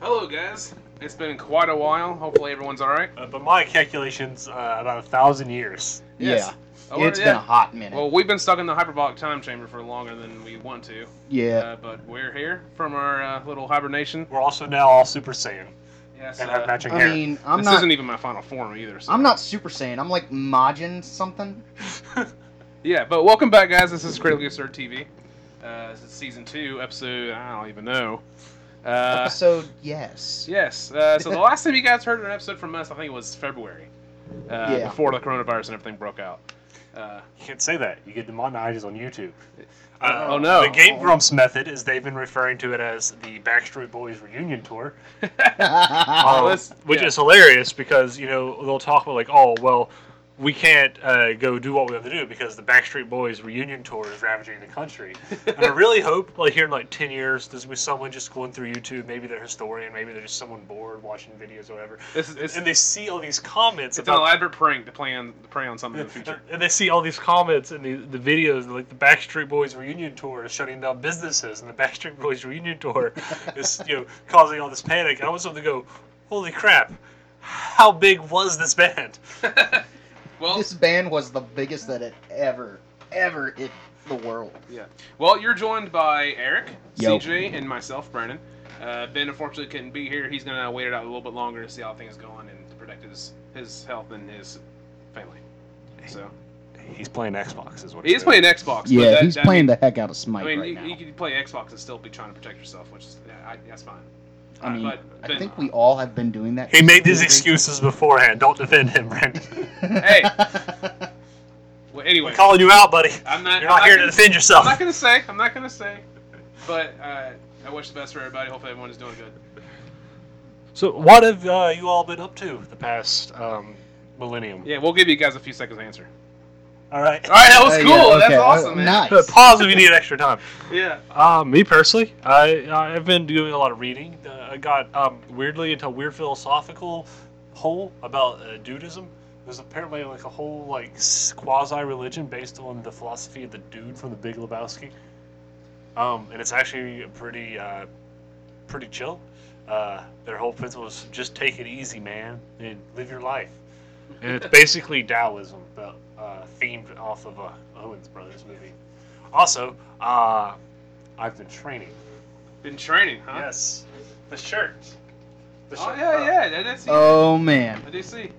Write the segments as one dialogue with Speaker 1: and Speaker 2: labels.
Speaker 1: Hello, guys. It's been quite a while. Hopefully, everyone's all right.
Speaker 2: Uh, but my calculations, uh, about a thousand years.
Speaker 1: Yes.
Speaker 3: Yeah,
Speaker 1: Oh, we're-
Speaker 3: it's been a hot minute.
Speaker 1: Well, we've been stuck in the hyperbolic time chamber for longer than we want to,
Speaker 3: yeah,
Speaker 1: uh, but we're here from our uh, little hibernation.
Speaker 2: We're also now all Super Saiyan
Speaker 1: Yes.
Speaker 2: and have
Speaker 1: Uh,
Speaker 2: matching
Speaker 3: I
Speaker 2: hair.
Speaker 3: mean, I'm
Speaker 1: this
Speaker 3: not.
Speaker 1: isn't even my final form either. So.
Speaker 3: I'm not Super Saiyan. I'm like Majin something.
Speaker 1: Yeah, but welcome back, guys. This is Critically Absurd TV. Uh, this is season two, episode I don't even know. Uh,
Speaker 3: Episode yes.
Speaker 1: yes. Uh, so the last time you guys heard an episode from us, I think it was February, uh,
Speaker 3: Yeah.
Speaker 1: before the coronavirus and everything broke out. Uh,
Speaker 2: you can't say that. You get demonetized on YouTube. Uh,
Speaker 1: Oh, no.
Speaker 2: The Game Grumps method is they've been referring to it as the Backstreet Boys reunion tour,
Speaker 1: Oh,
Speaker 2: um,
Speaker 1: that's-
Speaker 2: which
Speaker 1: yeah.
Speaker 2: is hilarious because you know they'll talk about like, oh well, we can't uh, go do what we have to do because the Backstreet Boys reunion tour is ravaging the country. and I really hope, like here in like ten years, there's gonna be someone just going through YouTube. Maybe they're a historian. Maybe they're just someone bored watching videos or whatever.
Speaker 1: it's, it's,
Speaker 2: and they see all these comments
Speaker 1: it's an
Speaker 2: about
Speaker 1: elaborate prank to play on to prey on something in the future.
Speaker 2: and they see all these comments and the, the videos like the Backstreet Boys reunion tour is shutting down businesses and the Backstreet Boys reunion tour is you know causing all this panic. And I want someone to go, holy crap, how big was this band?
Speaker 1: Well,
Speaker 3: this band was the biggest that it ever, ever hit the world.
Speaker 1: Well, you're joined by Eric,
Speaker 3: Yo.
Speaker 1: CJ, and myself, Brandon. Uh, ben unfortunately couldn't be here. He's gonna wait it out a little bit longer to see how things going and to protect his his health and his family. So
Speaker 2: He's playing Xbox, is what
Speaker 1: he is playing Xbox. but that- that mean-
Speaker 3: the heck out of Smite
Speaker 1: I mean, you, you can play Xbox and still be trying to protect yourself, which is yeah, I, that's fine.
Speaker 3: I mean,
Speaker 1: uh, but
Speaker 3: I
Speaker 1: Ben-
Speaker 3: think we all have been doing that.
Speaker 2: He made these excuses beforehand. Don't defend him, Brandon.
Speaker 3: hey.
Speaker 1: Well, anyway,
Speaker 2: We're calling you out, buddy.
Speaker 1: I'm not.
Speaker 2: You're
Speaker 1: I'm
Speaker 2: not here to
Speaker 1: gonna-
Speaker 2: defend yourself.
Speaker 1: I'm not gonna say. I'm not gonna say. But uh, I wish the best for everybody. Hopefully, everyone is doing good.
Speaker 2: So, what have uh, you all been up to the past um, millennium?
Speaker 1: Yeah, we'll give you guys a few seconds to answer.
Speaker 2: All right.
Speaker 1: All right, that was
Speaker 3: Uh, yeah,
Speaker 1: cool. That's
Speaker 3: okay,
Speaker 1: awesome,
Speaker 3: uh,
Speaker 1: man.
Speaker 3: Nice.
Speaker 2: Pause if you need extra time.
Speaker 1: Yeah.
Speaker 2: Uh, me personally, I I've been doing a lot of reading. Uh, I got um, weirdly into a weird philosophical hole about uh, Dudism. There's apparently like a whole like quasi religion based on the philosophy of the dude from The Big Lebowski. Um, and it's actually pretty uh, pretty chill. Uh, their whole principle is just take it easy, man, and live your life. And it's basically Taoism, but uh, themed off of a Owens Brothers movie. Also, uh, I've been training.
Speaker 1: Been training, huh?
Speaker 2: Yes. The shirt. The
Speaker 1: Oh yeah, yeah. That is.
Speaker 3: Oh man.
Speaker 1: I do see.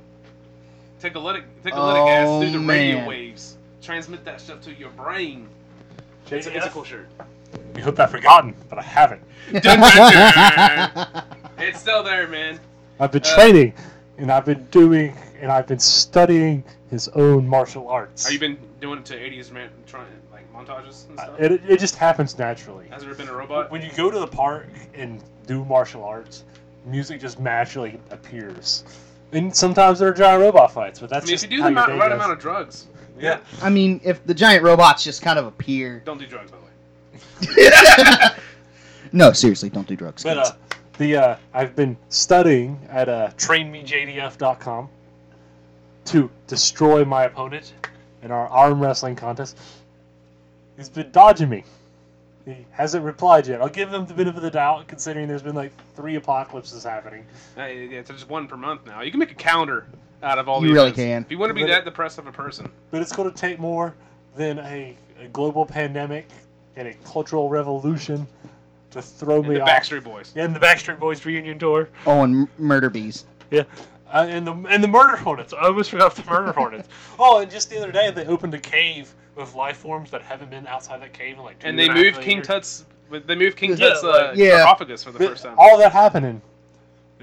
Speaker 1: Take a let it. Take a
Speaker 3: Oh,
Speaker 1: let it gas through the radio
Speaker 3: man.
Speaker 1: waves. Transmit that stuff to your brain. E It's,
Speaker 2: It's,
Speaker 1: a- it's a cool shirt.
Speaker 2: you hope I've forgotten, but I haven't.
Speaker 1: It's still there, man.
Speaker 2: I've been
Speaker 1: Uh,
Speaker 2: training, and I've been doing, and I've been studying his own martial arts.
Speaker 1: Have you been doing it to 80s man, trying like montages and
Speaker 2: Uh,
Speaker 1: stuff?
Speaker 2: it, it just happens naturally.
Speaker 1: Has there been a robot?
Speaker 2: When you go to the park and do martial arts, music just naturally appears. And sometimes there are giant robot fights, but
Speaker 1: I
Speaker 2: that's
Speaker 1: mean, if
Speaker 2: just
Speaker 1: you do
Speaker 2: how
Speaker 1: the
Speaker 2: your
Speaker 1: amount,
Speaker 2: day
Speaker 1: right
Speaker 2: goes.
Speaker 1: amount of drugs.
Speaker 2: Yeah.
Speaker 3: I mean, if the giant robots just kind of appear.
Speaker 1: Don't do drugs, by the way.
Speaker 3: no, seriously, don't do drugs.
Speaker 2: But
Speaker 3: kids.
Speaker 2: uh, the uh, I've been studying at uh, trainmejdf.com to destroy my opponent in our arm wrestling contest. He's been dodging me. He hasn't replied yet. I'll give him the benefit of the doubt, considering there's been like three apocalypses happening.
Speaker 1: Uh, yeah, it's just one per month now. You can make a calendar out of all
Speaker 3: You
Speaker 1: these.
Speaker 3: really can.
Speaker 1: If you want to be
Speaker 2: Really-
Speaker 1: that depressive a person,
Speaker 2: But it's going to take more than a, a global pandemic and a cultural revolution to throw
Speaker 1: and
Speaker 2: me
Speaker 1: the
Speaker 2: off.
Speaker 1: Backstreet Boys.
Speaker 2: Yeah, and the Backstreet Boys reunion tour.
Speaker 3: oh, and m- murder bees.
Speaker 2: Yeah. Uh, and the and the murder hornets. I almost forgot the murder hornets. Oh, and just the other day they opened a cave with life forms that haven't been outside that cave in like two
Speaker 1: And they
Speaker 2: a half
Speaker 1: moved
Speaker 2: million
Speaker 1: King
Speaker 2: years.
Speaker 1: Tut's. They moved King
Speaker 2: Yeah,
Speaker 1: Tut's uh,
Speaker 3: like- yeah.
Speaker 1: sarcophagus for the
Speaker 2: But
Speaker 1: first time.
Speaker 2: All that happening.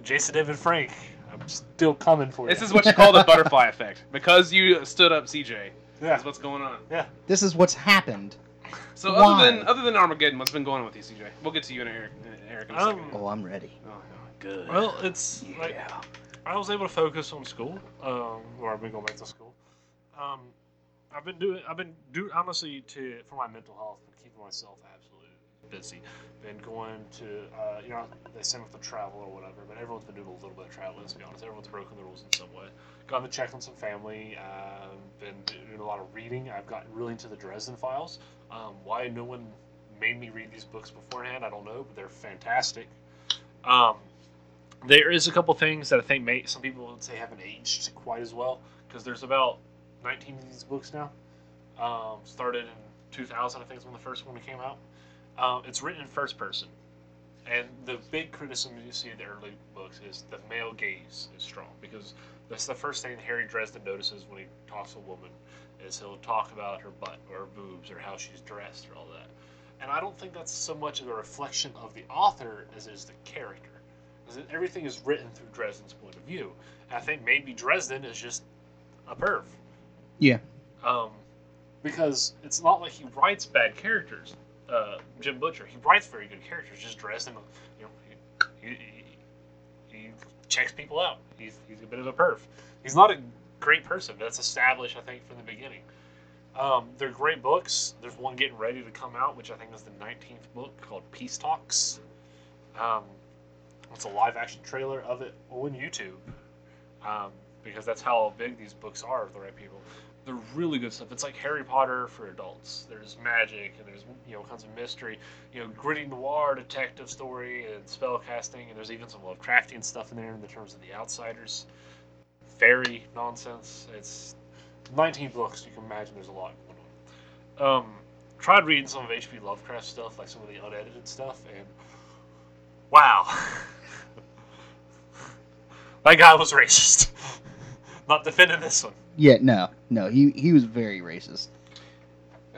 Speaker 2: Jason David Frank. I'm still coming for you.
Speaker 1: This is what you call the butterfly effect. Because you stood up, CJ.
Speaker 2: yeah.
Speaker 1: That's what's going on.
Speaker 2: yeah.
Speaker 3: This is what's happened.
Speaker 1: So
Speaker 3: Why?
Speaker 1: other than other than Armageddon, what's been going on with you, CJ? We'll get to you and Eric. and Eric in a
Speaker 2: Um,
Speaker 1: second.
Speaker 3: Oh, I'm ready.
Speaker 1: Oh, good.
Speaker 2: Well, it's like I was able to focus on school, um, or I've been going back to school. Um, I've been doing, I've been do honestly to for my mental health, been keeping myself absolutely busy. Been going to, uh, you know, they send with the travel or whatever, but everyone's been doing a little bit of traveling. To be honest, everyone's broken the rules in some way. Gotten to check on some family. Um, been doing a lot of reading. I've gotten really into the Dresden Files. Um, why no one made me read these books beforehand, I don't know, but they're fantastic. Um, there is a couple things that I think may, some people would say haven't aged quite as well because there's about 19 of these books now. Um, started in 2000, I think, is when the first one came out. Um, it's written in first person, and the big criticism you see in the early books is the male gaze is strong because that's the first thing Harry Dresden notices when he talks to a woman is he'll talk about her butt or her boobs or how she's dressed or all that. And I don't think that's so much of a reflection of the author as it is the character. Because everything is written through Dresden's point of view. And I think maybe Dresden is just a perv.
Speaker 4: Yeah.
Speaker 2: Um, because it's not like he writes bad characters. Uh, Jim Butcher, he writes very good characters. Just Dresden, you know, he, he, he, he checks people out. He's, he's a bit of a perv. He's not a great person. That's established, I think, from the beginning. Um, they're great books. There's one getting ready to come out, which I think is the 19th book called Peace Talks. Um, it's a live action trailer of it on YouTube um, because that's how big these books are of the right people. They're really good stuff. It's like Harry Potter for adults. There's magic and there's you know kinds of mystery, you know gritty noir detective story and spell casting and there's even some Lovecraftian stuff in there in the terms of the Outsiders, fairy nonsense. It's 19 books. You can imagine there's a lot going on. Um, tried reading some of H.P. Lovecraft stuff, like some of the unedited stuff, and wow, that guy was racist. Not defending this one.
Speaker 4: Yeah, no, no. He he was very racist.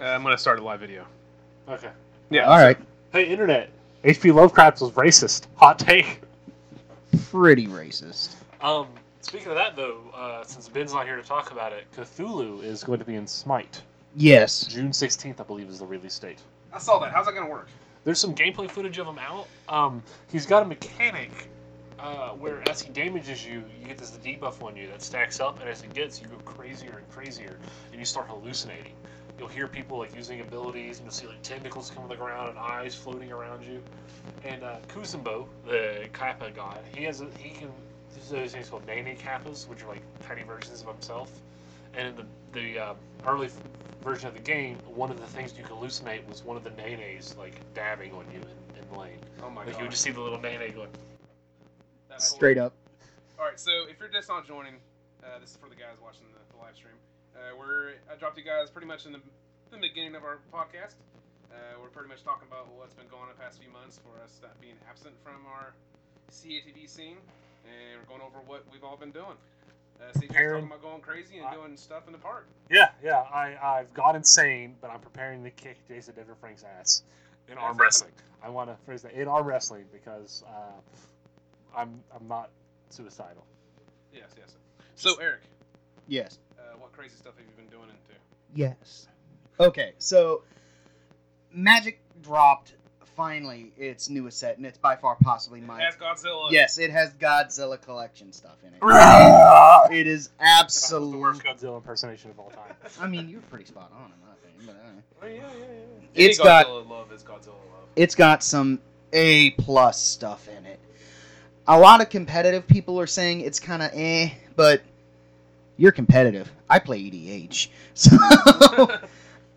Speaker 1: Uh, I'm gonna start a live video.
Speaker 2: Okay.
Speaker 1: Yeah.
Speaker 4: All right,
Speaker 2: Hey, internet. H.P. Lovecraft was racist. Hot take.
Speaker 4: pretty racist.
Speaker 2: Um, speaking of that though, uh, since Ben's not here to talk about it, Cthulhu is going to be in Smite.
Speaker 4: Yes.
Speaker 2: June 16th, I believe, is the release date.
Speaker 1: I saw that. How's that gonna work?
Speaker 2: There's some gameplay footage of him out. Um, he's got a mechanic uh, where as he damages you, you get this debuff on you that stacks up, and as it gets, you go crazier and crazier, and you start hallucinating. You'll hear people like using abilities, and you'll see like tentacles come to the ground and eyes floating around you. And uh, Kuzumbo, the Kappa god, he has a, he can there's those things called Nene Kappas, which are like tiny versions of himself. And in the the um, early f- version of the game, one of the things you could hallucinate was one of the Nenes like dabbing on you in, in lane.
Speaker 1: Oh my
Speaker 2: Like you would just see the little Nene going.
Speaker 1: That's cool.
Speaker 4: Straight up.
Speaker 1: All right, so if you're just not joining, uh, this is for the guys watching the, the live stream. Uh, we're I dropped you guys pretty much in the, the beginning of our podcast. Uh, we're pretty much talking about what's been going on the past few months for us not being absent from our CATV scene, and we're going over what we've all been doing. Uh, so you're
Speaker 2: Aaron,
Speaker 1: talking about going crazy and
Speaker 2: I-
Speaker 1: doing stuff in the park.
Speaker 2: Yeah, yeah. I I've gone insane, but I'm preparing to kick Jason Denver Frank's ass in arm
Speaker 1: That's
Speaker 2: wrestling. I want to phrase that in arm wrestling because uh, I'm I'm not suicidal.
Speaker 1: Yes, yes. So Eric,
Speaker 4: Yes.
Speaker 1: uh, what crazy stuff have you been doing into?
Speaker 4: Yes. Okay, so Magic dropped finally its newest set, and it's by far possibly my.
Speaker 1: As Godzilla.
Speaker 4: Yes, it has Godzilla collection stuff in it.
Speaker 2: the
Speaker 4: It is
Speaker 2: worst
Speaker 4: absolutely.
Speaker 2: Godzilla impersonation of all time.
Speaker 4: I mean, you're pretty spot on in my opinion, but uh, alright.
Speaker 1: Oh, yeah, yeah, yeah.
Speaker 4: It's
Speaker 1: Any
Speaker 4: got-
Speaker 1: Godzilla love is Godzilla love.
Speaker 4: it's got some A plus stuff in it. A lot of competitive people are saying it's kind of eh, but you're competitive. I play EDH, so uh,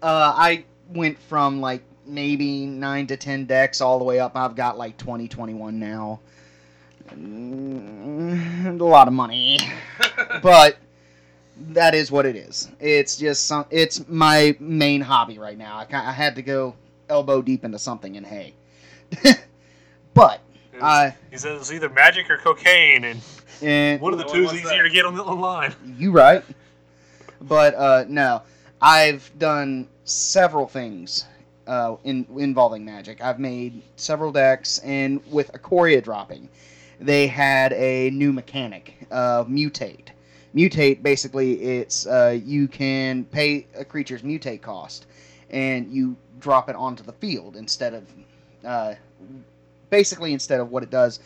Speaker 4: I went from like maybe nine to ten decks all the way up. I've got like 20, 21 now. Mm, a lot of money but that is what it is. It's just some. It's my main hobby right now. I, ki- I had to go elbow deep into something in hay, but I
Speaker 2: he says it's either magic or cocaine, and
Speaker 4: and
Speaker 2: one of the
Speaker 1: Well,
Speaker 2: two is
Speaker 1: what's
Speaker 2: easier
Speaker 1: that?
Speaker 2: to get on the online.
Speaker 4: you right, but uh, no, I've done several things uh, in involving magic. I've made several decks, and with Aquaria dropping, they had a new mechanic, uh, mutate. Mutate basically, it's uh, you can pay a creature's mutate cost, and you drop it onto the field instead of, uh, basically instead of what it does,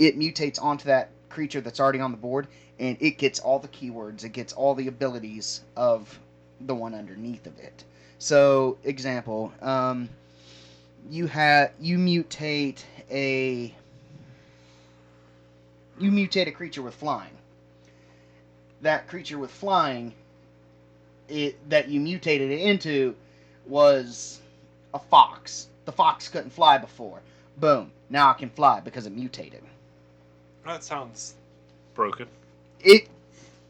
Speaker 4: it mutates onto that creature that's already on the board, and it gets all the keywords, it gets all the abilities of the one underneath of it. So, example, um, you have you mutate a you mutate a creature with flying. That creature with flying, it that you mutated it into, was a fox. The fox couldn't fly before. Boom! Now I can fly because it mutated.
Speaker 2: That sounds broken.
Speaker 4: It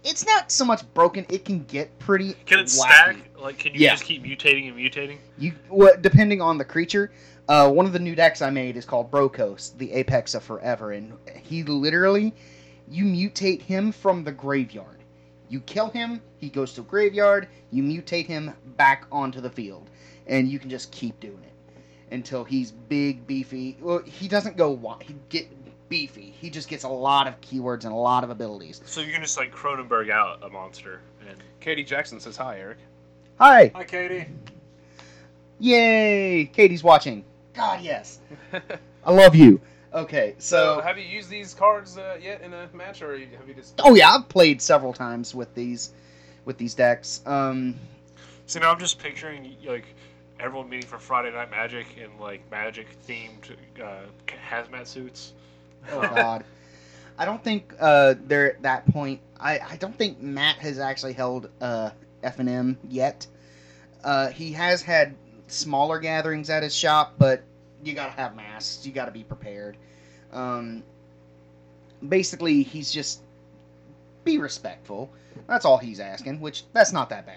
Speaker 4: it's not so much broken. It can get pretty.
Speaker 2: Can it
Speaker 4: wacky.
Speaker 2: stack? Like, can you
Speaker 4: Yeah.
Speaker 2: just keep mutating and mutating?
Speaker 4: You well, depending on the creature. Uh, one of the new decks I made is called Brokos, the apex of forever, and he literally, you mutate him from the graveyard. You kill him, he goes to graveyard. You mutate him back onto the field, and you can just keep doing it until he's big, beefy. Well, he doesn't go wide. He get beefy. He just gets a lot of keywords and a lot of abilities.
Speaker 2: So you can just like Cronenberg out a monster. And...
Speaker 1: Katie Jackson says hi, Eric.
Speaker 4: Hi!
Speaker 2: Hi, Katie.
Speaker 4: Yay! Katie's watching. God, yes. I love you. Okay, so
Speaker 1: have you used these cards uh, yet in a match, or have you just?
Speaker 4: oh yeah, I've played several times with these with these decks. Um,
Speaker 2: So now I'm just picturing like everyone meeting for Friday Night Magic in like magic themed uh, hazmat suits.
Speaker 4: oh god, I don't think uh, they're at that point. I, I don't think Matt has actually held uh, F and M yet. Uh, he has had smaller gatherings at his shop, but you gotta have masks. You gotta be prepared. Um, basically, he's just be respectful. That's all he's asking, which that's not that bad.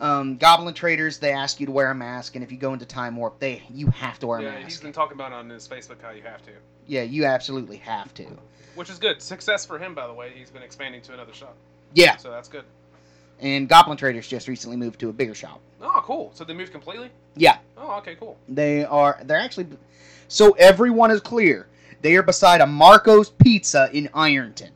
Speaker 4: Um, Goblin traders, they ask you to wear a mask, and if you go into time warp, they you have to wear a
Speaker 1: Yeah,
Speaker 4: mask.
Speaker 1: he's been talking about on his Facebook how you have to,
Speaker 4: Yeah, you absolutely have to.
Speaker 1: which is good. Success for him, by the way. He's been expanding to another shop,
Speaker 4: Yeah,
Speaker 1: so that's good.
Speaker 4: and Goblin Traders just recently moved to a bigger shop.
Speaker 1: Oh, cool. So they moved completely.
Speaker 4: Yeah,
Speaker 1: Oh, okay, cool.
Speaker 4: they are. They're actually. So everyone is clear. They are beside a Marco's Pizza in Ironton.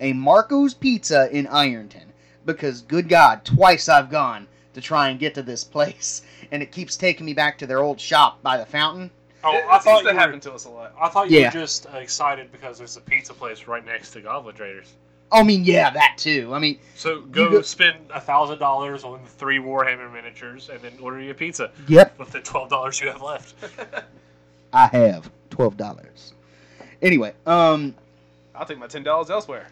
Speaker 4: A Marco's Pizza in Ironton. Because, good God, twice I've gone to try and get to this place, and it keeps taking me back to their old shop by the fountain.
Speaker 2: Oh,
Speaker 1: It-
Speaker 2: I
Speaker 1: it seems
Speaker 2: thought
Speaker 1: to
Speaker 2: you
Speaker 1: happen
Speaker 2: were,
Speaker 1: to us a lot.
Speaker 2: I thought you
Speaker 4: Yeah.
Speaker 2: were just uh, excited because there's a pizza place right next to Goblin Traders.
Speaker 4: I mean, yeah, that too. I mean,
Speaker 2: So go,
Speaker 4: go-
Speaker 2: spend a thousand dollars on the three Warhammer miniatures and then order you a pizza
Speaker 4: yep,
Speaker 2: with the twelve dollars you have left.
Speaker 4: I have twelve dollars. Anyway, um,
Speaker 1: I'll take my ten dollars elsewhere.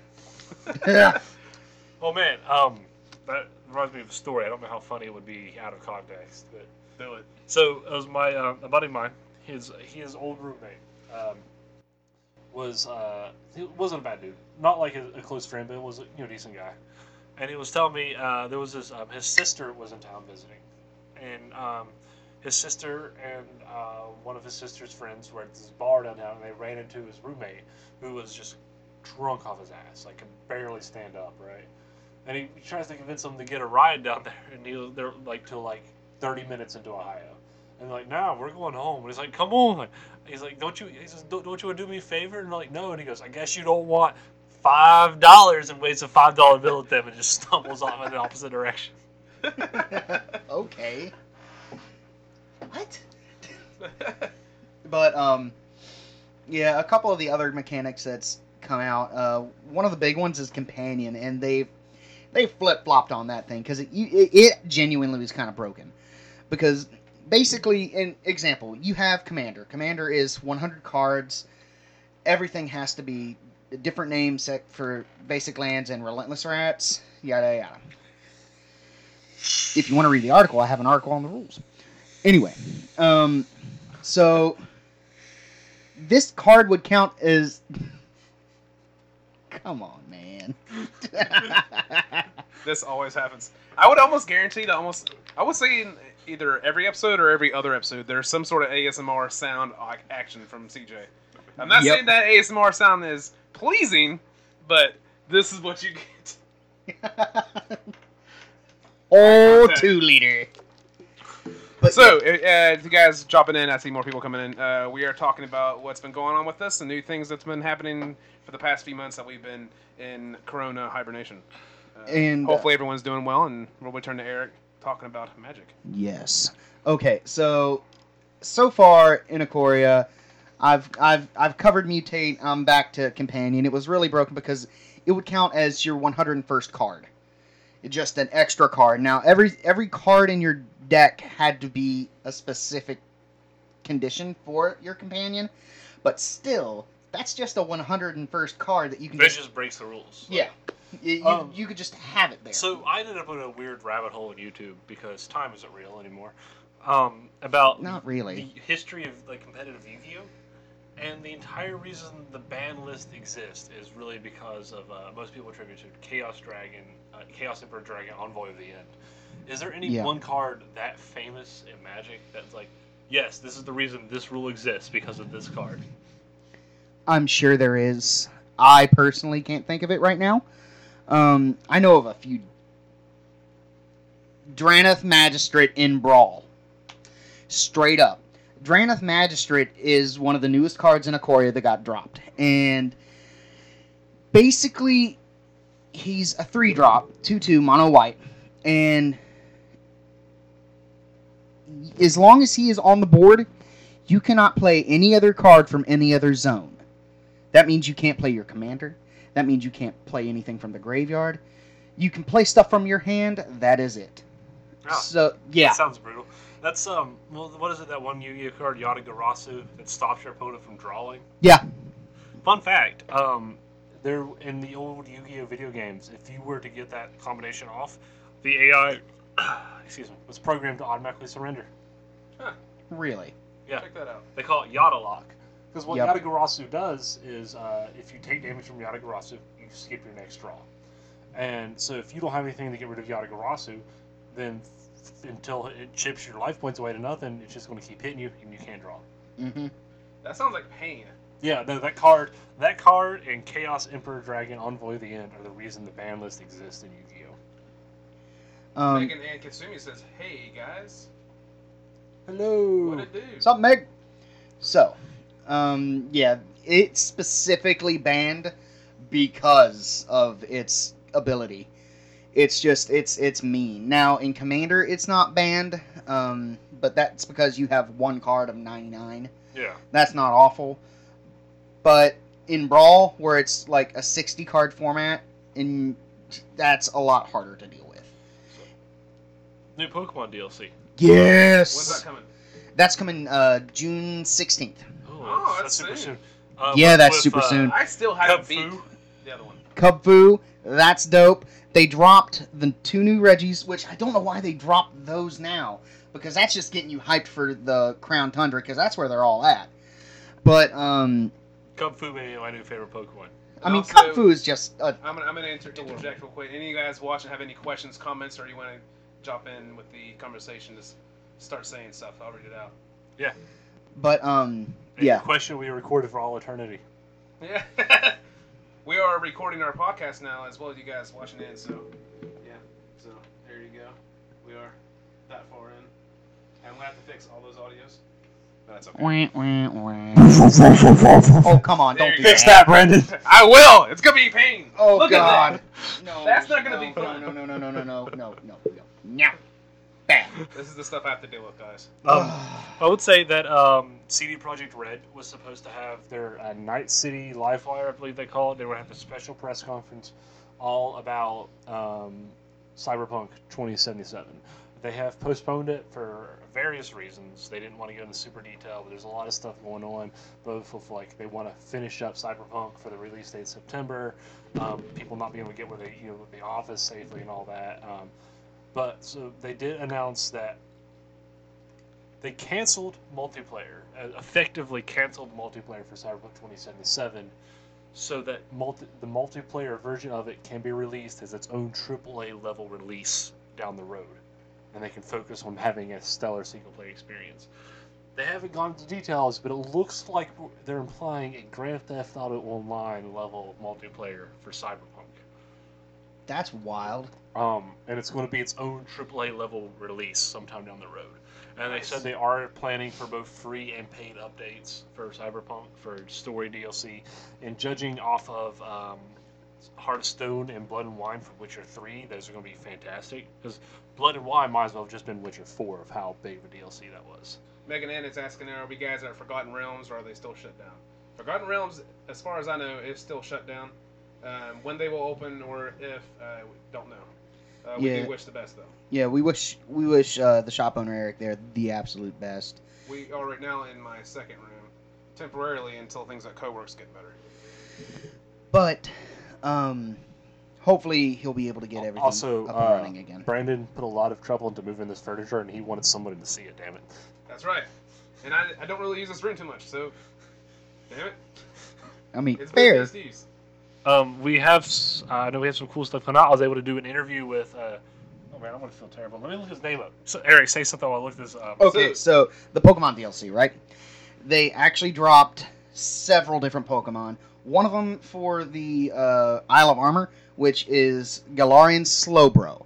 Speaker 2: Oh man, um, that reminds me of a story. I don't know how funny it would be out of context, but
Speaker 1: Do it.
Speaker 2: So it was my um, a buddy of mine. His his old roommate um, was uh, he wasn't a bad dude. Not like a, a close friend, but was a, you know decent guy. And he was telling me uh, there was this um, his sister was in town visiting, and um, his sister and uh, one of his sister's friends were at this bar downtown, and they ran into his roommate who was just drunk off his ass, like could barely stand up, right? And he tries to convince them to get a ride down there, and he, they're like till like thirty minutes into Ohio, and they're like, nah, we're going home. And he's like, come on. He's like, don't you? He says, don't, don't you want to do me a favor? And they're like, no. And he goes, I guess you don't want five dollars, and waves a five dollar bill at them, and just stumbles off in the opposite direction.
Speaker 4: okay. What? But um, yeah, a couple of the other mechanics that's come out. Uh, one of the big ones is companion, and they've they flip flopped on that thing because it, you- it it genuinely was kind of broken because basically, an example, you have commander. Commander is 100 cards. Everything has to be different names set for basic lands and relentless rats. Yada yada. If you want to read the article, I have an article on the rules. Anyway, um, so this card would count as. Come on, man.
Speaker 1: This always happens. I would almost guarantee that almost I would say in either every episode or every other episode there's some sort of ASMR sound like action from CJ. I'm not
Speaker 4: Yep.
Speaker 1: saying that ASMR sound is pleasing, but this is what you get.
Speaker 4: oh,
Speaker 1: Okay.
Speaker 4: two liter. But
Speaker 1: So, uh, uh, if you guys dropping in, I see more people coming in. Uh, we are talking about what's been going on with us, the new things that's been happening for the past few months that we've been in Corona hibernation. Uh,
Speaker 4: And, uh,
Speaker 1: hopefully everyone's doing well, and we'll return to Eric talking about magic.
Speaker 4: Yes. Okay, so so far in Aquaria, I've I've I've covered mutate. I'm back to companion. It was really broken because it would count as your 101st card. It just an extra card. Now every every card in your deck had to be a specific condition for your companion, but still, that's just a 101st card that you can
Speaker 2: It
Speaker 4: just
Speaker 2: just breaks the rules.
Speaker 4: yeah. You, you,
Speaker 2: Um,
Speaker 4: you could just have it there.
Speaker 2: So I ended up in a weird rabbit hole on YouTube because time isn't real anymore. Um, about
Speaker 4: not really.
Speaker 2: the history of like competitive Yu-Gi-Oh, And the entire reason the ban list exists is really because of uh, most people attribute to Chaos Dragon, uh, Chaos Emperor Dragon, Envoy of the End. Is there any
Speaker 4: Yeah.
Speaker 2: one card that famous in Magic that's like, yes, this is the reason this rule exists because of this card?
Speaker 4: I'm sure there is. I personally can't think of it right now. Um, I know of a few. Draneth Magistrate in Brawl. Straight up. Draneth Magistrate is one of the newest cards in Aquaria that got dropped. And basically, he's a 3 drop, 2 2, mono white. And as long as he is on the board, you cannot play any other card from any other zone. That means you can't play your commander. That means you can't play anything from the graveyard. You can play stuff from your hand. That is it.
Speaker 2: Ah,
Speaker 4: So yeah,
Speaker 2: That sounds brutal. That's, um, well, what is it, that one Yu Gi Oh card, Yada Garasu, that stops your opponent from drawing?
Speaker 4: yeah,
Speaker 2: Fun fact, um, there in the old Yu-Gi-Oh video games, if you were to get that combination off, the AI, excuse me, was programmed to automatically surrender.
Speaker 4: really.
Speaker 2: Yeah.
Speaker 1: Check that out.
Speaker 2: They call it Yada Lock. Because what
Speaker 4: Yep.
Speaker 2: Yada Garasu does is, uh, if you take damage from Yada Garasu, you skip your next draw. And so if you don't have anything to get rid of Yada Garasu, then f- until it chips your life points away to nothing, it's just going to keep hitting you, and you can't draw.
Speaker 4: hmm
Speaker 1: That sounds like pain.
Speaker 2: Yeah, no, that card, that card, and Chaos Emperor Dragon Envoy of the End are the reason the ban list exists in Yu-Gi-Oh.
Speaker 4: Um,
Speaker 1: Megan and Katsumi says, "Hey guys, what
Speaker 2: Hello.
Speaker 1: it do?"
Speaker 4: Sup, Meg? So, um, yeah, it's specifically banned because of its ability. It's just it's it's mean. Now in Commander, it's not banned, um, but that's because you have one card of ninety nine.
Speaker 2: Yeah.
Speaker 4: That's not awful. But in Brawl, where it's like a sixty card format, and that's a lot harder to deal with.
Speaker 2: New Pokemon DLC.
Speaker 1: When's that coming?
Speaker 4: That's coming uh, June sixteenth.
Speaker 1: Oh, that's
Speaker 2: super
Speaker 1: soon.
Speaker 2: soon. Uh,
Speaker 4: Yeah,
Speaker 2: with-
Speaker 4: that's
Speaker 2: with,
Speaker 4: super
Speaker 2: uh,
Speaker 4: soon.
Speaker 1: I still
Speaker 2: Kung
Speaker 1: haven't beat
Speaker 2: Fu.
Speaker 1: the other one.
Speaker 4: Cub Fu, that's dope. They dropped the two new Reggies, which I don't know why they dropped those now, because that's just getting you hyped for the Crown Tundra, because that's where they're all at. But um,
Speaker 2: Kung Fu may be my new favorite Pokemon.
Speaker 4: I
Speaker 1: And
Speaker 4: mean,
Speaker 1: also-
Speaker 4: Cub Fu is just a
Speaker 1: I'm gonna, I'm gonna inter- interject real quick. Any of you guys watching have any questions, comments, or you want to jump in with the conversation? Just start saying stuff. I'll read it out.
Speaker 4: but um,
Speaker 2: A
Speaker 4: yeah,
Speaker 2: Question we recorded for all eternity.
Speaker 1: Yeah. we are recording our podcast now as well as you guys watching in, so yeah. So there you go. We are that far in. And I'm gonna have to fix all those audios. But that's okay.
Speaker 4: Wah, wah, wah. oh come on, don't do
Speaker 1: Fix
Speaker 4: that.
Speaker 2: Brandon.
Speaker 1: I will! It's gonna be pain.
Speaker 4: Oh
Speaker 1: Look at
Speaker 4: God, no,
Speaker 1: That's not gonna
Speaker 4: no,
Speaker 1: be fun.
Speaker 4: No, no, no, no, no, no, no, no, no, no. Bad.
Speaker 1: that. This is the stuff I have to deal with, guys.
Speaker 2: Um, I would say that um, CD Projekt Red was supposed to have their uh, Night City Live Wire, I believe they call it. They were going to have a special press conference all about um, Cyberpunk 2077. They have postponed it for various reasons. They didn't want to go into super detail, but there's a lot of stuff going on, both of like they want to finish up Cyberpunk for the release date in September, um, people not being able to get where they, you know, the office safely and all that. Um, but so they did announce that they canceled multiplayer, uh, effectively canceled multiplayer for Cyberpunk 2077, so that multi- the multiplayer version of it can be released as its own AAA level release down the road, and they can focus on having a stellar single player experience. They haven't gone into details, but it looks like they're implying a Grand Theft Auto Online level multiplayer for Cyberpunk.
Speaker 4: That's wild.
Speaker 2: Um, and it's going to be its own AAA level release sometime down the road. And they said
Speaker 1: Nice.
Speaker 2: they are planning for both free and paid updates for Cyberpunk for story DLC. And judging off of um, Heart of Stone and Blood and Wine for Witcher 3, those are going to be fantastic. Because Blood and Wine might as well have just been Witcher 4 of how big of a DLC that was.
Speaker 1: Megan Ann is asking are we guys at Forgotten Realms or are they still shut down? Forgotten Realms, as far as I know, is still shut down. Um, when they will open or if, uh, we don't know. Uh, we
Speaker 4: Yeah.
Speaker 1: do wish the best, though.
Speaker 4: Yeah, we wish we wish uh, the shop owner Eric there the absolute best.
Speaker 1: We are right now in my second room, temporarily until things at Coworks get better.
Speaker 4: But um, hopefully he'll be able to get
Speaker 2: Al-
Speaker 4: everything
Speaker 2: also,
Speaker 4: up
Speaker 2: uh,
Speaker 4: and running again.
Speaker 2: Brandon put a lot of trouble into moving this furniture, and he wanted somebody to see it, damn it.
Speaker 1: That's right. And I, I don't really use this room too much, so Damn it.
Speaker 4: I mean,
Speaker 1: It's
Speaker 4: fair.
Speaker 1: Wednesday's news.
Speaker 2: Um, we have. s- I know we have some cool stuff coming out. I was able to do an interview with. Uh, oh man, I'm gonna feel terrible. Let me look his name up. So, Eric, say something while I look this up.
Speaker 4: Okay, so the Pokemon DLC, right? They actually dropped several different Pokemon. One of them for the uh, Isle of Armor, which is Galarian Slowbro.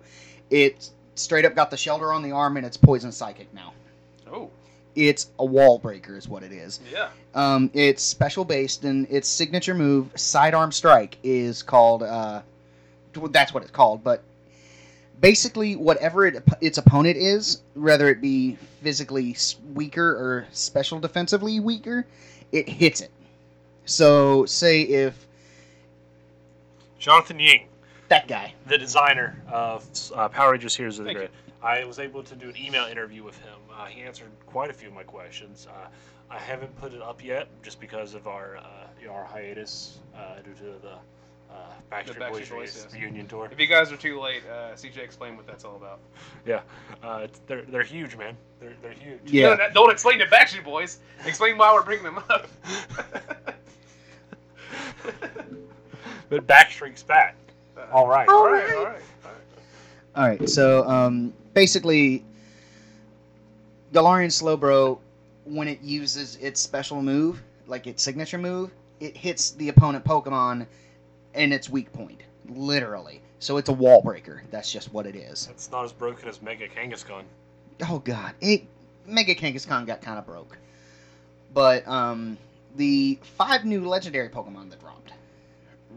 Speaker 4: It straight up got the shelter on the arm, and it's poison psychic now.
Speaker 1: Oh,
Speaker 4: It's a wall breaker, is what it is.
Speaker 1: yeah.
Speaker 4: Um, it's special based, and its signature move, Sidearm Strike, is called. Uh, that's what it's called, but basically, whatever it, its opponent is, whether it be physically s- weaker or special defensively weaker, it hits it. So, say if
Speaker 2: Jonathan Ying.
Speaker 4: that guy.
Speaker 2: the designer of uh, Power Rangers Heroes of the
Speaker 1: Thank
Speaker 2: Grid. I was able to do an email interview with him. Uh, he answered quite a few of my questions. Uh, I haven't put it up yet, just because of our uh, you know, our hiatus uh, due to the uh, Backstreet,
Speaker 1: Backstreet
Speaker 2: Boys,
Speaker 1: Boys, yes.
Speaker 2: re- reunion tour.
Speaker 1: If you guys are too late, uh, CJ, explain what that's all about.
Speaker 2: Uh, it's- they're they're huge, man. They're they're huge.
Speaker 4: Yeah.
Speaker 1: No, no, don't explain the Backstreet Boys. Explain why we're bringing them up.
Speaker 2: But Backstreet's back. All right.
Speaker 1: All right, all right, all right.
Speaker 4: All right, so um, basically, Galarian Slowbro, when it uses its special move, like its signature move, it hits the opponent Pokemon in its weak point, literally. So it's a wall breaker. That's just what it is.
Speaker 2: It's not as broken as Mega Kangaskhan.
Speaker 4: Oh God, it Mega Kangaskhan got kind of broke, but um, the five new legendary Pokemon that dropped,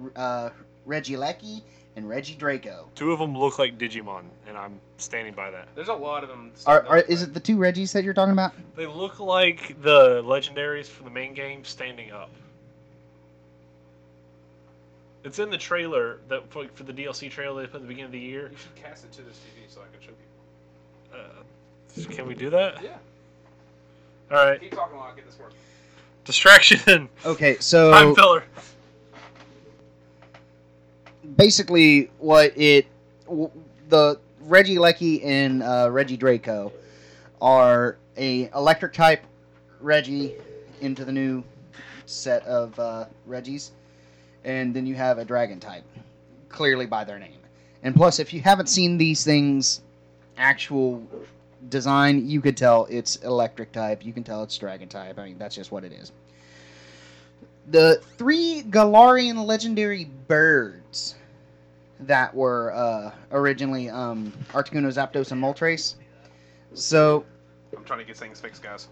Speaker 4: R- uh, Regieleki and Regidraco.
Speaker 2: Two of them look like Digimon, and I'm standing by that.
Speaker 1: There's a lot of them.
Speaker 4: Are, are is it the two Reggies that you're talking about?
Speaker 2: They look like the legendaries from the main game standing up. It's in the trailer that for, for the DLC trailer they put at the beginning of the year.
Speaker 1: You should cast it to this TV so I can show people.
Speaker 2: Uh, can we do that?
Speaker 1: Yeah.
Speaker 2: All right.
Speaker 1: Keep talking while I get this working.
Speaker 2: Distraction.
Speaker 4: Okay, so
Speaker 2: Time filler.
Speaker 4: basically what it w- the Reggie Lecky and uh, Reggie Draco are a electric type Reggie into the new set of uh, Reggies, and then you have a dragon type, clearly by their name. And plus, if you haven't seen these things, actual design, you could tell it's electric type. You can tell it's dragon type. I mean, that's just what it is. The three Galarian legendary birds that were uh, originally um, Articuno, Zapdos, and Moltres. So
Speaker 1: I'm trying to get things fixed, guys.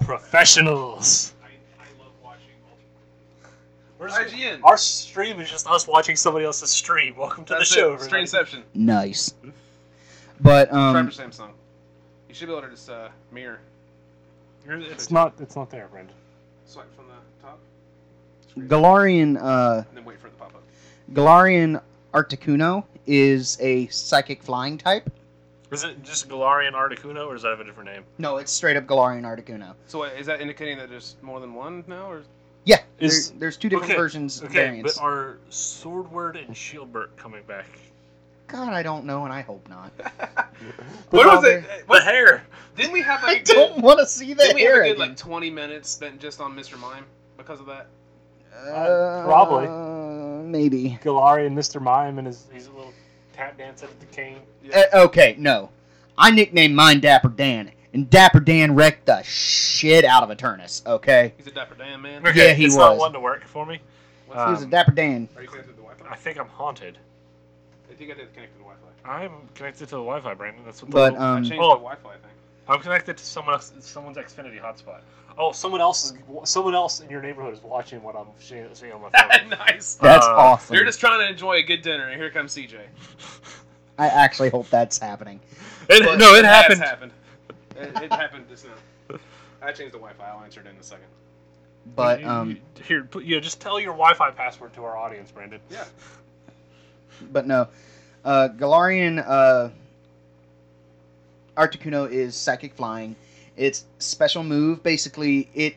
Speaker 2: Professionals. We're just-
Speaker 1: IGN.
Speaker 2: Our stream is just us watching somebody else's stream. Welcome to
Speaker 1: That's
Speaker 2: the show.
Speaker 1: it.
Speaker 2: everybody.
Speaker 1: Strainception.
Speaker 4: nice, but
Speaker 1: Try
Speaker 4: um,
Speaker 1: for Samsung. You should be able to just uh, mirror.
Speaker 2: It's not. It's not there, Brandon.
Speaker 1: Swipe from the top. Screen.
Speaker 4: Galarian uh,
Speaker 1: And then wait for it to pop up.
Speaker 4: Galarian Articuno is a psychic flying type.
Speaker 2: Is it just Galarian Articuno, or does that have a different name?
Speaker 4: No, it's straight up Galarian Articuno.
Speaker 1: So what, is that indicating that there's more than one now, or
Speaker 4: Yeah,
Speaker 2: Is-
Speaker 4: there- there's two different
Speaker 2: okay,
Speaker 4: versions
Speaker 2: Okay,
Speaker 4: variants.
Speaker 2: but are Swordword and Shieldbert coming back?
Speaker 4: God, I don't know, and I hope not.
Speaker 1: what was
Speaker 4: Robert-
Speaker 1: it? eh,
Speaker 2: The
Speaker 1: What
Speaker 2: hair.
Speaker 1: didn't we have
Speaker 4: I
Speaker 1: like a good?
Speaker 4: don't want to see that
Speaker 1: Didn't we have
Speaker 4: hair
Speaker 1: a good
Speaker 4: again.
Speaker 1: like 20 minutes spent just on Mr. Mime because of that?
Speaker 4: Uh,
Speaker 2: Probably.
Speaker 4: maybe.
Speaker 2: Galari and Mr. Mime and his he's a little tap dancing at the cane.
Speaker 1: Yeah.
Speaker 4: Uh, okay, no. I nicknamed mine Dapper Dan, and Dapper Dan wrecked the shit out of Eternus, okay?
Speaker 1: He's a dapper damn man.
Speaker 4: Okay, Yeah, he
Speaker 2: it's
Speaker 4: it's not
Speaker 2: not
Speaker 4: was.
Speaker 2: one
Speaker 4: one
Speaker 2: to work for me.
Speaker 1: What's
Speaker 2: Uh,
Speaker 4: he was a Dapper Dan.
Speaker 1: Are you connected to the Wi-Fi?
Speaker 2: I think I'm haunted.
Speaker 1: I think I did connect to the Wi-Fi.
Speaker 2: I'm connected to the Wi-Fi, Brandon. That's what.
Speaker 4: But,
Speaker 2: the
Speaker 1: I
Speaker 4: um,
Speaker 1: changed
Speaker 2: oh.
Speaker 1: the Wi-Fi thing.
Speaker 2: I'm connected to someone else, someone's Xfinity hotspot. Oh, someone else is someone else in your neighborhood is watching what I'm seeing seeing on my phone.
Speaker 1: nice.
Speaker 4: that's
Speaker 2: uh,
Speaker 4: awesome.
Speaker 1: You're just trying to enjoy a good dinner, and here comes CJ.
Speaker 4: I actually hope that's happening.
Speaker 2: It- no, it
Speaker 1: That's
Speaker 2: happened.
Speaker 1: happened. It, it happened just now. I changed the Wi-Fi. I'll answer it in a second.
Speaker 4: But,
Speaker 2: You-
Speaker 4: um,
Speaker 2: you- here, put- yeah, just tell your Wi-Fi password to our audience, Brandon.
Speaker 1: Yeah.
Speaker 4: but no. Uh, Galarian uh, Articuno is psychic flying. Its special move basically it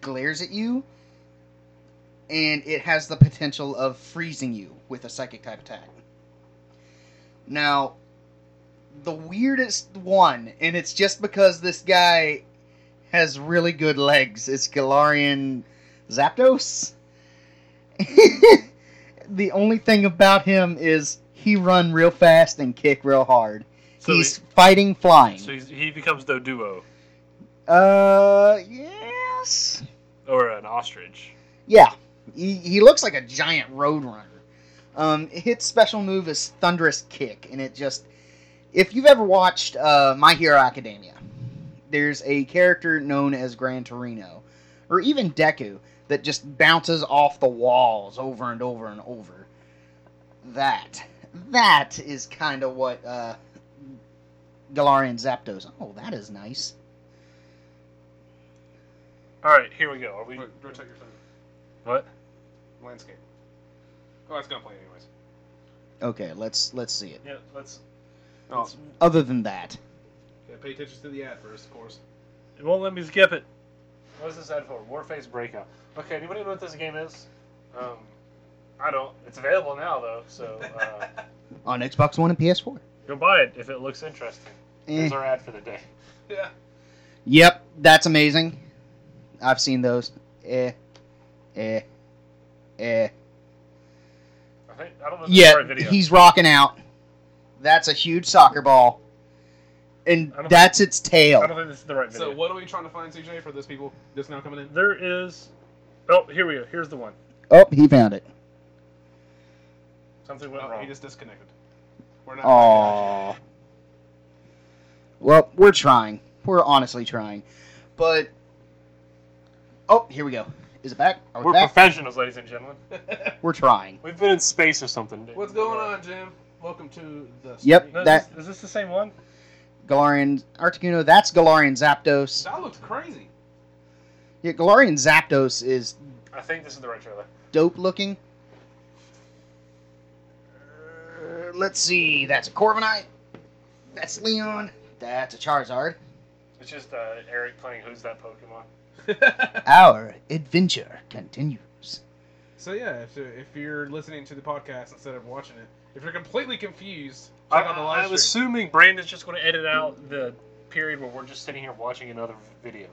Speaker 4: glares at you, and it has the potential of freezing you with a psychic type attack. Now, the weirdest one, and it's just because this guy has really good legs. It's Galarian Zapdos. the only thing about him is he run real fast and kick real hard.
Speaker 2: So,
Speaker 4: he's fighting flying.
Speaker 2: he, so he's, he becomes the duo
Speaker 4: uh, yes.
Speaker 2: or an ostrich.
Speaker 4: Yeah, he, he looks like a giant roadrunner. Um, his special move is Thunderous Kick, and it just. If you've ever watched uh, My Hero Academia, there's a character known as Gran Torino, or even Deku, that just bounces off the walls over and over and over. That. That is kind of what uh, Galarian Zapdos. Oh, that is nice.
Speaker 2: All right, here we go. Are we
Speaker 1: Wait, rotate your phone.
Speaker 2: what?
Speaker 1: Landscape. Oh, that's gonna play anyways.
Speaker 4: Okay, let's let's see it.
Speaker 2: Yeah, let's.
Speaker 1: Oh.
Speaker 2: let's-
Speaker 4: Other than that,
Speaker 1: Yeah, pay attention to the ad first, of course.
Speaker 2: It won't let me skip it. What is this ad for? Warface Breakout. Okay, anybody know what this game is? Um, I don't. It's available now though, so uh,
Speaker 4: on Xbox One and PS4.
Speaker 2: go buy it if it looks interesting.
Speaker 4: Eh.
Speaker 2: There's our ad for the day.
Speaker 1: Yeah.
Speaker 4: Yep, that's amazing. I've seen those. Eh, eh, eh.
Speaker 2: I think I don't know. If yeah,
Speaker 4: Yeah,
Speaker 2: video.
Speaker 4: he's rocking out. That's a huge soccer ball, and
Speaker 2: I don't-
Speaker 4: that's its
Speaker 2: I don't
Speaker 4: tail.
Speaker 2: think this is the right video.
Speaker 1: So what are we trying to find, CJ, for those people just now coming in?
Speaker 2: There is. Oh, here we go. Here's the one.
Speaker 4: Oh, he found it.
Speaker 2: Something went
Speaker 1: Oh,
Speaker 2: wrong.
Speaker 1: he just disconnected.
Speaker 2: Oh
Speaker 1: We're not.
Speaker 4: Aw. Well, we're trying. We're honestly trying, but oh, here we go. Is it back? Are we
Speaker 2: We're
Speaker 4: back?
Speaker 2: professionals, ladies and gentlemen.
Speaker 4: we're trying.
Speaker 2: We've been in space or something.
Speaker 1: What's going on, Jim? Welcome to the.
Speaker 4: Yep,
Speaker 1: stream.
Speaker 2: No,
Speaker 4: That-
Speaker 2: is, this, is this the same one?
Speaker 4: Galarian Articuno. That's Galarian Zapdos.
Speaker 1: That looked crazy.
Speaker 4: Yeah, Galarian Zapdos is
Speaker 2: I think this is the right trailer.
Speaker 4: dope looking. Uh, let's see. That's a Corviknight. That's Leon. That's a Charizard.
Speaker 2: It's just uh, Eric playing Who's That Pokemon.
Speaker 4: Our adventure continues.
Speaker 1: So yeah, if, if you're listening to the podcast instead of watching it, if you're completely confused,
Speaker 2: I,
Speaker 1: check out the
Speaker 2: I-
Speaker 1: live
Speaker 2: I'm
Speaker 1: stream.
Speaker 2: assuming Brandon's just going to edit out the period where we're just sitting here watching another video.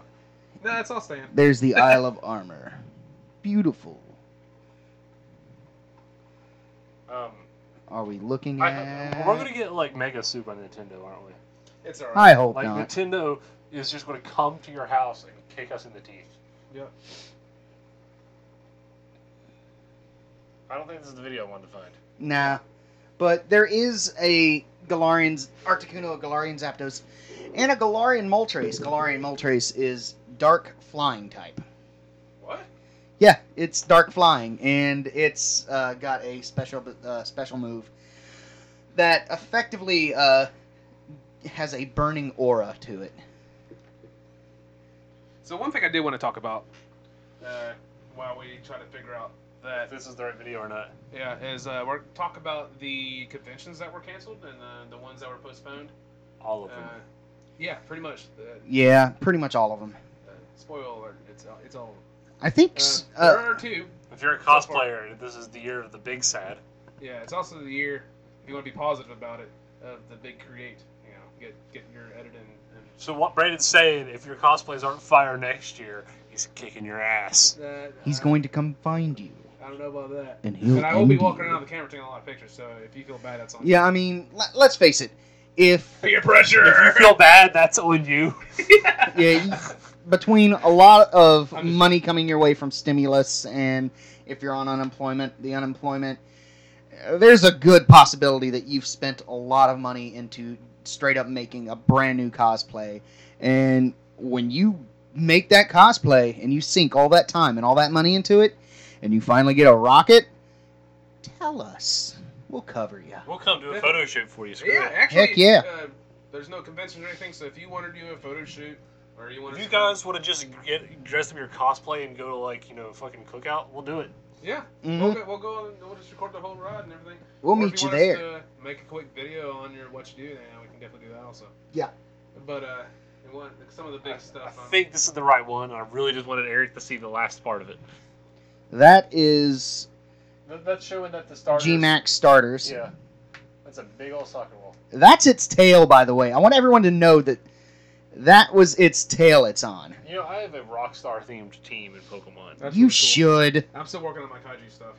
Speaker 1: no, it's all staying.
Speaker 4: There's the Isle of Armor. Beautiful.
Speaker 2: Um,
Speaker 4: Are we looking
Speaker 2: I-
Speaker 4: at?
Speaker 2: we're going to get like Mega Sued by Nintendo, aren't we?
Speaker 1: It's alright.
Speaker 4: I hope
Speaker 2: like
Speaker 4: not.
Speaker 2: Nintendo is just going to come to your house and kick us in the teeth.
Speaker 1: Yep.
Speaker 2: I don't think this is the video I wanted to find.
Speaker 4: Nah. But there is a Galarian's Articuno, a Galarian Zapdos, and a Galarian Moltres. Galarian Moltres is dark flying type.
Speaker 1: What?
Speaker 4: Yeah, it's dark flying, and it's uh, got a special uh, special move that effectively uh, has a burning aura to it.
Speaker 1: So one thing I did want to talk about, uh, while we try to figure out
Speaker 2: If
Speaker 1: that,
Speaker 2: this is the right video or not.
Speaker 1: yeah, is uh, we're talk about the conventions that were canceled and uh, the ones that were postponed.
Speaker 2: All
Speaker 1: Uh,
Speaker 2: of them.
Speaker 1: yeah, pretty much. Uh,
Speaker 4: Yeah, pretty much all of them.
Speaker 1: uh, spoiler alert, it's all- it's all.
Speaker 4: I think.
Speaker 1: Uh,
Speaker 4: s- Uh,
Speaker 1: there are two.
Speaker 2: if you're a
Speaker 1: so far-
Speaker 2: cosplayer, this is the year of the big sad.
Speaker 1: Yeah, it's also the year if you want to be positive about it of the big create. You know, get get your editing. And,
Speaker 2: So what Brandon's saying, if your cosplays aren't fire next year, he's kicking your ass.
Speaker 1: Uh,
Speaker 4: he's
Speaker 1: I-
Speaker 4: going to come find you,
Speaker 1: I don't know about that.
Speaker 4: and he'll.
Speaker 1: And I will be
Speaker 4: end
Speaker 1: walking
Speaker 4: you.
Speaker 1: around the camera taking a lot of pictures. So if you feel bad, that's on. you.
Speaker 4: Yeah, I mean, l- let's face it. If
Speaker 1: Peer pressure.
Speaker 2: If you feel bad, that's on you.
Speaker 4: yeah, y- between a lot of
Speaker 1: I'm just-
Speaker 4: money coming your way from stimulus and if you're on unemployment, the unemployment, uh, there's a good possibility that you've spent a lot of money into straight up making a brand new cosplay. And when you make that cosplay and you sink all that time and all that money into it and you finally get a rocket, tell us. We'll cover you.
Speaker 2: We'll come do
Speaker 1: a
Speaker 2: photo shoot for you.
Speaker 1: Yeah, actually,
Speaker 4: Heck yeah.
Speaker 1: Uh, there's no conventions or anything, so if you want to do a photo shoot or you want
Speaker 2: If
Speaker 1: to,
Speaker 2: you guys want to just get dress up your cosplay and go to like you know a fucking cookout, we'll do it.
Speaker 1: yeah, we'll
Speaker 4: Mhm.
Speaker 1: go, we'll go and we'll just record the whole ride and everything.
Speaker 4: We'll
Speaker 1: Or if
Speaker 4: meet you
Speaker 1: want
Speaker 4: there.
Speaker 1: Us to uh, make a quick video on your what you do, then we can definitely do that also.
Speaker 4: Yeah.
Speaker 1: But uh, we want some of the big
Speaker 2: I, I
Speaker 1: stuff. um,
Speaker 2: think this is the right one. and I really just wanted Eric to see the last part of it.
Speaker 4: That is
Speaker 2: That's showing that the starters.
Speaker 4: Gmax starters.
Speaker 2: Yeah, that's a big old soccer ball.
Speaker 4: That's its tail, by the way. I want everyone to know that That was its tail it's on.
Speaker 2: You know, I have a Rockstar themed team in Pokemon.
Speaker 1: That's
Speaker 4: you
Speaker 1: really cool.
Speaker 4: should.
Speaker 1: I'm still working on my kaiju stuff.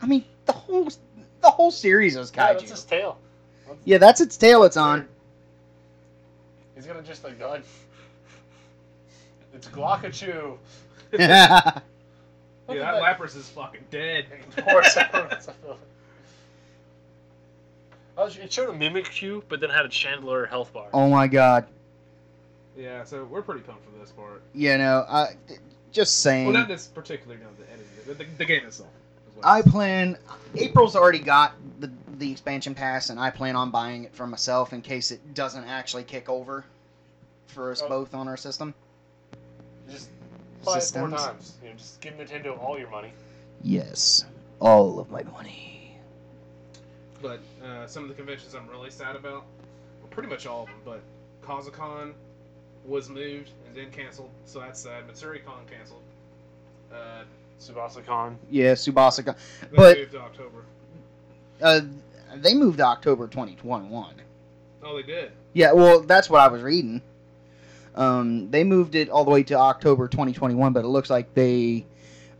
Speaker 4: I mean, the whole the whole series is
Speaker 2: Yeah,
Speaker 4: kaiju.
Speaker 2: that's his tail.
Speaker 4: yeah, that's its tail it's on.
Speaker 2: He's gonna just a gun. It's Glockachu.
Speaker 4: yeah,
Speaker 2: Look
Speaker 1: yeah,
Speaker 2: at
Speaker 1: that Lapras is fucking dead.
Speaker 2: Of course, of course, I feel it. I was- Oh, It showed a Mimikyu, but then had a Chandler health bar.
Speaker 4: oh my god.
Speaker 1: yeah, so we're pretty pumped for this part.
Speaker 4: You know, I just saying.
Speaker 1: Well, not this particular, no, the editing, the, the, the game itself. is what-
Speaker 4: I plan. April's already got the the expansion pass, and I plan on buying it for myself in case it doesn't actually kick over for us
Speaker 2: Oh.
Speaker 4: both on our system.
Speaker 2: Just play it four
Speaker 4: Systems.
Speaker 2: times. You know, just give Nintendo all your money.
Speaker 4: Yes, all of my money.
Speaker 1: But uh, some of the conventions I'm really sad about, well, pretty much all of them, but Kazakhon was moved and then canceled, so that's sad. Missouri Con canceled. Uh,
Speaker 2: Subasa Khan.
Speaker 4: Yeah, Subasaka.
Speaker 1: they
Speaker 4: But-
Speaker 1: moved to October.
Speaker 4: Uh, they moved to October 2021.
Speaker 1: Oh, they did.
Speaker 4: Yeah, well, that's what I was reading. Um, they moved it all the way to October 2021, but it looks like they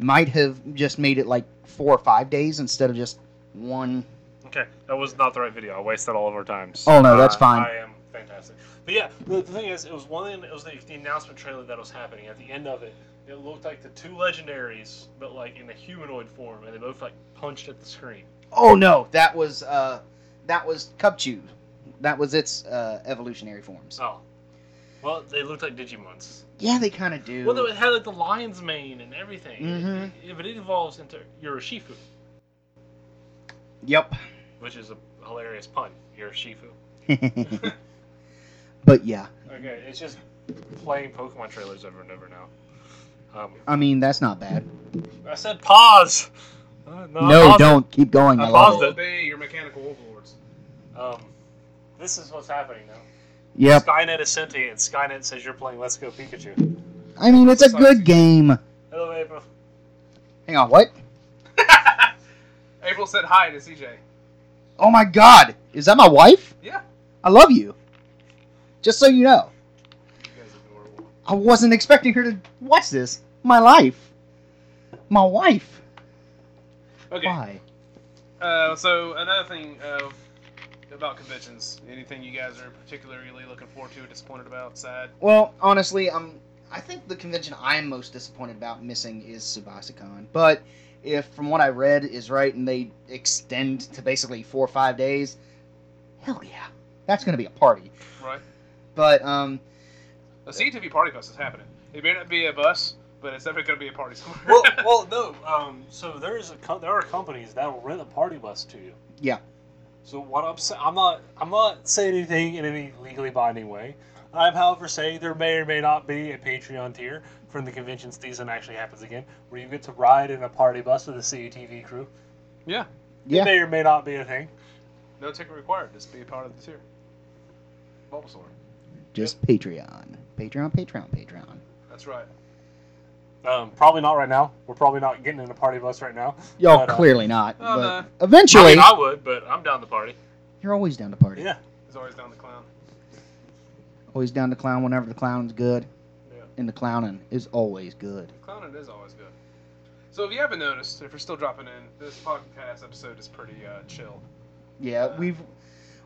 Speaker 4: might have just made it like four or five days instead of just one.
Speaker 2: Okay, that was not the right video. I wasted all of our times. Uh,
Speaker 4: Oh, no, that's fine.
Speaker 2: I am fantastic. But yeah, the, the thing is, it was one. It was the, the announcement trailer that was happening at the end of it. It looked like the two legendaries, but like in a humanoid form, and they both like punched at the screen.
Speaker 4: Oh no, that was uh, that was Cubchoo. That was its uh, evolutionary forms.
Speaker 2: Oh, well, they looked like Digimons.
Speaker 4: Yeah, they kind of do.
Speaker 2: Well, no, it had like the lion's mane and everything.
Speaker 4: Mhm.
Speaker 2: Yeah, but it evolves into Yoroshifu,
Speaker 4: yep.
Speaker 2: which is a hilarious pun. Yoroshifu.
Speaker 4: but yeah,
Speaker 2: Okay, it's just playing Pokemon trailers over and over now. Um,
Speaker 4: I mean that's not bad.
Speaker 2: I said pause. Uh, I
Speaker 4: no,
Speaker 2: paused it.
Speaker 4: don't keep going. I,
Speaker 2: I
Speaker 4: love
Speaker 2: paused
Speaker 4: it.
Speaker 2: it.
Speaker 1: Obey your mechanical overlords.
Speaker 2: Um, this is what's happening now.
Speaker 4: Yep.
Speaker 2: Skynet is sentient. and Skynet says you're playing Let's Go Pikachu.
Speaker 4: I mean it's a good game.
Speaker 2: Hello, April.
Speaker 4: Hang on, what?
Speaker 1: April said hi to CJ.
Speaker 4: Oh my God, is that my wife?
Speaker 1: Yeah.
Speaker 4: I love you. Just so you know,
Speaker 1: You guys are adorable.
Speaker 4: I wasn't expecting her to watch this. My life, my wife.
Speaker 1: Okay.
Speaker 4: Why?
Speaker 1: Uh, so another thing uh, about conventions, anything you guys are particularly looking forward to, disappointed about, sad?
Speaker 4: Well, honestly, I'm. I think the convention I'm most disappointed about missing is Subasicon. But if from what I read is right, and they extend to basically four or five days, hell yeah, that's gonna be a party.
Speaker 1: Right.
Speaker 4: But um,
Speaker 1: A CTV party bus is happening. It may not be a bus, but it's definitely going to be a party somewhere.
Speaker 2: well, well, no. Um, so there is a co- there are companies that will rent a party bus to you.
Speaker 4: Yeah.
Speaker 2: So what I'm saying, I'm not I'm not saying anything in any legally binding way. I'm, however, saying there may or may not be a Patreon tier from the convention season actually happens again, where you get to ride in a party bus with a CETV crew.
Speaker 1: yeah.
Speaker 4: Yeah.
Speaker 2: It may or may not be a thing.
Speaker 1: No ticket required. Just be a part of the tier. Bulbasaur.
Speaker 4: just Patreon, Patreon, Patreon, Patreon.
Speaker 1: That's right.
Speaker 2: Um, probably not right now. We're probably not getting in a party bus right now.
Speaker 4: Y'all
Speaker 2: But, uh,
Speaker 4: clearly not.
Speaker 1: Oh,
Speaker 4: but
Speaker 1: no.
Speaker 4: Eventually,
Speaker 2: I mean, I would, but I'm down the party.
Speaker 4: you're always down to party.
Speaker 2: Yeah.
Speaker 1: He's always down the clown.
Speaker 4: Always down to clown whenever the clown's good,
Speaker 1: Yeah.
Speaker 4: and the clowning is always good.
Speaker 1: Clowning is always good. So if you haven't noticed, if you're still dropping in, this podcast episode is pretty uh, chill.
Speaker 4: Yeah, we've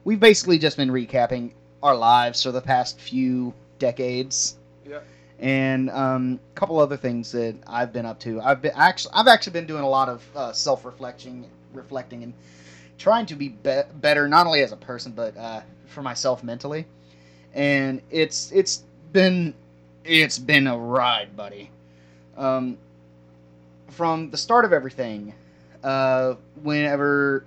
Speaker 4: we've basically just been recapping our lives for the past few decades.
Speaker 1: Yeah.
Speaker 4: And um, a couple other things that I've been up to. I've been actually I've actually been doing a lot of uh, self reflecting, reflecting, and trying to be, be better not only as a person but uh, for myself mentally. And it's it's been it's been a ride, buddy. Um, from the start of everything, uh, whenever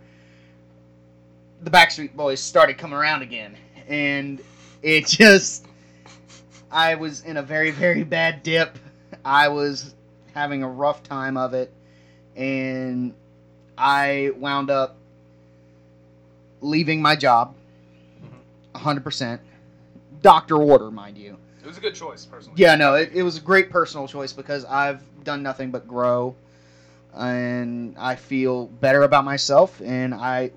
Speaker 4: the Backstreet Boys started coming around again, and it just I was in a very very bad dip. I was having a rough time of it, and I wound up leaving my job, hundred percent. Doctor order, mind you.
Speaker 1: It was a good choice, personally.
Speaker 4: Yeah, no, it, it was a great personal choice because I've done nothing but grow, and I feel better about myself, and I,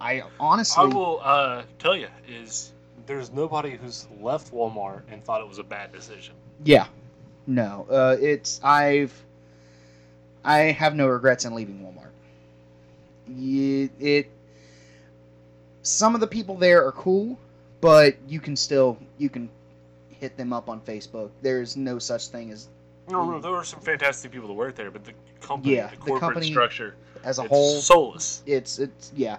Speaker 4: I honestly,
Speaker 2: I will uh, tell you is there's nobody who's left Walmart and thought it was a bad decision.
Speaker 4: Yeah. No. Uh, it's I've I have no regrets in leaving Walmart. Ye- It some of the people there are cool, but you can still you can hit them up on Facebook. There's no such thing as
Speaker 2: No, no, there were some fantastic people that worked there, but the company,
Speaker 4: Yeah,
Speaker 2: the
Speaker 4: the
Speaker 2: corporate
Speaker 4: company
Speaker 2: structure,
Speaker 4: as a
Speaker 2: it's
Speaker 4: whole.
Speaker 2: soulless.
Speaker 4: it's it's yeah.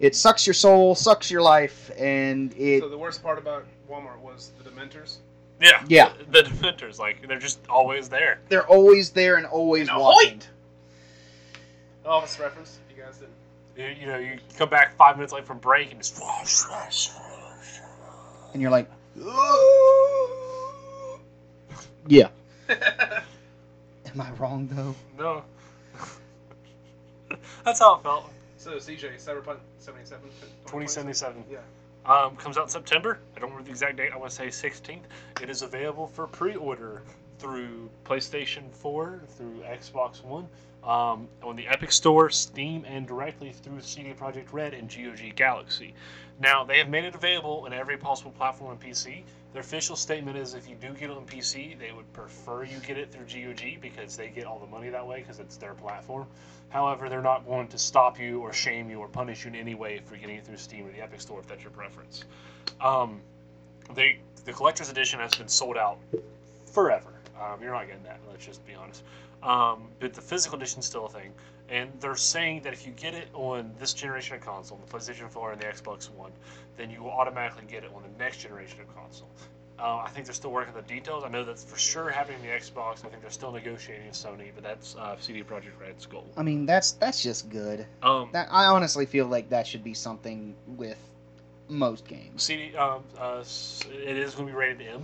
Speaker 4: It sucks your soul, sucks your life, and it
Speaker 1: So the worst part about Walmart was the Dementors.
Speaker 2: Yeah,
Speaker 4: Yeah.
Speaker 2: The, the Dementors, like they're just always there.
Speaker 4: they're always there and always
Speaker 1: And a
Speaker 4: watching.
Speaker 1: Office reference. If you guys didn't.
Speaker 2: You, you know, you come back five minutes late from break and just.
Speaker 4: And you're like, yeah. Am I wrong though?
Speaker 2: No. That's how it felt.
Speaker 1: so CJ Cyberpunk 77.
Speaker 2: 2077
Speaker 1: Yeah.
Speaker 2: um, comes out in September. I don't remember the exact date. I want to say 16th. It is available for pre-order through PlayStation 4, through Xbox One, um, on the Epic Store, Steam, and directly through CD Projekt Red and GOG Galaxy. Now they have made it available on every possible platform on PC. Their official statement is if you do get it on PC, they would prefer you get it through GOG because they get all the money that way because it's their platform. However, they're not going to stop you or shame you or punish you in any way for getting it through Steam or the Epic Store if that's your preference. Um, they the collector's edition has been sold out forever. Um, you're not getting that. Let's just be honest. Um, but the physical edition's still a thing, and they're saying that if you get it on this generation of console, the PlayStation 4 and the Xbox One, then you will automatically get it on the next generation of console. Uh, I think they're still working the details. I know that's for sure happening in the Xbox. I think they're still negotiating with Sony, but that's uh, CD Projekt Red's goal.
Speaker 4: I mean, that's that's just good.
Speaker 2: Um,
Speaker 4: That I honestly feel like that should be something with most games.
Speaker 2: CD, um, uh, s- it is going to be rated M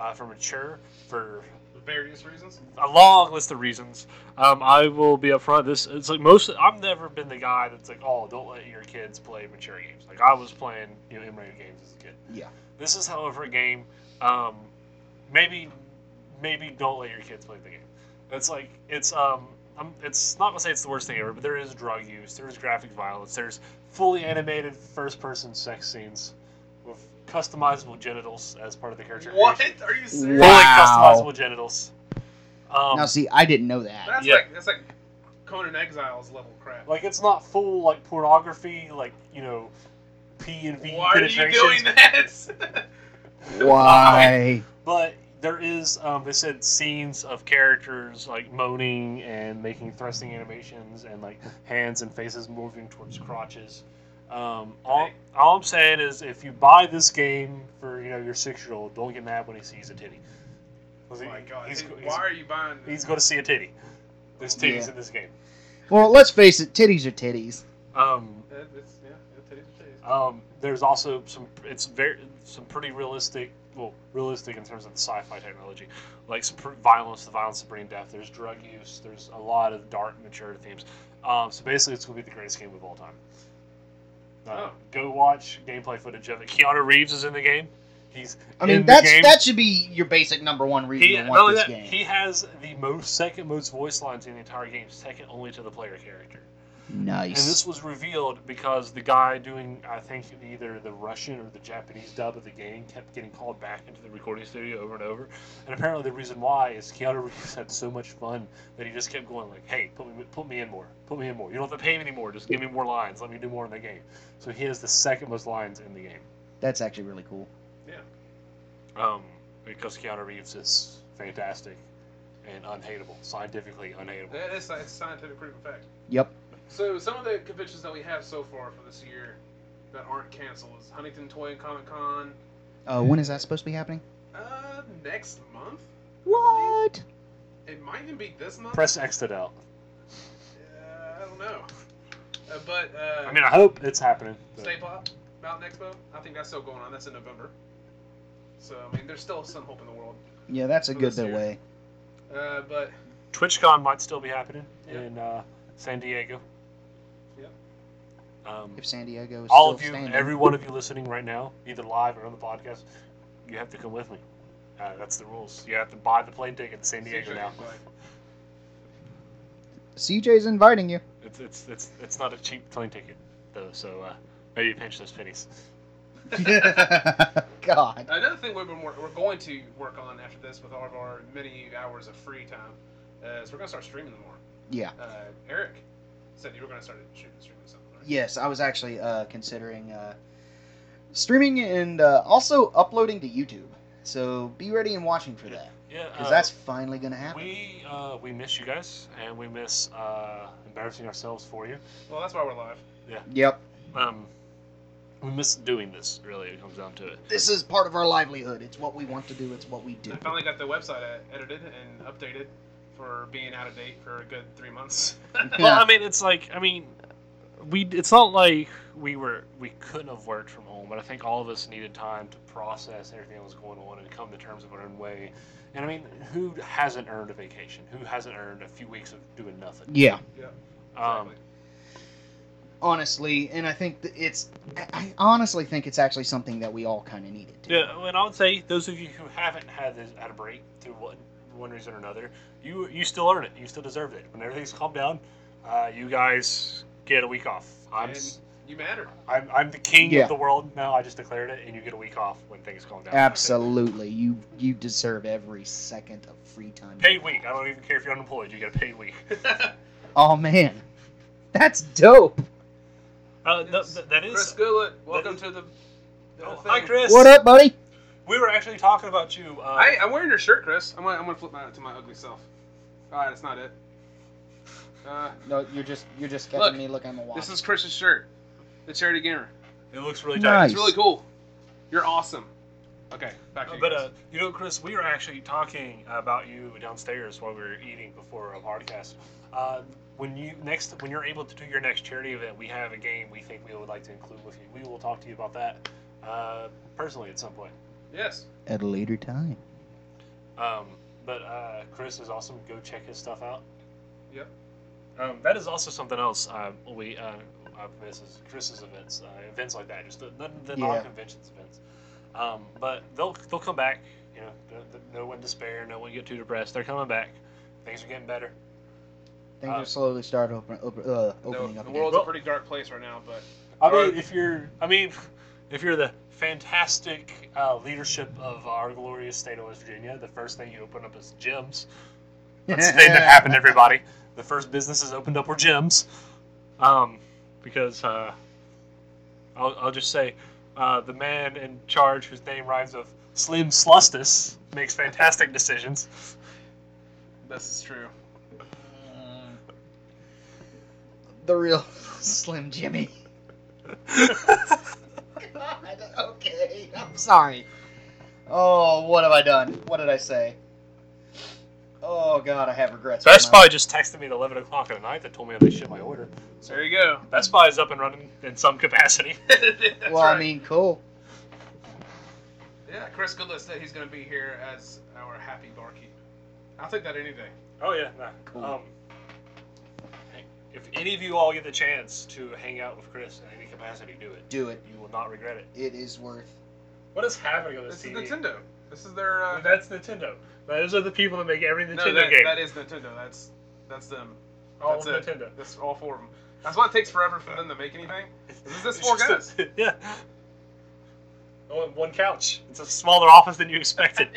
Speaker 2: uh, for mature for
Speaker 1: For various reasons.
Speaker 2: a long list of reasons. Um, I will be upfront. This it's like most. I've never been the guy that's like, oh, don't let your kids play mature games. Like I was playing, you know, M-rated games as a kid.
Speaker 4: Yeah.
Speaker 2: This is, however, a game. Um, maybe, maybe don't let your kids play the game. It's like it's um, I'm, it's not gonna say it's the worst thing ever, but there is drug use, there is graphic violence, there's fully animated first-person sex scenes with customizable genitals as part of the character.
Speaker 1: What?
Speaker 2: creation.
Speaker 1: Are you serious?
Speaker 2: Fully
Speaker 4: What? Wow.
Speaker 2: customizable genitals. Um,
Speaker 4: now, see, I didn't know that.
Speaker 1: That's
Speaker 2: Yeah.
Speaker 1: like that's like Conan Exiles level crap.
Speaker 2: Like it's not full like pornography, like you know, P and V
Speaker 1: Why are you
Speaker 2: penetration.
Speaker 1: doing that?
Speaker 4: Why?
Speaker 2: But there is, um, they said scenes of characters like moaning and making thrusting animations and like hands and faces moving towards crotches. Um, all, all I'm saying is, if you buy this game for you know your six year old, don't get mad when he sees a titty. 'Cause
Speaker 1: oh
Speaker 2: he-
Speaker 1: my god!
Speaker 2: he's,
Speaker 1: Hey,
Speaker 2: he's,
Speaker 1: why are you buying?
Speaker 2: he's
Speaker 1: This?
Speaker 2: going to see a titty. There's titties
Speaker 4: Yeah.
Speaker 2: in this game.
Speaker 4: Well, let's face it, titties are titties.
Speaker 2: Um,
Speaker 1: Uh, It's, yeah, it tastes- it tastes.
Speaker 2: Um, there's also some. It's very some pretty realistic. Well, realistic in terms of the sci-fi technology, like some pr- violence, the violence of brain death. There's drug use. There's a lot of dark, mature themes. Um, so basically, it's going to be the greatest game of all time. Uh,
Speaker 1: Oh.
Speaker 2: Go watch gameplay footage of it. Keanu Reeves is in the game. He's.
Speaker 4: I
Speaker 2: in
Speaker 4: mean,
Speaker 2: the
Speaker 4: that's
Speaker 2: game.
Speaker 4: that should be your basic number one reason
Speaker 2: He,
Speaker 4: to
Speaker 2: not
Speaker 4: want
Speaker 2: only
Speaker 4: this
Speaker 2: that,
Speaker 4: game.
Speaker 2: he has the most second most voice lines in the entire game, second only to the player character.
Speaker 4: nice.
Speaker 2: And this was revealed because the guy doing, I think, either the Russian or the Japanese dub of the game kept getting called back into the recording studio over and over. And apparently, the reason why is Keanu Reeves had so much fun that he just kept going like, "Hey, put me, put me in more, put me in more. You don't have to pay me anymore. Just give me more lines. Let me do more in the game." So he has the second most lines in the game
Speaker 4: that's actually really cool.
Speaker 2: um, because Keanu Reeves is fantastic and unhateable, scientifically unhateable.
Speaker 1: That is it's scientific proven fact.
Speaker 4: Yep.
Speaker 1: So some of the conventions that we have so far for this year that aren't canceled is Huntington Toy and Comic Con.
Speaker 4: Uh, when is that supposed to be happening?
Speaker 1: Uh, next month.
Speaker 4: What?
Speaker 1: It might even be this month.
Speaker 2: Press X it out.
Speaker 1: Uh, I don't know. Uh, but uh,
Speaker 2: I mean, I hope it's happening. but-
Speaker 1: Stay Pop, Mountain Expo. I think that's still going on. That's in November. So I mean, there's still some hope in the world.
Speaker 4: Yeah, that's a
Speaker 1: For
Speaker 4: good
Speaker 1: this
Speaker 4: bit
Speaker 1: year.
Speaker 4: away.
Speaker 1: Uh, but
Speaker 2: TwitchCon might still be happening
Speaker 1: Yeah.
Speaker 2: in uh, San Diego.
Speaker 1: Yep.
Speaker 2: Um,
Speaker 4: If San Diego is
Speaker 2: all of you,
Speaker 4: still standing.
Speaker 2: every one of you listening right now, either live or on the podcast, you have to come with me. Uh, that's the rules. You have to buy the plane ticket to San Diego
Speaker 1: CJ
Speaker 2: now.
Speaker 1: is like,
Speaker 4: CJ's inviting you.
Speaker 2: It's, it's it's it's not a cheap plane ticket though, so uh, maybe pinch those pennies.
Speaker 4: God.
Speaker 1: Another thing we've been wor- we're going to work on after this with all of our many hours of free time uh, is we're going to start streaming more.
Speaker 4: Yeah.
Speaker 1: Uh, Eric said you were going to start shooting streaming something. Right?
Speaker 4: Yes, I was actually uh, considering uh, streaming and uh, also uploading to YouTube. So be ready and watching for that
Speaker 2: Yeah,
Speaker 4: because
Speaker 2: uh,
Speaker 1: Oh.
Speaker 4: that's finally gonna happen.
Speaker 2: we uh, we miss you guys, and we miss uh, embarrassing ourselves for you.
Speaker 1: Well, that's why we're live.
Speaker 4: Yep.
Speaker 2: Um, we miss doing this. Really, it comes down to it.
Speaker 4: This is part of our livelihood. It's what we want to do. It's what we do.
Speaker 1: I finally got the website uh, edited and updated for being out of date for a good three months.
Speaker 2: Well,
Speaker 4: Yeah.
Speaker 2: I mean, it's like I mean, we it's not like we were we couldn't have worked from home, but I think all of us needed time to process everything that was going on and come to terms of our own way. And I mean, who hasn't earned a vacation? Who hasn't earned a few weeks of doing nothing?
Speaker 4: Yeah.
Speaker 2: Um,
Speaker 1: Exactly.
Speaker 4: Honestly, and I think that it's. I- I honestly think it's actually something that we all kind of needed. To.
Speaker 2: Yeah, and I would say those of you who haven't had this had a break through one one reason or another, you you still earn it. You still deserve it. When everything's calmed down, uh, you guys get a week off. I'm s-
Speaker 1: You matter.
Speaker 2: I'm, I'm the king
Speaker 4: Yeah.
Speaker 2: of the world now. I just declared it, and you get a week off when things calm down.
Speaker 4: Absolutely, you you deserve every second of free time.
Speaker 2: Paid week. I don't even care if you're unemployed. You get a paid week.
Speaker 4: Oh man, that's dope.
Speaker 2: Uh, th-
Speaker 1: Yes.
Speaker 2: th- that
Speaker 1: Chris
Speaker 2: is.
Speaker 1: Gullett, welcome to the. the
Speaker 2: Oh,
Speaker 1: thing.
Speaker 2: hi, Chris.
Speaker 4: What up, buddy?
Speaker 2: We were actually talking about you. Uh,
Speaker 1: I, I'm wearing your shirt, Chris. I'm gonna, I'm gonna flip mine to my ugly self. All right, it's not it. Uh,
Speaker 4: No, you're just you're just
Speaker 1: Look,
Speaker 4: me looking at the watch.
Speaker 1: this is Chris's shirt, the charity gamer.
Speaker 2: it looks really tight.
Speaker 4: Nice.
Speaker 1: It's really cool. You're awesome. Okay, back to you.
Speaker 2: But
Speaker 1: guys.
Speaker 2: uh, you know, Chris, we were actually talking about you downstairs while we were eating before a podcast. Uh, when you next, when you're able to do your next charity event, we have a game we think we would like to include with you. We will talk to you about that uh, personally at some point.
Speaker 1: yes,
Speaker 4: at a later time.
Speaker 2: Um, but uh, Chris is awesome. Go check his stuff out.
Speaker 1: Yep.
Speaker 2: Um, that is also something else uh, we uh, I've missed is Chris's events, uh, events like that, just the, the, the
Speaker 4: Yeah.
Speaker 2: non-conventions events. Um, but they'll they'll come back. You know, th- th- no one despair, no one get too depressed. They're coming back. Things are getting better.
Speaker 4: Things
Speaker 2: Uh,
Speaker 4: are slowly start open, open, uh, opening
Speaker 1: the,
Speaker 4: up
Speaker 1: the
Speaker 4: again.
Speaker 1: world's a
Speaker 2: Well-
Speaker 1: pretty dark place right now, but
Speaker 2: I
Speaker 1: Alright.
Speaker 2: mean, if you're, I mean, if you're the fantastic uh, leadership of our glorious state of West Virginia, the first thing you open up is gyms. That's the thing that happened, everybody. The first businesses opened up were gyms. Um, because uh, I'll, I'll just say uh, the man in charge, whose name rhymes with Slim Slustus, makes fantastic decisions.
Speaker 1: this is true.
Speaker 4: The real Slim Jimmy. God, okay, I'm sorry. Oh, what have I done? What did I say? Oh God, I have regrets. for
Speaker 2: Best
Speaker 4: my-
Speaker 2: Buy just texted me at 11 o'clock at night that told me they shipped my order.
Speaker 1: So there you go.
Speaker 2: Best Buy is up and running in some capacity.
Speaker 1: That's
Speaker 4: Well,
Speaker 1: right.
Speaker 4: I mean, cool.
Speaker 1: yeah, Chris Goodlett said he's gonna be here as our happy barkeep. I'll take that any day.
Speaker 2: Oh yeah, nah.
Speaker 4: Cool.
Speaker 2: Um, if any of you all get the chance to hang out with Chris in any capacity, do it.
Speaker 4: Do it.
Speaker 2: You will not regret it.
Speaker 4: It is worth.
Speaker 2: What is happening on this,
Speaker 1: This is
Speaker 2: TV?
Speaker 1: Nintendo. This is their. Uh,
Speaker 2: That's Nintendo. Those are the people that make every Nintendo
Speaker 1: no, that,
Speaker 2: game.
Speaker 1: that is Nintendo. That's that's them.
Speaker 2: all
Speaker 1: That's
Speaker 2: of
Speaker 1: it.
Speaker 2: Nintendo.
Speaker 1: That's all four of them. That's why it takes forever for them to make anything. This is this four
Speaker 2: It's
Speaker 1: guys.
Speaker 2: just a- yeah. Only one couch. It's a smaller office than you expected.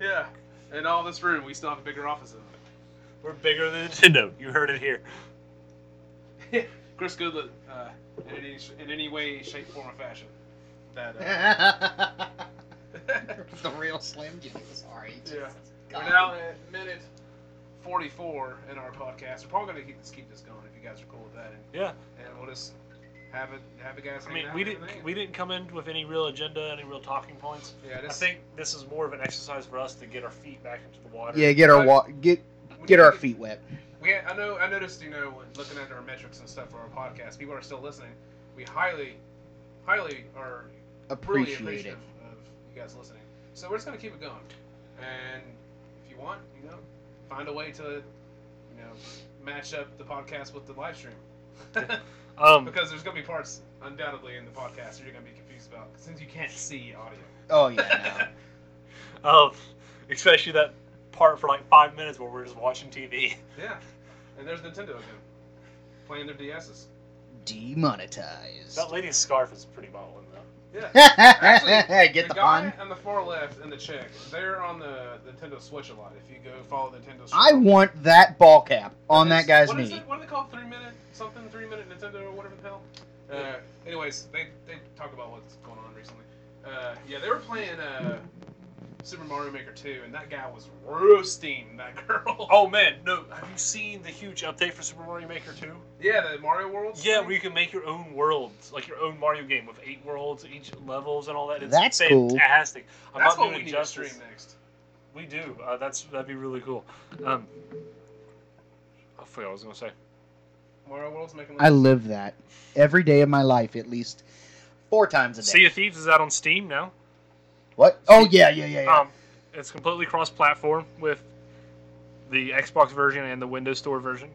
Speaker 1: yeah. In all this room, we still have a bigger office. than
Speaker 2: We're bigger than Nintendo. You heard it here.
Speaker 1: them. Chris Goodlett, uh, in, any, in any way, shape, form, or fashion. That. Uh,
Speaker 4: the real Slim Jimmy. Sorry.
Speaker 1: yeah. We're
Speaker 4: God.
Speaker 1: now at minute 44 in our podcast. We're probably gonna keep, just keep this going if you guys are cool with that, and,
Speaker 2: Yeah.
Speaker 1: and we'll just have it. Have it, guys.
Speaker 2: I
Speaker 1: hang
Speaker 2: mean,
Speaker 1: out
Speaker 2: we
Speaker 1: and
Speaker 2: didn't
Speaker 1: everything.
Speaker 2: we didn't come in with any real agenda, any real talking points.
Speaker 1: Yeah.
Speaker 2: I
Speaker 1: This,
Speaker 2: think this is more of an exercise for us to get our feet back into the water.
Speaker 4: Yeah, get our wa- get
Speaker 1: we
Speaker 4: get our
Speaker 1: need to-
Speaker 4: feet wet.
Speaker 1: We, I know. I noticed. You know, when looking at our metrics and stuff for our podcast, people are still listening. We highly, highly are really
Speaker 4: Appreciate
Speaker 1: appreciative
Speaker 4: it.
Speaker 1: of you guys listening. So we're just gonna keep it going, and if you want, you know, find a way to, you know, match up the podcast with the live stream,
Speaker 2: Um,
Speaker 1: because there's gonna be parts undoubtedly in the podcast that you're gonna be confused about since you can't see audio.
Speaker 4: Oh yeah.
Speaker 2: um, especially that part for like five minutes where we're just watching TV.
Speaker 1: Yeah, and there's Nintendo again playing their DSs.
Speaker 4: No. Demonetized.
Speaker 2: That lady's scarf is pretty modeling though.
Speaker 1: Yeah. Actually,
Speaker 4: Get
Speaker 1: the
Speaker 4: the
Speaker 1: guy
Speaker 4: pun.
Speaker 1: on the far left and the chick, they're on the Nintendo Switch a lot. If you go follow Nintendo Switch.
Speaker 4: I want that ball cap on that
Speaker 1: It's-
Speaker 4: guy's
Speaker 1: what is
Speaker 4: knee.
Speaker 1: it? What are they called? Three minute something? Three minute Nintendo or whatever the hell? Uh, anyways, they, they talk about what's going on recently. Uh, yeah, they were playing uh, Super Mario Maker 2, and that guy was roasting that girl.
Speaker 2: Oh man, no! Have you seen the huge update for Super Mario Maker 2?
Speaker 1: Yeah, the Mario World.
Speaker 2: Yeah,
Speaker 1: thing?
Speaker 2: where you can make your own worlds, like your own Mario game with eight worlds, each levels, and all that. It's
Speaker 4: That's cool.
Speaker 2: fantastic. I'm
Speaker 1: That's
Speaker 2: not
Speaker 1: what
Speaker 2: doing
Speaker 1: we need
Speaker 2: justice.
Speaker 1: to stream next.
Speaker 2: We do. Uh, that's that'd be really cool. Um, I forgot what I was gonna say.
Speaker 1: Mario World's making.
Speaker 4: I live that every day of my life, at least four times a day.
Speaker 2: Sea of Thieves is out on Steam now.
Speaker 4: What? Oh yeah, yeah, yeah, yeah.
Speaker 2: Um, it's completely cross-platform with the Xbox version and the Windows Store version.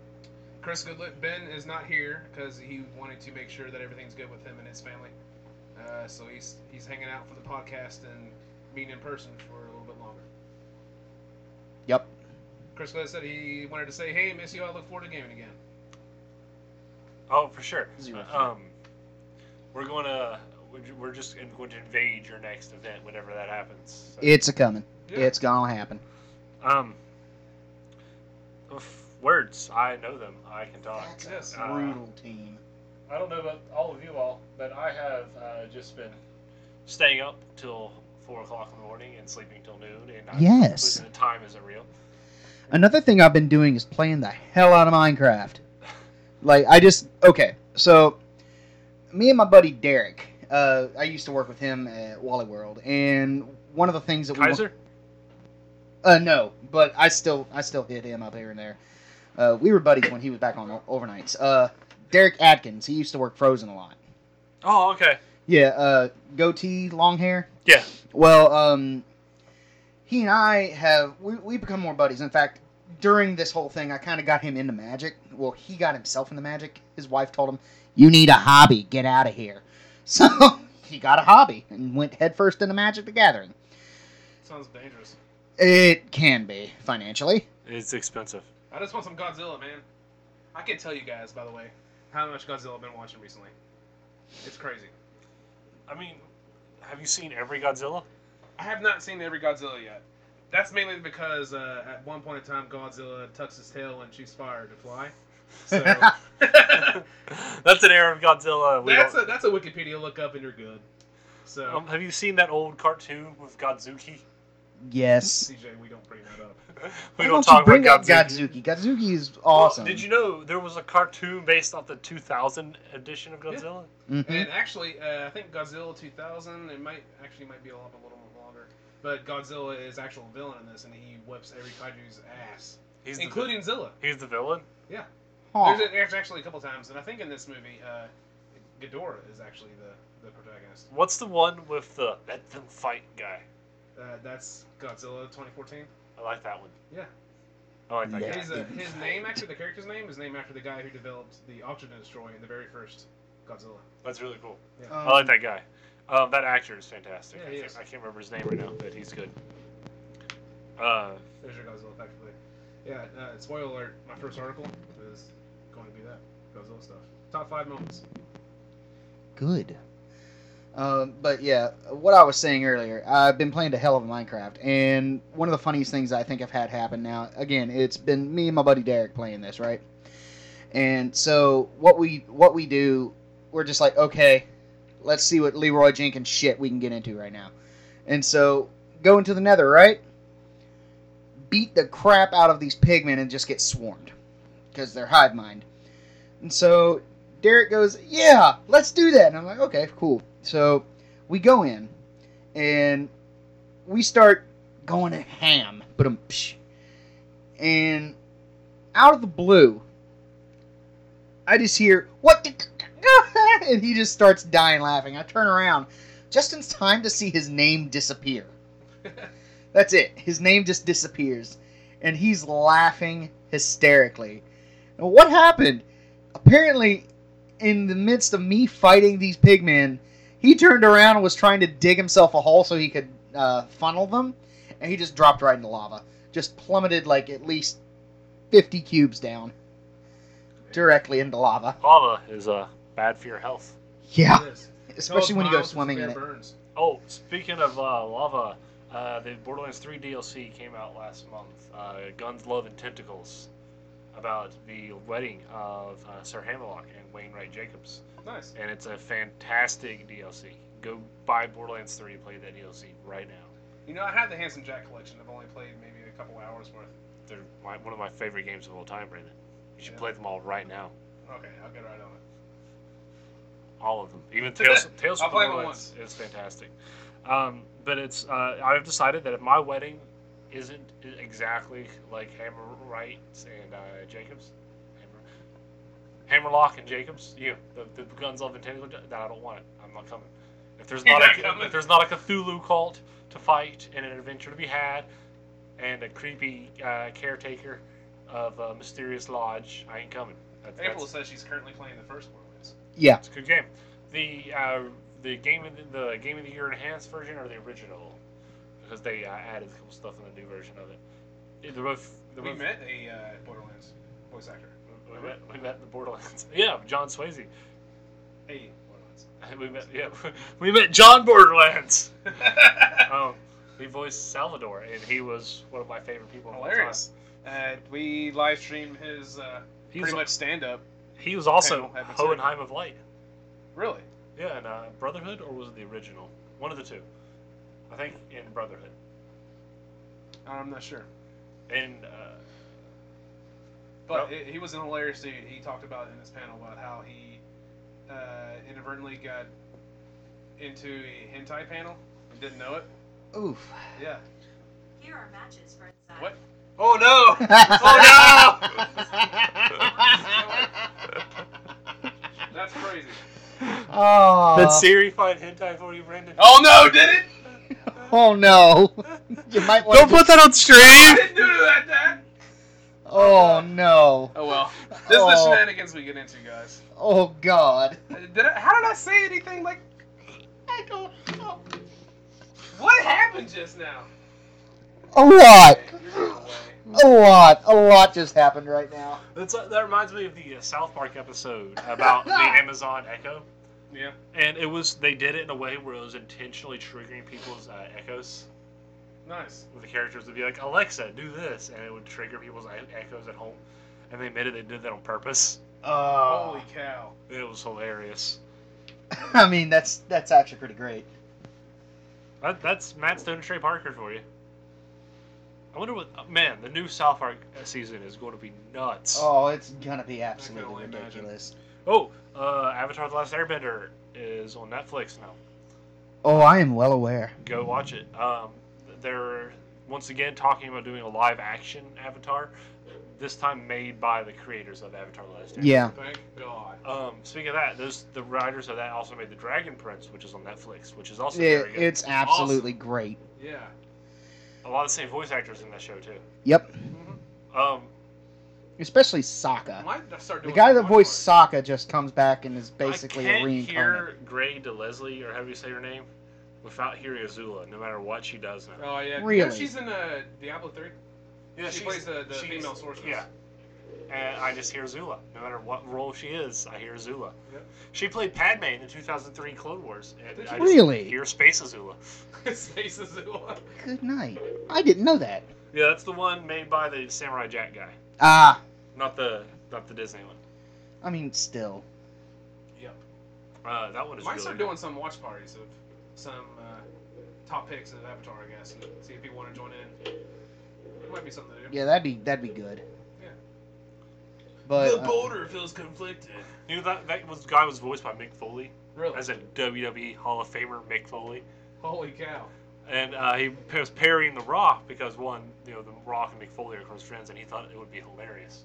Speaker 1: Chris Goodlett. Ben is not here because he wanted to make sure that everything's good with him and his family. Uh, so he's he's hanging out for the podcast and meeting in person for a little bit longer.
Speaker 4: yep.
Speaker 1: Chris Goodlett said he wanted to say, "Hey, miss you. I look forward to gaming again."
Speaker 2: Oh, for sure.
Speaker 4: Zero.
Speaker 2: Um, we're going to we're just going to invade your next event whenever that happens. So,
Speaker 4: It's a coming.
Speaker 1: Yeah.
Speaker 4: It's gonna happen.
Speaker 2: um, oof, words. I know them. I can talk.
Speaker 1: Yes.
Speaker 2: Uh,
Speaker 4: team.
Speaker 2: I don't know about all of you all, but I have uh, just been staying up till four o'clock in the morning and sleeping till noon, and I'm
Speaker 4: Yes.
Speaker 2: losing the time isn't real.
Speaker 4: Another thing I've been doing is playing the hell out of Minecraft. Like I just okay. So me and my buddy Derek, uh, I used to work with him at Wally World, and one of the things that we
Speaker 2: Kaiser,
Speaker 4: Uh, no, but I still I still hit him up here and there. Uh, we were buddies when he was back on o- overnights. Uh, Derek Atkins, he used to work Frozen a lot.
Speaker 2: oh okay,
Speaker 4: Yeah, uh, goatee, long hair.
Speaker 2: yeah,
Speaker 4: Well, um, he and I have we we become more buddies. In fact, during this whole thing, I kind of got him into magic. Well, he got himself into magic. His wife told him, "You need a hobby. Get out of here." So he got a hobby and went headfirst into Magic the Gathering.
Speaker 1: Sounds dangerous.
Speaker 4: It can be financially.
Speaker 2: it's expensive.
Speaker 1: I just want some Godzilla, man. I can tell you guys, by the way, how much Godzilla I've been watching recently. It's crazy.
Speaker 2: I mean, have you seen every Godzilla?
Speaker 1: I have not seen every Godzilla yet. That's mainly because uh, at one point in time, Godzilla tucks his tail and shoots fire to fly. So
Speaker 2: that's an era of Godzilla. We
Speaker 1: that's
Speaker 2: don't-
Speaker 1: a that's a Wikipedia look up and you're good. So
Speaker 2: um, have you seen that old cartoon with Godzuki?
Speaker 4: Yes.
Speaker 1: CJ, we don't bring that up.
Speaker 2: We
Speaker 4: Why
Speaker 2: don't
Speaker 4: don't
Speaker 2: talk
Speaker 4: you bring
Speaker 2: about
Speaker 4: up
Speaker 2: Godzuki.
Speaker 4: Godzuki. Godzuki is
Speaker 2: Well,
Speaker 4: awesome.
Speaker 2: did you know there was a cartoon based off the 2000 edition of Godzilla?
Speaker 4: Mhm.
Speaker 1: And actually, uh, I think Godzilla 2000. It might actually might be a little, a little longer, but Godzilla is actual villain in this, and he whips every kaiju's ass,
Speaker 2: He's
Speaker 1: including Zilla.
Speaker 2: the, he's the villain.
Speaker 4: Huh.
Speaker 1: There's, a, there's actually a couple times, and I think in this movie, uh, Ghidorah is actually the, the protagonist.
Speaker 2: What's the one with the let them fight guy?
Speaker 1: Uh, that's Godzilla 2014.
Speaker 2: I like that one.
Speaker 1: Yeah.
Speaker 2: I like that
Speaker 4: Yeah.
Speaker 1: His, uh, his
Speaker 4: Yeah.
Speaker 1: name, actually, the character's name is named after the guy who developed the oxygen destroy in the very first Godzilla.
Speaker 2: That's really cool.
Speaker 4: Um,
Speaker 2: I like that guy. Um, that actor is fantastic.
Speaker 1: Yeah,
Speaker 2: I,
Speaker 1: he
Speaker 2: can't,
Speaker 1: is.
Speaker 2: I can't remember his name right now, but he's good. Uh,
Speaker 1: There's your Godzilla fact of the day. Yeah, uh, spoiler alert, my first article is going to be that Godzilla stuff. Top five moments.
Speaker 4: Good. Um, but yeah, what I was saying earlier, I've been playing the hell of Minecraft, and one of the funniest things I think I've had happen now, again, it's been me and my buddy Derek playing this, right? And so what we what we do, we're just like, okay, let's see what Leroy Jenkins shit we can get into right now. And so go into the Nether, right? Beat the crap out of these pigmen and just get swarmed because they're hive mind. And so Derek goes, "Yeah, let's do that." And I'm like, "Okay, cool." So we go in, and we start going to ham, but um, and out of the blue, I just hear what, the-" and he just starts dying laughing. I turn around just in time to see his name disappear. That's it. His name just disappears, and he's laughing hysterically. Now, what happened? Apparently, in the midst of me fighting these pigmen, he turned around and was trying to dig himself a hole so he could uh, funnel them, and he just dropped right into lava. Just plummeted like at least 50 cubes down directly into lava.
Speaker 2: lava is uh, bad for your health.
Speaker 4: Yeah.
Speaker 1: It is.
Speaker 4: especially when you go
Speaker 1: Miles and
Speaker 4: swimming in
Speaker 1: Bear
Speaker 4: it.
Speaker 1: Burns.
Speaker 2: Oh, speaking of uh, lava, uh, the Borderlands 3 DLC came out last month. Uh, Guns, Love, and Tentacles, about the wedding of uh, Sir Havelock and Wainwright Jacobs,
Speaker 1: Nice.
Speaker 2: and it's a fantastic DLC. Go buy Borderlands 3 and play that DLC right now.
Speaker 1: You know, I have the Handsome Jack collection. I've only played maybe a couple hours worth.
Speaker 2: They're my, one of my favorite games of all time, Brandon. You should
Speaker 1: Yeah.
Speaker 2: play them all right now,
Speaker 1: Okay, I'll get right on it.
Speaker 2: all of them. Even Tales, Tales
Speaker 1: I'll
Speaker 2: from
Speaker 1: play them
Speaker 2: Borderlands is fantastic. Um, but it's uh, I've decided that if my wedding isn't exactly like Hammer Wrights and uh, Jacobs, Hammer, Hammerlock and Jacobs, you know, the, the guns love and tentacle, that I don't want it. I'm not coming. If there's
Speaker 1: You're
Speaker 2: not,
Speaker 1: not
Speaker 2: a,
Speaker 1: coming.
Speaker 2: if there's not a Cthulhu cult to fight and an adventure to be had, and a creepy uh, caretaker of a mysterious lodge, I ain't coming. That- that's-
Speaker 1: April says she's currently playing the first Borderlands.
Speaker 4: Yeah,
Speaker 2: it's a good game. The uh, the game of the, the game of the year enhanced version or the original, because they uh, added cool stuff in the new version of it. Yeah, They're both. They're
Speaker 1: We
Speaker 2: both-
Speaker 1: met a uh, Borderlands voice actor.
Speaker 2: We met, we met in the Borderlands. Yeah, John Swayze.
Speaker 1: Hey, Borderlands.
Speaker 2: We met. Yeah, we met John Borderlands. Um, he voiced Salvador, and he was one of my favorite people. of all time.
Speaker 1: Hilarious. Uh, we live streamed his uh,
Speaker 2: He was,
Speaker 1: pretty much stand up.
Speaker 2: he was also
Speaker 1: Panel happens
Speaker 2: Hohenheim of Light.
Speaker 1: Really?
Speaker 2: Yeah, and uh, Brotherhood, or was it the original? One of the two. I think in Brotherhood.
Speaker 1: I'm not sure.
Speaker 2: And uh,
Speaker 1: But
Speaker 2: Well-
Speaker 1: it, he was an hilarious dude. He talked about in this panel about how he uh, inadvertently got into a hentai panel and didn't know it.
Speaker 4: oof.
Speaker 1: Yeah.
Speaker 5: Here are matches for inside.
Speaker 1: What? Oh no! Oh, That's crazy.
Speaker 4: Oh,
Speaker 2: Did Siri find hentai for you, Brandon?
Speaker 1: Oh no! Did it?
Speaker 4: oh no. You might want to.
Speaker 2: that on
Speaker 1: I
Speaker 2: stream.
Speaker 1: didn't do that. that.
Speaker 4: Oh no.
Speaker 1: Oh well. This is
Speaker 4: Oh.
Speaker 1: the shenanigans we get into, guys.
Speaker 4: Oh god.
Speaker 1: Uh, Did I, how did I say anything like? Oh.
Speaker 4: I don't know.
Speaker 1: What happened just now?
Speaker 4: A lot.
Speaker 1: Okay, you're going away.
Speaker 4: A lot. A lot just happened right now.
Speaker 2: That's, that reminds me of the uh, South Park episode about the Amazon Echo,
Speaker 1: Yeah.
Speaker 2: and it was they did it in a way where it was intentionally triggering people's uh, echoes.
Speaker 1: Nice.
Speaker 2: Where the characters would be like, "Alexa, do this," and it would trigger people's e- echoes at home. And they admitted they did that on purpose.
Speaker 4: Oh.
Speaker 1: Holy cow.
Speaker 2: It was hilarious.
Speaker 4: I mean, that's that's actually pretty great.
Speaker 2: That, that's Matt Stone and Trey Parker for you. I wonder what uh, man the new South Park uh, season is going to be nuts.
Speaker 4: Oh, it's gonna be
Speaker 1: only
Speaker 4: absolutely
Speaker 1: imagine.
Speaker 4: ridiculous.
Speaker 2: Oh, uh, Avatar: The Last Airbender is on Netflix now.
Speaker 4: Oh, I am well aware.
Speaker 2: Go watch it. Um, they're once again talking about doing a live-action Avatar, this time made by the creators of Avatar: The Last Airbender.
Speaker 4: Yeah.
Speaker 1: Thank God.
Speaker 2: Um, speaking of that, those the writers of that also made The Dragon Prince, which is on Netflix, which is also
Speaker 4: It,
Speaker 2: very good.
Speaker 4: it's absolutely great.
Speaker 1: Yeah.
Speaker 2: a lot of the same voice actors in that show too.
Speaker 4: Yep.
Speaker 1: Mm-hmm.
Speaker 2: Um,
Speaker 4: Especially Sokka.
Speaker 1: Might start
Speaker 4: The
Speaker 1: doing
Speaker 4: guy that
Speaker 1: much
Speaker 4: voiced
Speaker 1: more.
Speaker 4: Sokka just comes back and is basically
Speaker 2: I can't
Speaker 4: a reincarnate.
Speaker 2: hear Gray to Leslie or however you say her name without hearing Azula, no matter what she does now.
Speaker 1: Oh yeah.
Speaker 4: Really?
Speaker 1: Yeah, she's in uh, Diablo three. she plays the, the
Speaker 2: she's-
Speaker 1: female sorceress.
Speaker 2: Yeah. And I just hear Azula. No matter what role she is, I hear Azula.
Speaker 1: Yep.
Speaker 2: She played Padme in the 2003 Clone Wars. And
Speaker 1: Did
Speaker 2: I
Speaker 1: she?
Speaker 2: just
Speaker 4: Really?
Speaker 2: hear Space Azula.
Speaker 1: Space is Azula.
Speaker 4: Good night. I didn't know that.
Speaker 2: Yeah, that's the one made by the Samurai Jack guy,
Speaker 4: Ah,
Speaker 2: not the not the Disney one.
Speaker 4: I mean, still.
Speaker 1: Yep.
Speaker 2: Uh, that one is
Speaker 1: Might
Speaker 2: really
Speaker 1: start
Speaker 2: good.
Speaker 1: doing some watch parties of some uh, top picks of Avatar, I guess, and see if people want to join in. It might be something to do.
Speaker 4: Yeah, that'd be that'd be good.
Speaker 1: Yeah.
Speaker 4: But
Speaker 1: the
Speaker 4: uh,
Speaker 1: boulder feels conflicted.
Speaker 2: You know that that was guy was voiced by Mick Foley,
Speaker 1: Really?
Speaker 2: as a WWE Hall of Famer Mick Foley.
Speaker 1: Holy cow.
Speaker 2: And uh, he was parrying The Rock because one, you know, The Rock and McFoley are close friends, and he thought it would be hilarious,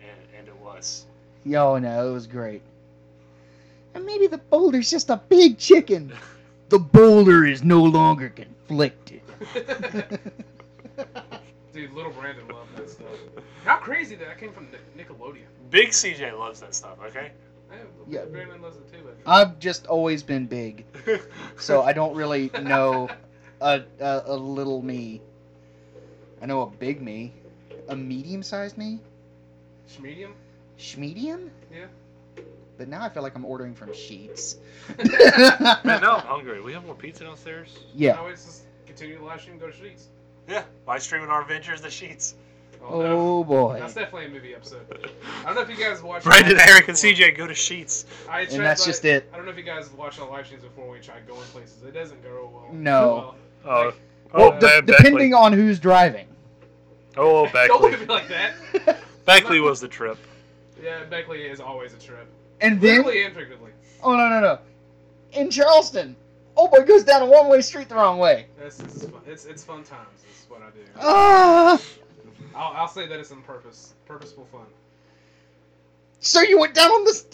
Speaker 2: and, and it was.
Speaker 4: y'all know it was great. And maybe the boulder's just a big chicken. The boulder is no longer conflicted.
Speaker 1: Dude, little Brandon loved that stuff. How crazy that that came from Nic- Nickelodeon.
Speaker 2: Big CJ loves that stuff. Okay.
Speaker 1: Yeah,
Speaker 4: Yeah. Uh,
Speaker 1: Brandon loves it too, but
Speaker 4: I've just always been big, so I don't really know a, a, a little me. I know a big me, a medium-sized me,
Speaker 1: Schmedium?
Speaker 4: schmedium.
Speaker 1: Yeah.
Speaker 4: But now I feel like I'm ordering from Sheets.
Speaker 2: Man, now I'm hungry. We have more pizza downstairs.
Speaker 4: yeah.
Speaker 1: Always just continue the live stream, go to Sheets.
Speaker 2: Yeah, live streaming our adventures, the sheets.
Speaker 1: Oh, no.
Speaker 4: Oh boy.
Speaker 1: That's definitely a movie episode. I don't know if you guys watched.
Speaker 2: Brandon, Eric, and
Speaker 1: before.
Speaker 2: CJ go to sheets.
Speaker 1: I
Speaker 4: And that's just
Speaker 1: I,
Speaker 4: it.
Speaker 1: I don't know if you guys have watched our live streams before. We tried going places. It doesn't go well.
Speaker 4: No.
Speaker 1: Well,
Speaker 2: Oh, oh,
Speaker 4: Well, de-
Speaker 2: Beckley.
Speaker 4: depending on who's driving.
Speaker 2: Oh,
Speaker 1: Don't look at me
Speaker 2: Beckley.
Speaker 1: like that.
Speaker 2: Beckley was the trip.
Speaker 1: Yeah, Beckley is always a trip.
Speaker 4: And then,
Speaker 1: Literally and figuratively.
Speaker 4: oh no no no, in Charleston, oh boy goes down a one-way street the wrong way.
Speaker 1: This is fun. It's, it's fun times. Is what I do.
Speaker 4: Ah!
Speaker 1: I'll, I'll say that it's in purpose, purposeful fun.
Speaker 4: So you went down on this,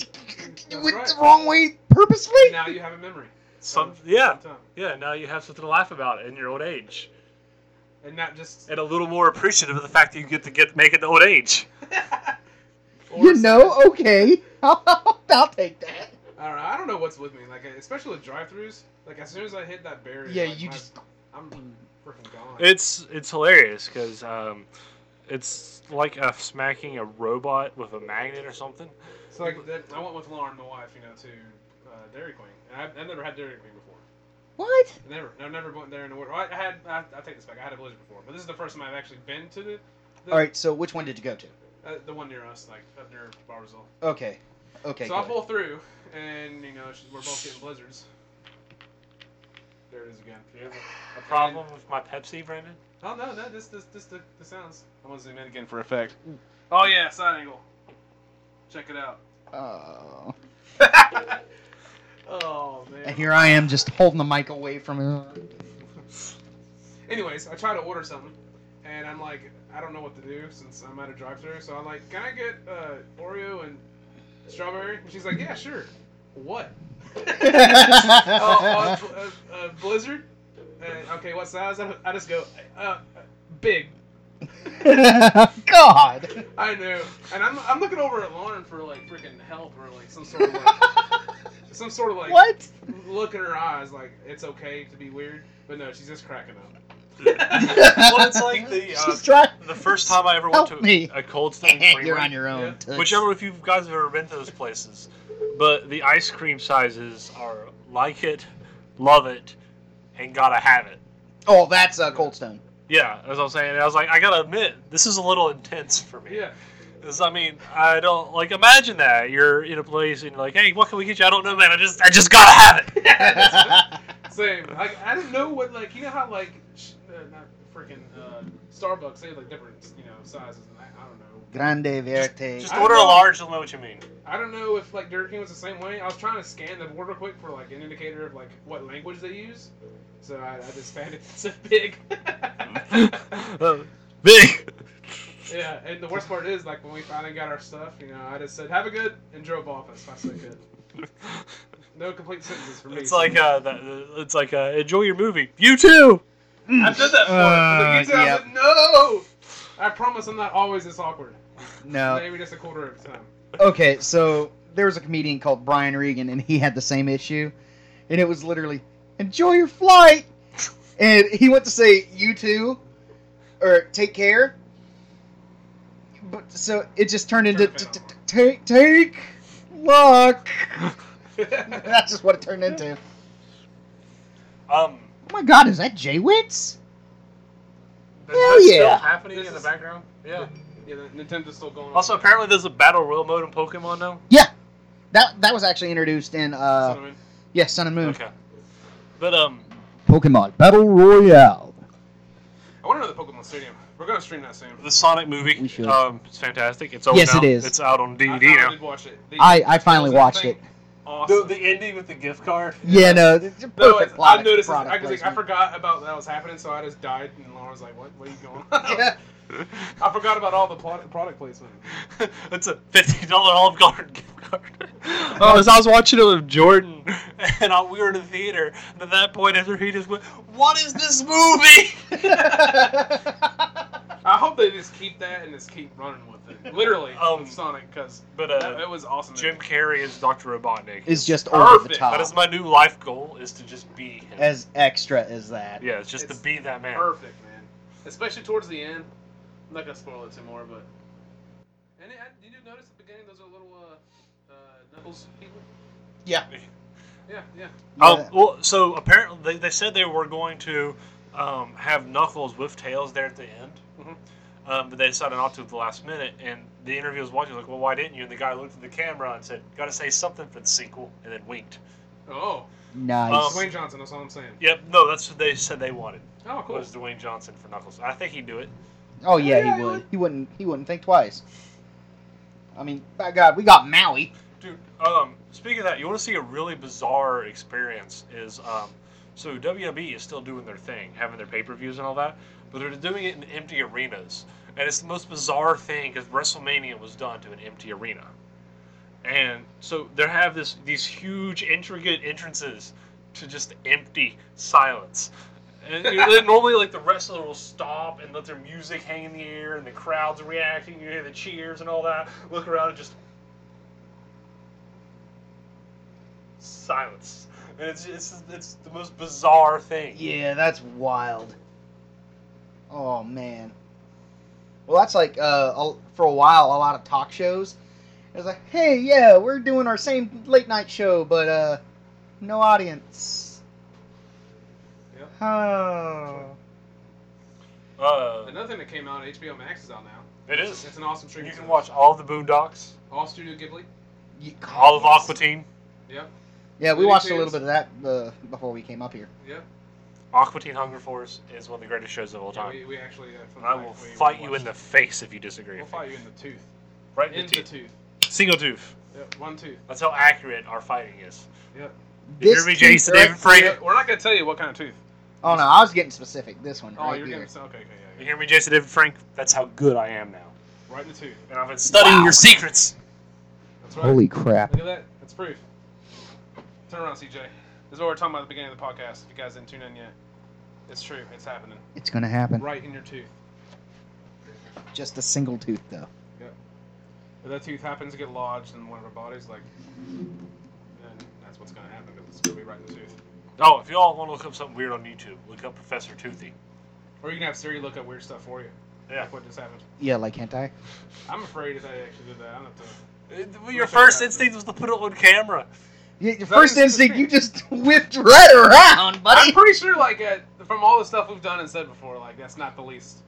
Speaker 4: you went
Speaker 1: right.
Speaker 4: the wrong way purposely.
Speaker 1: Now you have a memory.
Speaker 2: Some,
Speaker 1: Of
Speaker 2: yeah,
Speaker 1: Time.
Speaker 2: yeah. Now you have something to laugh about in your old age,
Speaker 1: And not just.
Speaker 2: and a little more appreciative of the fact that you get to get make it to old age.
Speaker 1: or
Speaker 4: You know, Oh. okay, I'll take that.
Speaker 1: I don't know. I don't know what's with me. Like especially with drive-throughs. Like as soon as I hit that barrier.
Speaker 4: Yeah,
Speaker 1: like,
Speaker 4: you
Speaker 1: my-
Speaker 4: just
Speaker 1: I'm freaking gone.
Speaker 2: It's it's hilarious because um, it's like a smacking a robot with a magnet or something.
Speaker 1: So like that, I went with Lauren, my wife, you know, to uh, Dairy Queen. And I've, I've never had Dairy Queen before.
Speaker 4: what?
Speaker 1: Never. I've never went there in the world. I I had. I, I take this back. I had a blizzard before, but this is the first time I've actually been to the. the
Speaker 4: All right, so which one did you go to?
Speaker 1: Uh, the one near us, like up near Barzil.
Speaker 4: Okay, okay.
Speaker 1: so I
Speaker 4: good.
Speaker 1: pull through, and you know she's, we're both getting blizzards. There it is again.
Speaker 2: Do you have a- a problem with my Pepsi, Brandon?
Speaker 1: Oh no, no, this this this the, the sounds. I'm gonna zoom in again for effect. Oh yeah, side angle. Check it out.
Speaker 4: Oh.
Speaker 1: oh man.
Speaker 4: And here I am, just holding the mic away from him.
Speaker 1: Anyways, I try to order something, and I'm like, I don't know what to do since I'm at a drive-thru. So I'm like, can I get uh, Oreo and strawberry? And she's like, yeah, sure. What? oh, uh, uh, uh, Blizzard. Uh, okay, what size? I, I just go uh, uh, big.
Speaker 4: God.
Speaker 1: I know, and I'm, I'm looking over at Lauren for like freaking help or like some sort of like, some sort of like
Speaker 4: what?
Speaker 1: look in her eyes like it's okay to be weird, but no, she's just cracking up.
Speaker 4: well,
Speaker 2: it's like the, uh,
Speaker 4: She's trying.
Speaker 2: The first time I ever went
Speaker 4: Help
Speaker 2: to
Speaker 4: me.
Speaker 2: a Cold Stone Creamery,
Speaker 4: You're on your own.
Speaker 1: Yeah.
Speaker 4: Toots.
Speaker 2: whichever if you guys have ever been to those places, but the ice cream sizes are like it, love it, and gotta have it.
Speaker 4: Oh, that's uh, Cold Stone.
Speaker 2: Yeah, as I'm saying, I was like, I gotta admit, this is a little intense for me.
Speaker 1: yeah,
Speaker 2: 'Cause, I mean, I don't like imagine that you're in a place and you're like, hey, what can we get you? I don't know, man. I just, I just gotta have it.
Speaker 1: same. Like I didn't know what like you know how like sh- uh, not freaking uh, Starbucks they have like different you know sizes and I, I don't know.
Speaker 4: Grande Verte.
Speaker 2: Just
Speaker 1: I
Speaker 2: order a
Speaker 1: know.
Speaker 2: large. You'll know what you mean.
Speaker 1: I don't know if like Dairy King was the same way. I was trying to scan the board real quick for like an indicator of like what language they use, so I, I just found it so big.
Speaker 2: Big.
Speaker 1: yeah, and the worst part is like when we finally got our stuff, you know, I just said have a good and drove off as fast as I could. No complete sentences for me.
Speaker 2: It's like uh, the, the- it's like uh, enjoy your movie. You too.
Speaker 1: I've done that before.
Speaker 4: Uh,
Speaker 1: Look, you said- I
Speaker 4: yep.
Speaker 1: said, no. I promise I'm not always this awkward.
Speaker 4: no.
Speaker 1: Maybe just a quarter of the time.
Speaker 4: Okay, so there was a comedian called Brian Regan, and he had the same issue, and it was literally enjoy your flight, and he went to say you too, or take care. But so it just turned into
Speaker 1: Turn
Speaker 4: t-
Speaker 1: it
Speaker 4: t- t- take take luck.
Speaker 1: I
Speaker 4: That's just what it turned into. Oh
Speaker 2: Um.
Speaker 4: my God, is that Jay Witz?
Speaker 2: is
Speaker 4: Hell
Speaker 2: that
Speaker 4: yeah.
Speaker 2: Still happening
Speaker 1: This
Speaker 2: in the
Speaker 1: is-
Speaker 2: background. Yeah.
Speaker 1: Yeah, the Nintendo's still going. on.
Speaker 2: Also, apparently, there's a battle royal mode in Pokemon now.
Speaker 4: That that was actually introduced in
Speaker 1: So,
Speaker 4: uh
Speaker 1: I mean,
Speaker 4: yeah Sun and Moon
Speaker 2: Okay. But um,
Speaker 4: Pokemon Battle Royale.
Speaker 1: I want another Pokemon Stadium. We're gonna stream that soon.
Speaker 2: the Sonic movie.
Speaker 4: We should.
Speaker 2: Um, it's fantastic. It's out
Speaker 4: Yes,
Speaker 2: now.
Speaker 4: it is.
Speaker 2: It's out on
Speaker 1: I
Speaker 2: DVD
Speaker 1: finally
Speaker 2: now.
Speaker 1: did watch it. The-
Speaker 4: I I finally
Speaker 1: that
Speaker 4: watched
Speaker 1: thing
Speaker 4: it.
Speaker 1: Awesome.
Speaker 2: ending with the gift card.
Speaker 4: Yeah, no, it's a perfect
Speaker 1: no, it's, I
Speaker 4: product-
Speaker 1: noticed. it.
Speaker 4: product
Speaker 1: I, was like, I
Speaker 4: placement.
Speaker 1: forgot about that was happening, so I just died, and Lauren was like, "What? Where are you going?"
Speaker 4: Yeah.
Speaker 1: I forgot about all the plot, product placement.
Speaker 2: That's a fifteen dollar Olive Garden gift card. Oh, as I was watching it with Jordan, and I, we were in the theater. And at that point, after he just went, "What is this movie?"
Speaker 1: I hope they just keep that and just keep running with it. Literally,
Speaker 2: Um,
Speaker 1: with Sonic, because
Speaker 2: But
Speaker 1: that,
Speaker 2: uh,
Speaker 1: that was awesome.
Speaker 2: Jim Carrey is Dr. Robotnik.
Speaker 4: is just over the
Speaker 1: Perfect.
Speaker 4: top.
Speaker 2: that is my new life goal is to just be him.
Speaker 4: as extra as that.
Speaker 2: yeah, it's just
Speaker 1: It's
Speaker 2: to be that man.
Speaker 1: perfect, man. Especially towards the end. I'm not gonna spoil it some more, but. And I, did you notice at the beginning those are little uh, uh, Knuckles people?
Speaker 4: Yeah.
Speaker 1: Yeah, yeah.
Speaker 2: Oh
Speaker 4: Yeah.
Speaker 2: well, so apparently they, they said they were going to um, have Knuckles with Tails there at the end,
Speaker 1: Mhm.
Speaker 2: um, but they decided not to at the last minute. And the interview was watching like, well, why didn't you? And the guy looked at the camera and said, "Got to say something for the sequel," and then winked.
Speaker 1: Oh,
Speaker 4: Nice.
Speaker 1: Dwayne Johnson. That's all I'm saying.
Speaker 2: Yep, no, that's what they said they wanted
Speaker 1: Oh, cool.
Speaker 2: was Dwayne Johnson for Knuckles. I think he'd do it.
Speaker 4: oh yeah, he would. He wouldn't. He wouldn't think twice. I mean, by God, we got Maui.
Speaker 2: Dude, um, speaking of that, you want to see a really bizarre experience is um, so WWE is still doing their thing, having their pay per views and all that, but they're doing it in empty arenas, and it's the most bizarre thing because WrestleMania was done to an empty arena, and so they have this these huge intricate entrances to just empty silence. And you know, normally, like the wrestler will stop and let their music hang in the air, and the crowd's reacting. You hear the cheers and all that. Look around and just silence. And it's it's it's the most bizarre thing.
Speaker 4: Yeah, that's wild. Oh man. Well, that's like uh, a- for a while, a lot of talk shows. It was like, hey, yeah, we're doing our same late night show, but uh, no audience.
Speaker 1: Yep.
Speaker 4: Oh.
Speaker 2: Uh,
Speaker 1: Another thing that came out, HBO Max is out now.
Speaker 2: it is.
Speaker 1: It's an awesome stream.
Speaker 2: You can watch all of the Boondocks,
Speaker 1: all Studio Ghibli.
Speaker 4: Ye-
Speaker 2: all of Aqua Teen.
Speaker 1: Yep,
Speaker 4: Yeah, we
Speaker 1: Looney
Speaker 4: watched a little
Speaker 1: Tunes.
Speaker 4: bit of that uh, before we came up here.
Speaker 1: yep.
Speaker 2: Aqua Teen Hunger Force is one of the greatest shows of all
Speaker 1: Yeah,
Speaker 2: time.
Speaker 1: we, we actually. Uh, fun
Speaker 2: I
Speaker 1: fact,
Speaker 2: will
Speaker 1: we
Speaker 2: fight you in
Speaker 1: watched-
Speaker 2: the face if you disagree.
Speaker 1: We'll
Speaker 2: with me.
Speaker 1: fight you in the tooth.
Speaker 2: Right
Speaker 1: In
Speaker 2: in
Speaker 1: the
Speaker 2: the
Speaker 1: tooth.
Speaker 2: teeth. Single tooth.
Speaker 1: Yep, one tooth.
Speaker 2: That's how accurate our fighting is.
Speaker 1: Yep.
Speaker 2: Did you
Speaker 4: This
Speaker 2: hear me,
Speaker 4: tooth
Speaker 2: Jason?
Speaker 4: right-
Speaker 2: David Frank.
Speaker 1: Yeah, we're not gonna tell you what kind of tooth.
Speaker 4: Oh no, I was getting specific. This one
Speaker 1: Oh,
Speaker 4: right
Speaker 1: you're
Speaker 4: here.
Speaker 1: gonna. Okay, okay,
Speaker 2: You
Speaker 1: yeah,
Speaker 2: hear me, Jason? David Frank. That's how good I am now.
Speaker 1: yeah. Right in the tooth.
Speaker 2: And I've been studying your secrets.
Speaker 1: That's right.
Speaker 4: Holy crap!
Speaker 1: Look at that. That's proof. Turn around, CJ. This is what we we're talking about at the beginning of the podcast. If you guys didn't tune in yet, it's true. It's happening.
Speaker 4: It's gonna happen.
Speaker 1: Right in your tooth.
Speaker 4: Just a single tooth though.
Speaker 1: If that tooth happens to get lodged in one of our bodies, like, then that's what's gonna happen. It's gonna be right in the tooth.
Speaker 2: Oh, if y'all want to look up something weird on YouTube, look up Professor Toothy.
Speaker 1: Or you can have Siri look up weird stuff for you.
Speaker 2: Yeah.
Speaker 1: Like what just happened.
Speaker 4: Yeah, like hentai.
Speaker 1: I'm afraid if I actually did that, I'm not.
Speaker 2: Uh, Your first instinct was to put it on camera.
Speaker 4: Yeah, your
Speaker 1: That
Speaker 4: first
Speaker 1: is
Speaker 4: instinct,
Speaker 1: the
Speaker 4: you just whipped right around,
Speaker 1: I'm
Speaker 4: buddy.
Speaker 1: pretty sure, like, uh, from all the stuff we've done and said before, like, that's not the least.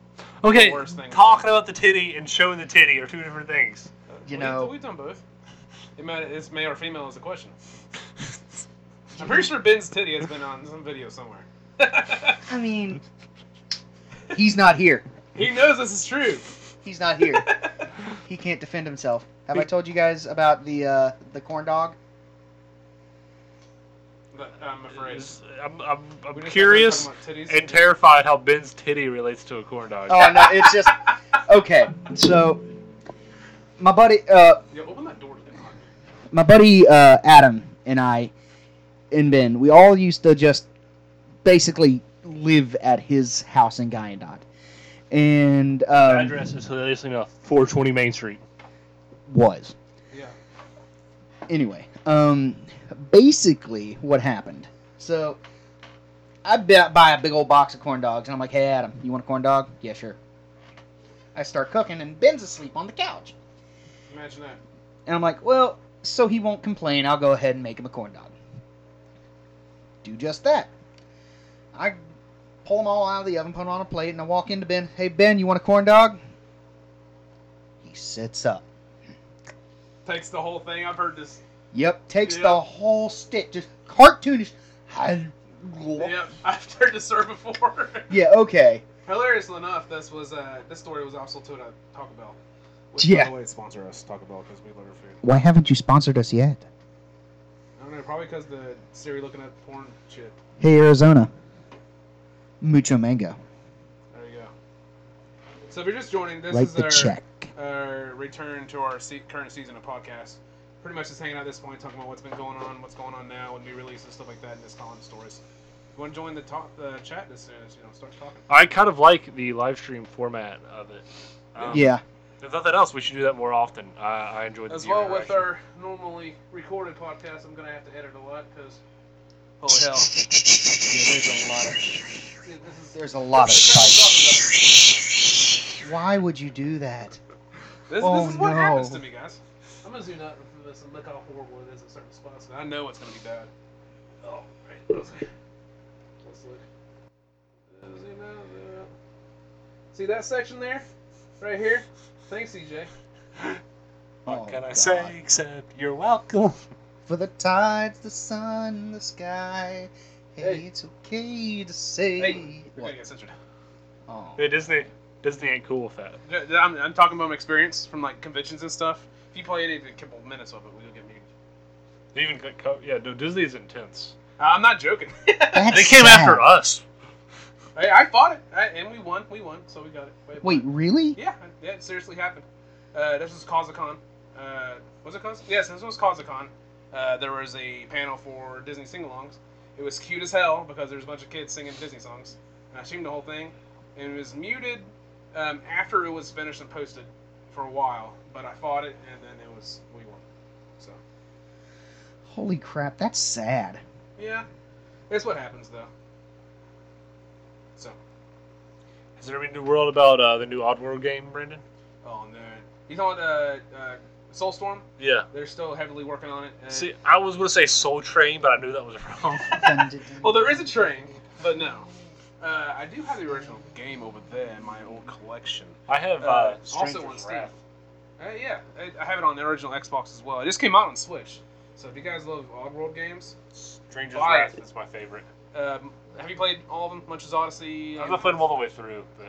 Speaker 2: Okay,
Speaker 1: The worst thing.
Speaker 2: talking about the titty and showing the titty are two different things.
Speaker 1: Uh,
Speaker 4: You
Speaker 1: we-
Speaker 4: know-
Speaker 1: we've done both. It might, it's male or female is the question. I'm pretty sure Ben's titty has been on some video somewhere.
Speaker 4: I mean, he's not here.
Speaker 1: he knows this is true.
Speaker 4: He's not here. he can't defend himself. Have I told you guys about the uh, the corn dog?
Speaker 1: But I'm afraid.
Speaker 2: Is- I'm, I'm, I'm
Speaker 1: We just
Speaker 2: curious
Speaker 1: talked about titties.
Speaker 2: and terrified how Ben's titty relates to a corn dog.
Speaker 4: Oh no, it's just okay. So my buddy, uh,
Speaker 1: Yeah, open that door to them.
Speaker 4: my buddy uh, Adam and I and Ben, we all used to just basically live at his house in Guyandot. And um,
Speaker 2: Address is hilariously enough 420 Main Street.
Speaker 4: was
Speaker 1: Yeah.
Speaker 4: anyway, um, basically what happened. So I bu- buy a big old box of corn dogs, and I'm like, "Hey, Adam, you want a corn dog? Yeah, sure." I start cooking, and Ben's asleep on the couch,
Speaker 1: Imagine that.
Speaker 4: and I'm like, "Well, so he won't complain, I'll go ahead and make him a corn dog." Do just that. I pull them all out of the oven, put them on a plate, and I walk into Ben. Hey, Ben, you want a corn dog? He sits up.
Speaker 1: Takes the whole thing. I've heard this.
Speaker 4: Yep, takes
Speaker 1: Yep.
Speaker 4: the whole stick, just cartoonish. I-
Speaker 1: Yep, I've heard this story before.
Speaker 4: Yeah, okay.
Speaker 1: Hilariously enough, this was uh, this story was also told at Taco Bell. Which,
Speaker 4: Yeah.
Speaker 1: By the way, sponsor us Taco Bell because we love our food.
Speaker 4: Why haven't you sponsored us yet?
Speaker 1: I don't know, probably because the Siri looking at porn shit.
Speaker 4: Hey, Arizona. Mucho mango.
Speaker 1: There you go. So if you're just joining, this
Speaker 4: Write
Speaker 1: is
Speaker 4: the
Speaker 1: our
Speaker 4: check.
Speaker 1: our uh, return to our se- current season of podcasts. Pretty much just hanging out at this point, talking about what's been going on, what's going on now, and new releases, stuff like that, and just telling stories. If you want to join the talk, the chat as soon as you know, start talking.
Speaker 2: I kind of like the live stream format of it. Um,
Speaker 4: Yeah.
Speaker 2: If nothing else, we should do that more often. I, I enjoyed
Speaker 1: As
Speaker 2: the
Speaker 1: well with
Speaker 2: interaction.
Speaker 1: our normally recorded podcast, I'm gonna have to edit a lot because holy hell,
Speaker 4: there's a lot of.
Speaker 1: Yeah, this is
Speaker 4: There's a lot of fights.
Speaker 1: this,
Speaker 4: Why would you do that?
Speaker 1: this
Speaker 4: Oh,
Speaker 1: is what
Speaker 4: no.
Speaker 1: happens to me, guys. I'm gonna zoom out from this and look how horrible it is in certain spots. And I know it's gonna be bad. Oh, right. Let's see. Let's look. Uh, Zoom out, zoom out. See that section there? Right here? Thanks, CJ.
Speaker 2: What
Speaker 4: Oh,
Speaker 2: can I
Speaker 4: God.
Speaker 2: say except you're welcome?
Speaker 4: For the tides, the sun, the sky. Hey,
Speaker 1: Hey.
Speaker 4: it's okay to say.
Speaker 1: Hey, we're
Speaker 4: What?
Speaker 1: gonna get censored.
Speaker 4: Oh.
Speaker 2: Yeah, Disney, Disney ain't cool with that.
Speaker 1: Th- th- I'm, I'm talking about my experience from like conventions and stuff. If you play any of the couple minutes of it, we'll get muted.
Speaker 2: They even got co- yeah, no, Disney is intense.
Speaker 1: Uh, I'm not joking.
Speaker 4: That's
Speaker 2: they came
Speaker 4: sad.
Speaker 2: after us.
Speaker 1: I, I fought it, I, and we won. We won, so we got it. Wait,
Speaker 4: Wait, really?
Speaker 1: Yeah, that seriously happened. Uh, this was Kazakhstan. Uh, was it Kazakhstan? Yes, this was Kazakhstan. Uh, there was a panel for Disney sing-alongs. It was cute as hell because there was a bunch of kids singing Disney songs. And I streamed the whole thing, and it was muted um, after it was finished and posted for a while. But I fought it, and then it was we won. So
Speaker 4: Holy crap, that's sad.
Speaker 1: yeah, it's what happens though. So
Speaker 2: Is there any new world about uh, the new Oddworld game, Brandon?
Speaker 1: oh no, you know what? Uh, uh, Soulstorm.
Speaker 2: Yeah.
Speaker 1: They're still heavily working on it. and-
Speaker 2: See, I was gonna say Soul Train, but I knew that was wrong.
Speaker 1: Well, there is a train, but no. Uh, I do have the original game over there in my old collection.
Speaker 2: I have uh,
Speaker 1: Uh,
Speaker 2: Stranger's
Speaker 1: also on Steam.
Speaker 2: Wrath.
Speaker 1: Uh, yeah, I, I have it on the original Xbox as well. It just came out on Switch. So if you guys love Oddworld games,
Speaker 2: Stranger's
Speaker 1: Why?
Speaker 2: Wrath is my favorite.
Speaker 1: um, have you played all of them? Munch's Odyssey.
Speaker 2: I'm
Speaker 1: and-
Speaker 2: not playing them all the way through, but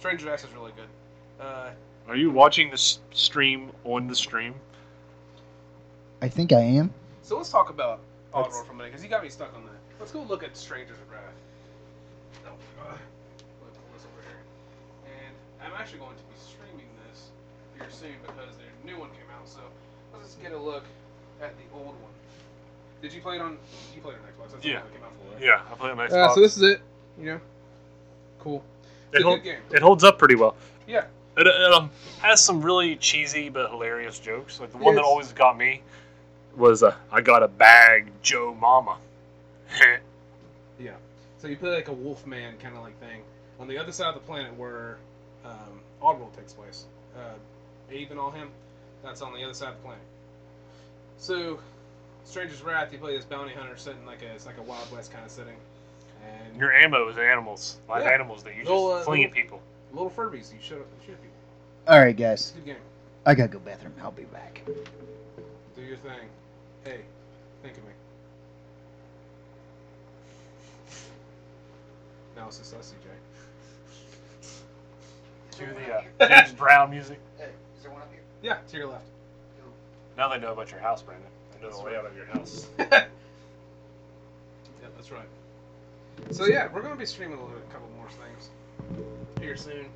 Speaker 1: Stranger's X is really good. Uh,
Speaker 2: Are you watching this stream on the stream?
Speaker 4: I think I am.
Speaker 1: so let's talk about
Speaker 2: Let's-
Speaker 1: Oddworld for a minute because you got me stuck on that. Let's go look at Stranger's Wrath. Oh, God. Let me pull this over here. And I'm actually going to be streaming this here soon because the new one came out. So let's just get a look at the old one. Did you play it on? You played it on Xbox? That's the
Speaker 2: Yeah.
Speaker 1: one that came out for, right?
Speaker 2: Yeah, I play on Xbox.
Speaker 1: Uh, so this is it. You know, cool. It's
Speaker 2: it,
Speaker 1: a
Speaker 2: hold,
Speaker 1: good game.
Speaker 2: it holds up pretty well.
Speaker 1: Yeah.
Speaker 2: It, it um, has some really cheesy but hilarious jokes. Like the one that
Speaker 1: Yes.
Speaker 2: always got me was uh, I got a bag, Joe Mama.
Speaker 1: So you play like a Wolfman kind of like thing on the other side of the planet where um, Oddworld takes place. Uh, Abe and all him, that's on the other side of the planet. So, Stranger's Wrath, you play this bounty hunter sitting like a it's like a Wild West kind of setting, and
Speaker 2: Your ammo is animals, live
Speaker 1: Yeah.
Speaker 2: animals that you just
Speaker 1: Little, uh,
Speaker 2: fling at
Speaker 1: little-
Speaker 2: people.
Speaker 1: little Furbies you shoot you shoot people.
Speaker 4: All right, guys.
Speaker 1: It's a good game.
Speaker 4: I gotta go bathroom. I'll be back.
Speaker 1: Do your thing. Hey, think of me. Now it's just us, CJ.
Speaker 2: Cue the uh, James Brown music.
Speaker 3: Is there one up here?
Speaker 1: Yeah, to your left.
Speaker 2: Now they know about your house, Brandon. They know
Speaker 1: That's
Speaker 2: the layout of your house.
Speaker 1: Yeah, that's right. So yeah, we're gonna be streaming a, little, a couple more things here soon.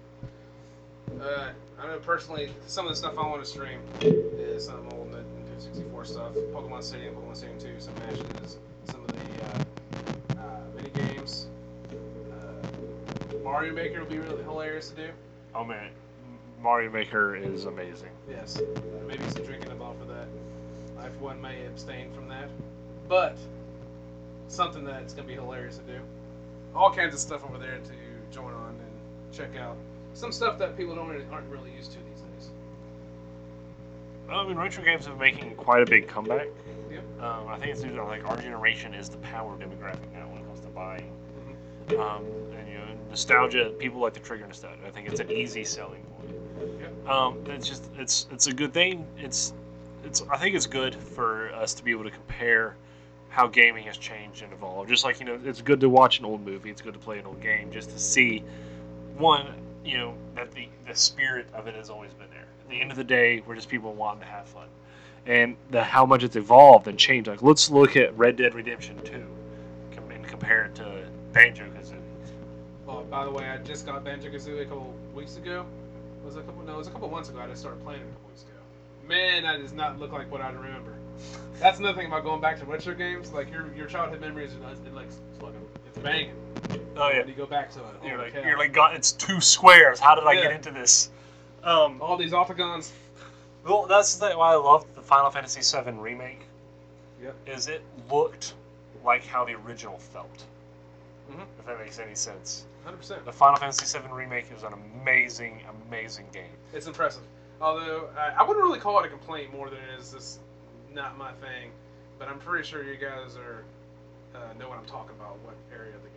Speaker 1: Uh, I know personally, some of the stuff I want to stream is some old Nintendo 64 stuff, Pokemon Stadium, Pokemon Stadium 2, some matches, some of the uh, uh, mini games. Uh, Mario Maker would be really hilarious to do.
Speaker 2: Oh man, Mario Maker is amazing.
Speaker 1: Yes. Maybe some drinking about for that. I, for one, may abstain from that. But, something that's going to be hilarious to do. All kinds of stuff over there to join on and check out. Some stuff that people don't really, aren't really used to these days.
Speaker 2: I mean, retro games have been making quite a big comeback.
Speaker 1: Yep.
Speaker 2: Um, I think it's due to like our generation is the power demographic now when it comes to buying.
Speaker 1: Mm-hmm.
Speaker 2: Um, and you know, nostalgia. People like to trigger nostalgia. I think it's an easy selling point.
Speaker 1: Yep.
Speaker 2: Um, it's just it's it's a good thing. It's it's I think it's good for us to be able to compare how gaming has changed and evolved. Just like you know, it's good to watch an old movie. It's good to play an old game just to see one you know that the the spirit of it has always been there. At the end of the day, we're just people wanting to have fun, and the how much it's evolved and changed. Like let's look at Red Dead Redemption Two, com- and compare it to Banjo Kazooie.
Speaker 1: Oh, by the way, I just got Banjo Kazooie a couple weeks ago. Was it a couple? No, it was a couple months ago. I just started playing it a couple weeks ago. Man, that does not look like what I remember. That's another thing about going back to retro games. Like your your childhood memories, are it like it's fucking it's banging.
Speaker 2: Oh yeah,
Speaker 1: When you go back to it,
Speaker 2: you're
Speaker 1: holy
Speaker 2: like
Speaker 1: cow.
Speaker 2: you're like God, it's two squares. How did I get
Speaker 1: Yeah.
Speaker 2: into this? Um,
Speaker 1: all these octagons.
Speaker 2: well, that's the thing why I loved the Final Fantasy VII remake.
Speaker 1: Yep.
Speaker 2: Is it looked like how the original felt?
Speaker 1: Mhm.
Speaker 2: If that makes any sense.
Speaker 1: Hundred percent.
Speaker 2: The Final Fantasy VII remake is an amazing, amazing game.
Speaker 1: It's impressive. Although I, I wouldn't really call it a complaint more than it is this not my thing. But I'm pretty sure you guys are uh, know what I'm talking about. What area of the game?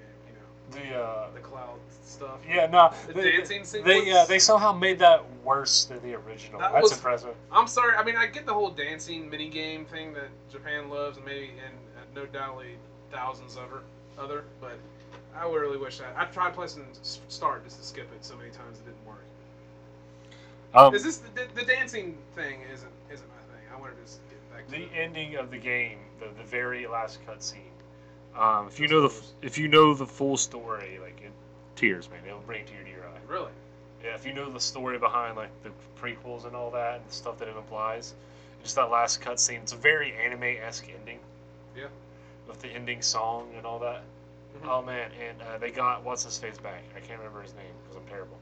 Speaker 1: You know,
Speaker 2: The uh,
Speaker 1: the cloud stuff.
Speaker 2: yeah, no,
Speaker 1: The
Speaker 2: they,
Speaker 1: dancing sequence.
Speaker 2: they uh, they somehow made that worse than the original.
Speaker 1: That
Speaker 2: That's
Speaker 1: was-
Speaker 2: impressive.
Speaker 1: I'm sorry. I mean, I get the whole dancing minigame thing that Japan loves, and maybe and uh, no doubtly thousands of her, other. But I would really wish that I tried placing s- start just to skip it so many times it didn't work.
Speaker 2: Um,
Speaker 1: Is this the, the dancing thing? Isn't isn't my thing? I wanted to just get back to
Speaker 2: the
Speaker 1: that.
Speaker 2: ending of the game, the, the very last cutscene. Um, if you know the if you know the full story, like it, tears, man, it'll bring tear to your eye.
Speaker 1: Really?
Speaker 2: Yeah, if you know the story behind like the prequels and all that and the stuff that it implies, just that last cutscene, it's a very anime esque ending.
Speaker 1: Yeah.
Speaker 2: With the ending song and all that.
Speaker 1: Mhm.
Speaker 2: Oh man, and uh, they got what's his face back. I can't remember his name because I'm terrible.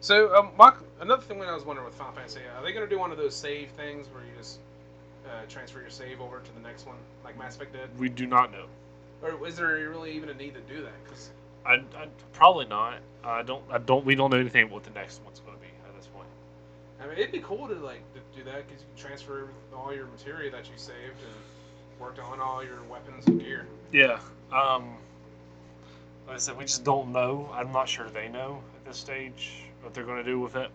Speaker 1: So, um, Mark, another thing that I was wondering with Final Fantasy, are they going to do one of those save things where you just uh, transfer your save over to the next one, like Mass Effect did?
Speaker 2: We do not know.
Speaker 1: Or is there really even a need to do that? Because
Speaker 2: I, I probably not. I don't. I don't. We don't know anything what the next one's going to be at this point.
Speaker 1: I mean, it'd be cool to like to do that because you can transfer all your materia that you saved and worked on all your weapons and gear.
Speaker 2: Yeah. Um. Like I said, we just don't know. I'm not sure they know at this stage what they're going to do with it.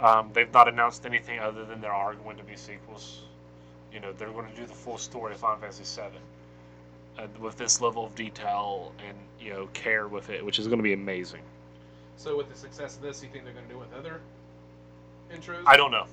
Speaker 2: Um, they've not announced anything other than there are going to be sequels. You know, they're going to do the full story of Final Fantasy VII uh, with this level of detail and you know care with it, which is going to be amazing.
Speaker 1: So, with the success of this, you think they're going to do with other intros?
Speaker 2: I don't know.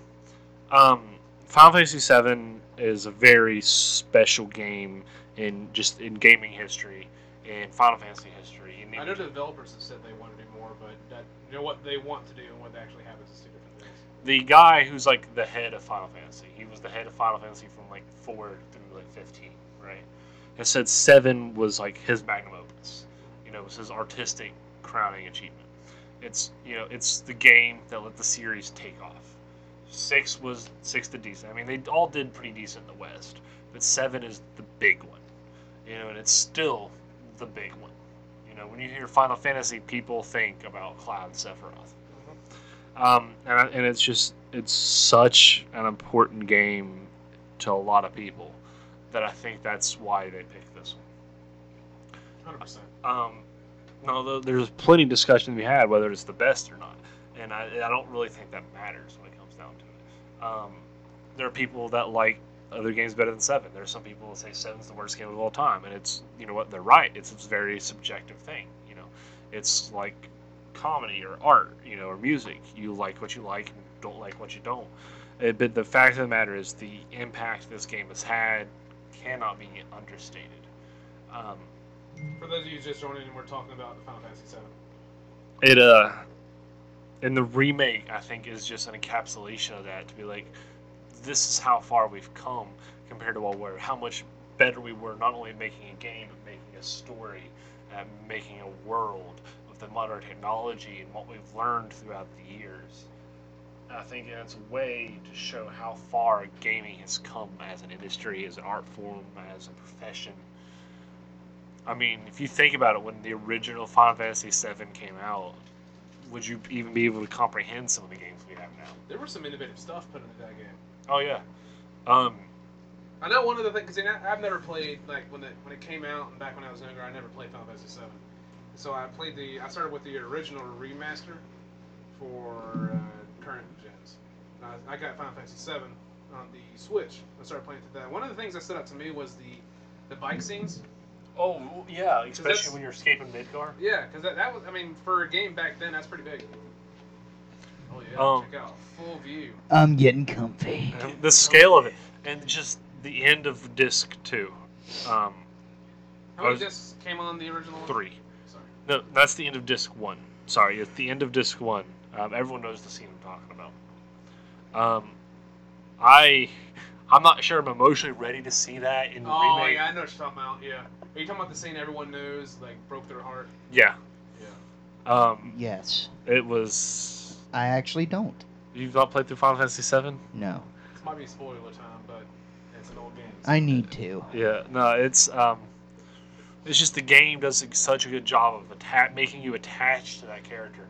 Speaker 2: Um, Final Fantasy VII is a very special game in just in gaming history and Final Fantasy history. You need
Speaker 1: I know
Speaker 2: to-
Speaker 1: the developers have said they want to do more, but that you know what they want to do and what they actually happens is two different things.
Speaker 2: the guy who's like the head of Final Fantasy. He was the head of Final Fantasy from like four through like fifteen, right? And said seven was like his magnum opus. You know, it was his artistic crowning achievement. It's you know, it's the game that let the series take off. Six was six to decent. I mean, they all did pretty decent in the West, but seven is the big one. You know, and it's still the big one. You know, when you hear Final Fantasy, people think about Cloud and Sephiroth um, and, I- and it's just it's such an important game to a lot of people that I think that's why they picked this one.
Speaker 1: Hundred percent.
Speaker 2: Um, although there's plenty of discussion to be had whether it's the best or not, and I, I don't really think that matters when it comes down to it. Um, there are people that like other games better than Seven. There are some people that say Seven's the worst game of all time, and it's you know what they're right. It's a very subjective thing. You know, it's like comedy or art, you know, or music. You like what you like and don't like what you don't. Uh, but the fact of the matter is, the impact this game has had cannot be understated. Um,
Speaker 1: For those of you just joining, in, we're talking about Final Fantasy VII.
Speaker 2: it uh and the remake i think is just an encapsulation of that to be like this is how far we've come compared to what we're how much better we were not only making a game but making a story and making a world with the modern technology and what we've learned throughout the years i think that's a way to show how far gaming has come as an industry as an art form as a profession I mean, if you think about it, when the original Final Fantasy VII came out, would you even be able to comprehend some of the games we have now?
Speaker 1: There was some innovative stuff put into that game.
Speaker 2: Oh yeah, um,
Speaker 1: I know one of the things because you know, I've never played like when it when it came out and back when I was younger, I never played Final Fantasy Seven. So I played the I started with the original remaster for uh, current gens. And I, I got Final Fantasy Seven on the Switch. I started playing through that. One of the things that stood out to me was the the bike scenes.
Speaker 2: oh yeah, especially
Speaker 1: that's-
Speaker 2: when you're escaping Midgar.
Speaker 1: Yeah, because that, that was I mean for a game back then that's pretty big. Oh yeah,
Speaker 2: Um,
Speaker 1: check out full view.
Speaker 4: I'm getting comfy.
Speaker 2: And the scale of it, and just the end of disc two,
Speaker 1: How
Speaker 2: um,
Speaker 1: many
Speaker 2: was-
Speaker 1: discs came on the original? one?
Speaker 2: three.
Speaker 1: Sorry.
Speaker 2: No, that's the end of disc one. Sorry, it's the end of disc one. Um, everyone knows the scene I'm talking about. Um, I, I'm not sure I'm emotionally ready to see that in the
Speaker 1: Oh
Speaker 2: remake.
Speaker 1: yeah, I know what you're talking about. Yeah, are you talking about the scene everyone knows like broke their heart?
Speaker 2: yeah.
Speaker 1: Yeah.
Speaker 2: Um,
Speaker 4: Yes,
Speaker 2: it was.
Speaker 4: I actually don't.
Speaker 2: You've not played through Final Fantasy Seven?
Speaker 4: No,
Speaker 1: This might be spoiler time, but it's an old game. so-
Speaker 4: I need to.
Speaker 2: Yeah. No, it's um, it's just the game does such a good job of atta- making you attached to that character,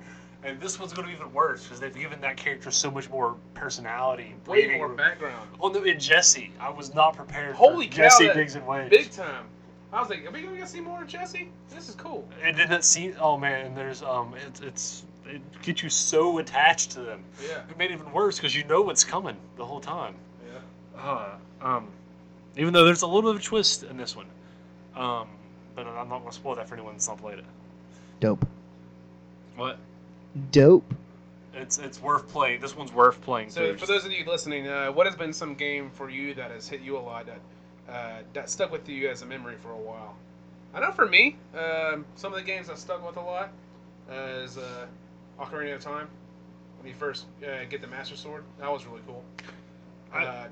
Speaker 2: And this one's going to be even worse because they've given that character so much more personality. and
Speaker 1: Way
Speaker 2: breathing
Speaker 1: more
Speaker 2: room.
Speaker 1: background.
Speaker 2: Oh no, and Jesse. I was not prepared.
Speaker 1: Holy
Speaker 2: for
Speaker 1: cow,
Speaker 2: Jesse
Speaker 1: that-
Speaker 2: Biggs and Wade.
Speaker 1: Big time. I was like, are we going to see more of Jesse? This is cool.
Speaker 2: It didn't seem. Oh man, there's um, it, it's it gets you so attached to them.
Speaker 1: Yeah.
Speaker 2: It made it even worse because you know what's coming the whole time.
Speaker 1: Yeah.
Speaker 2: Uh, um, even though there's a little bit of a twist in this one, um, but I'm not gonna spoil that for anyone that's not played it.
Speaker 4: Dope.
Speaker 2: What?
Speaker 4: Dope.
Speaker 2: It's it's worth playing. This one's worth playing.
Speaker 1: So,
Speaker 2: too.
Speaker 1: for those of you listening, uh, what has been some game for you that has hit you a lot that uh, that stuck with you as a memory for a while? I know for me, um, some of the games that stuck with a lot uh, is uh, Ocarina of Time. When you first uh, get the Master Sword, that was really cool. Uh,
Speaker 2: I-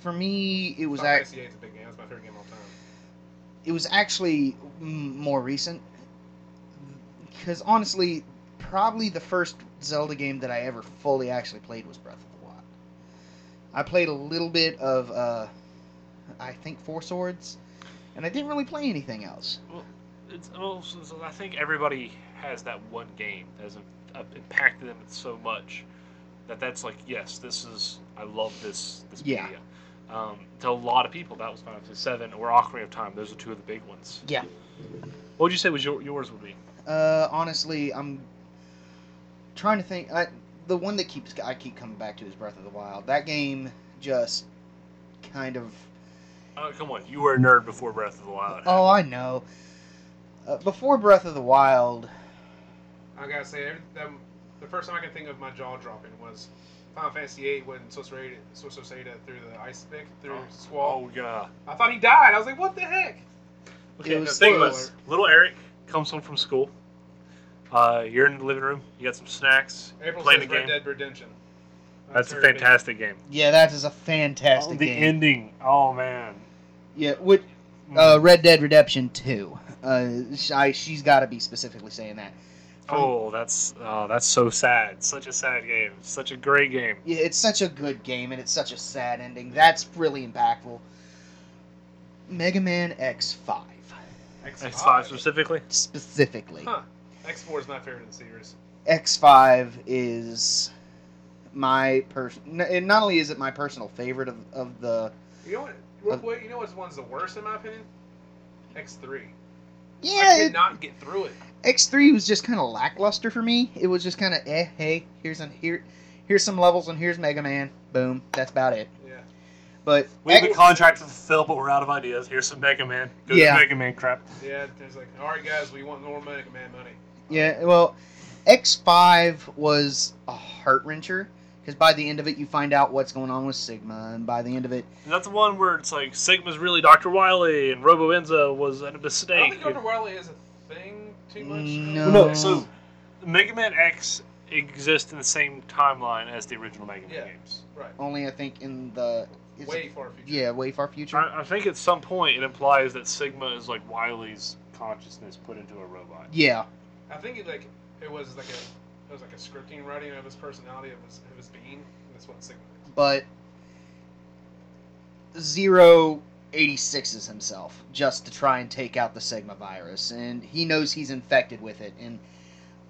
Speaker 4: For me, it was
Speaker 1: Final
Speaker 4: act-
Speaker 1: Fantasy VIII is a big game. That's my favorite game of all time.
Speaker 4: it was actually mm, more recent because honestly, probably the first Zelda game that I ever fully actually played was Breath of the Wild. I played a little bit of, uh, I think, Four Swords, and I didn't really play anything else.
Speaker 2: it's also, so I think everybody has that one game that has uh, impacted them so much that that's like, yes, this is I love this this
Speaker 4: Yeah.
Speaker 2: media. Um, to a lot of people, that was Final Fantasy Seven or Ocarina of Time. Those are two of the big ones.
Speaker 4: Yeah.
Speaker 2: What would you say was your, yours would be?
Speaker 4: Uh, honestly, I'm trying to think. I, the one that keeps I keep coming back to is Breath of the Wild. That game just kind of.
Speaker 2: Uh, come on, you were a nerd before Breath of the Wild.
Speaker 4: Oh, I know. Uh, before Breath of the Wild,
Speaker 1: I gotta say, every, that, the first time I can think of my jaw dropping was Final Fantasy VIII when Sorcerer Sorcerer Seda threw the ice pick through
Speaker 2: Oh.
Speaker 1: Squall.
Speaker 2: Oh yeah.
Speaker 1: I thought he died. I was like, what the heck?
Speaker 2: Okay,
Speaker 4: It
Speaker 2: the
Speaker 4: was
Speaker 2: thing
Speaker 1: spoiler.
Speaker 2: was, little Eric comes home from school. Uh, you're in the living room. You got some snacks.
Speaker 1: April
Speaker 2: playing
Speaker 1: says
Speaker 2: the
Speaker 1: Red
Speaker 2: game.
Speaker 1: Dead Redemption.
Speaker 2: That's a
Speaker 1: her big-
Speaker 2: fantastic game.
Speaker 4: yeah, that is a fantastic
Speaker 2: Oh, the
Speaker 4: game.
Speaker 2: ending. Oh man.
Speaker 4: Yeah, with uh, Red Dead Redemption Two. Uh, sh- I, she's got to be specifically saying that.
Speaker 2: Oh, that's oh, that's so sad. Such a sad game. Such a great game.
Speaker 4: Yeah, it's such a good game, and it's such a sad ending. That's really impactful. Mega Man X Five
Speaker 2: X Five specifically.
Speaker 4: specifically.
Speaker 1: Huh. X four is my favorite in the series.
Speaker 4: X5 is my person. And not only is it my personal favorite of, of the.
Speaker 1: You know what? Real
Speaker 4: Uh,
Speaker 1: quick, you know what's one's the worst in my opinion? X three. I
Speaker 4: Yeah,
Speaker 1: could
Speaker 4: it-
Speaker 1: not get through it.
Speaker 4: X3 was just kind of lackluster for me. It was just kind of eh. Hey, here's an here, here's some levels and here's Mega Man. Boom, that's about it.
Speaker 1: Yeah.
Speaker 4: But
Speaker 2: We have a
Speaker 4: X-
Speaker 2: contract to fulfill, but we're out of ideas. Here's some Mega Man. Go
Speaker 4: Yeah.
Speaker 2: to Mega Man crap.
Speaker 1: Yeah. There's like, all right, guys, we want more Mega Man money.
Speaker 4: yeah, well, X5 was a heart wrencher because by the end of it you find out what's going on with Sigma, and by the end of it,
Speaker 2: And that's the one where it's like Sigma's really Dr. Wily and Robo Enzo was a
Speaker 1: I don't
Speaker 2: mistake.
Speaker 1: think Dr. Wily is a thing too much.
Speaker 4: No.
Speaker 2: Well, no,
Speaker 4: Um,
Speaker 2: so Mega Man X exists in the same timeline as the original Mega Man
Speaker 1: Yeah.
Speaker 2: games.
Speaker 1: Right.
Speaker 4: only I think in the Oh, is it-
Speaker 1: Way far future.
Speaker 4: yeah way far future.
Speaker 2: I, I think at some point it implies that Sigma is like Wily's consciousness put into a robot.
Speaker 4: Yeah,
Speaker 1: I think it like it was like a it was like a scripting writing of his personality of his of his being. and That's what Sigma. is.
Speaker 4: but Zero eighty sixes himself just to try and take out the Sigma virus, and he knows he's infected with it. And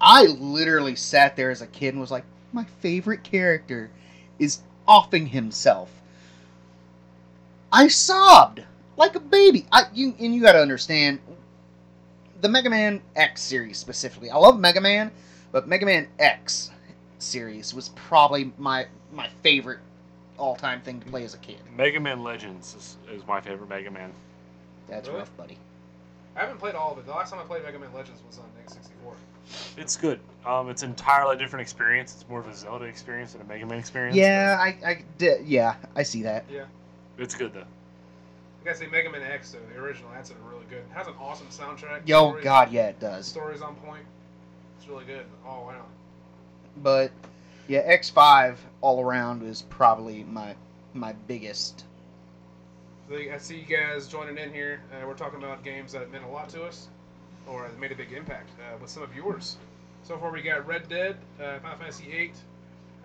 Speaker 4: I literally sat there as a kid and was like, my favorite character is offing himself. I sobbed like a baby. I you and you got to understand the Mega Man X series specifically. I love Mega Man, but Mega Man X series was probably my my favorite all time thing to play as a kid.
Speaker 2: Mega Man Legends is, is my favorite Mega Man.
Speaker 4: That's
Speaker 1: Really?
Speaker 4: rough, buddy.
Speaker 1: I haven't played all of it. The last time I played Mega Man Legends was on N sixty four.
Speaker 2: It's good. Um, it's entirely different experience. It's more of a Zelda experience than a Mega Man experience.
Speaker 4: Yeah, I, I di- yeah, I see that.
Speaker 2: It's good though.
Speaker 1: I gotta say, Mega Man X, though, the original, that's a really good. It has an awesome soundtrack.
Speaker 4: Yo,
Speaker 1: Story's-
Speaker 4: Oh, God, yeah, it does.
Speaker 1: Story's on point. It's really good. Oh, wow.
Speaker 4: But yeah, X five all around is probably my my biggest.
Speaker 1: So, I see you guys joining in here. Uh, we're talking about games that meant a lot to us or that made a big impact uh, with some of yours. So far, we got Red Dead, uh, Final Fantasy VIII,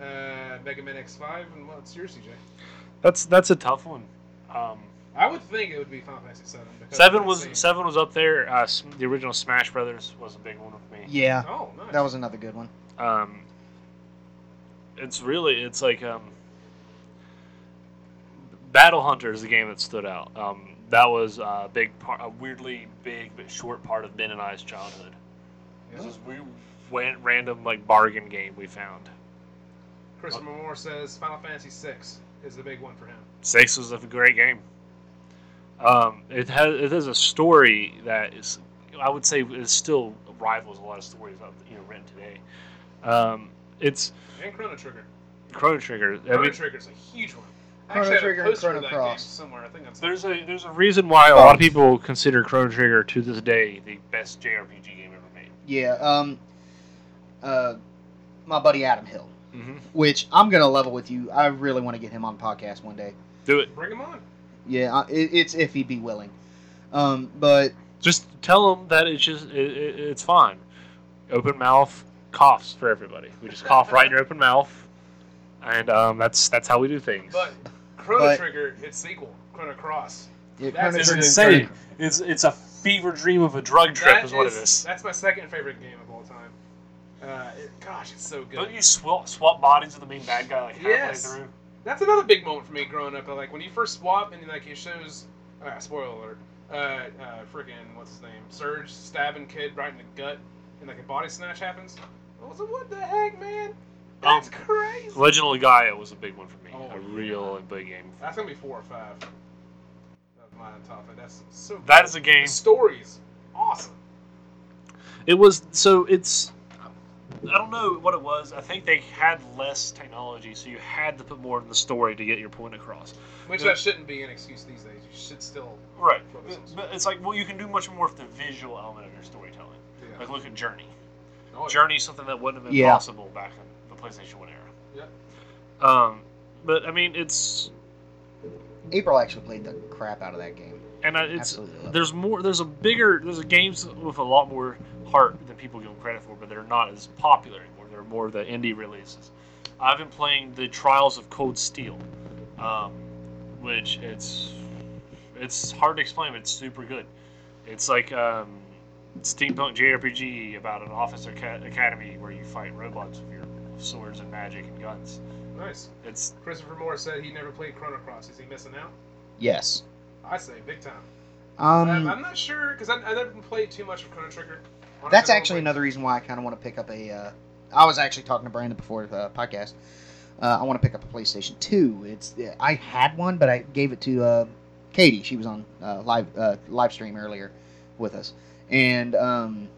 Speaker 1: uh, Mega Man X5, and what's yours, CJ?
Speaker 2: That's that's a tough one. Um,
Speaker 1: I would think it would be Final Fantasy 7. Because
Speaker 2: seven
Speaker 1: I've
Speaker 2: was
Speaker 1: seen-
Speaker 2: seven was up there. Uh, s- the original Smash Brothers was a big one with me.
Speaker 4: Yeah,
Speaker 1: Oh, nice.
Speaker 4: that was another good one.
Speaker 2: um, it's really it's like um, Battle Hunter is the game that stood out. Um, that was a big part, a weirdly big but short part of Ben and I's childhood. It was this weird, wan- random like bargain game we found.
Speaker 1: Christopher Moore says Final Fantasy VI is the big one for him.
Speaker 2: Six was a great game. Um, it has it has a story that is, I would say, is still rivals a lot of stories out you know written today. Um, it's
Speaker 1: And Chrono Trigger.
Speaker 2: Chrono Trigger. I
Speaker 1: Chrono
Speaker 2: mean,
Speaker 1: Trigger's a huge one. I
Speaker 4: Chrono
Speaker 1: actually have a
Speaker 4: Trigger and
Speaker 1: poster of
Speaker 4: Chrono
Speaker 1: that
Speaker 4: Cross.
Speaker 1: game somewhere. I think that's
Speaker 2: there's a there's a reason why a lot of people consider Chrono Trigger to this day the best JRPG game ever made.
Speaker 4: Yeah. Um. Uh, my buddy Adam Hill,
Speaker 2: Mm-hmm.
Speaker 4: which I'm gonna level with you. I really want to get him on the podcast one day.
Speaker 2: Do it.
Speaker 1: Bring him on.
Speaker 4: Yeah, I, it, it's if he'd be willing. Um, but
Speaker 2: Just tell them that it's just it, it, it's fine. Open mouth coughs for everybody. We just cough right in your open mouth, and um, that's that's how we do things.
Speaker 1: But Chrono
Speaker 4: But-
Speaker 1: Trigger, its sequel, Chrono Cross.
Speaker 4: yeah,
Speaker 1: That's
Speaker 4: Chrono
Speaker 2: It's
Speaker 4: Trigger-
Speaker 2: insane. It's it's a fever dream of a drug trip,
Speaker 1: That
Speaker 2: is what it is.
Speaker 1: That's my second favorite game of all time. Uh, it- gosh, it's so good.
Speaker 2: Don't you swap swap bodies with the main bad guy like halfway
Speaker 1: Yes.
Speaker 2: through?
Speaker 1: That's another big moment for me growing up. Like when you first swap and like it shows, uh, spoiler alert, uh, uh, freaking what's his name, Surge stabbing kid right in the gut, and like a body snatch happens. I was like, what the heck, man? That's
Speaker 2: Um,
Speaker 1: crazy.
Speaker 2: Legend of Gaia was a big one for me.
Speaker 1: Oh,
Speaker 2: a
Speaker 1: yeah.
Speaker 2: real big game.
Speaker 1: That's gonna be four or five of my top. five. That's so.
Speaker 2: That
Speaker 1: cool.
Speaker 2: is a game.
Speaker 1: The story's awesome.
Speaker 2: It was so it's. I don't know what it was. I think they had less technology, so you had to put more in the story to get your point across.
Speaker 1: Which
Speaker 2: Yeah.
Speaker 1: that shouldn't be an excuse these days. You should still.
Speaker 2: Right.
Speaker 1: Focus on-
Speaker 2: But it's like well, you can do much more with the visual element of your storytelling.
Speaker 1: Yeah.
Speaker 2: Like look at Journey.
Speaker 1: Oh, yeah.
Speaker 2: Journey, something that wouldn't have been
Speaker 4: Yeah.
Speaker 2: possible back in the PlayStation One era. Yeah. Um, but I mean, it's
Speaker 4: April actually played the crap out of that game.
Speaker 2: and I, it's
Speaker 4: Absolutely. loved it.
Speaker 2: there's more there's a bigger there's a games with a lot more heart than people give them credit for but they're not as popular anymore they're more the indie releases i've been playing the trials of cold steel um, which it's it's hard to explain but it's super good it's like um, steampunk jrpg about an officer ca- academy where you fight robots with your swords and magic and guns
Speaker 1: Nice.
Speaker 2: it's
Speaker 1: Christopher Moore said he never played Chrono Cross. Is he missing out?
Speaker 4: Yes.
Speaker 1: I say big time. Um,
Speaker 4: Um,
Speaker 1: I'm not sure because I, I haven't played too much of Chrono Trigger. Honestly,
Speaker 4: that's
Speaker 1: I don't
Speaker 4: actually
Speaker 1: like-
Speaker 4: another reason why I kind of want to pick up a. Uh, I was actually talking to Brandon before the podcast. Uh, I want to pick up a PlayStation Two. It's I had one, but I gave it to uh, Katie. She was on uh, live uh, live stream earlier with us, and um,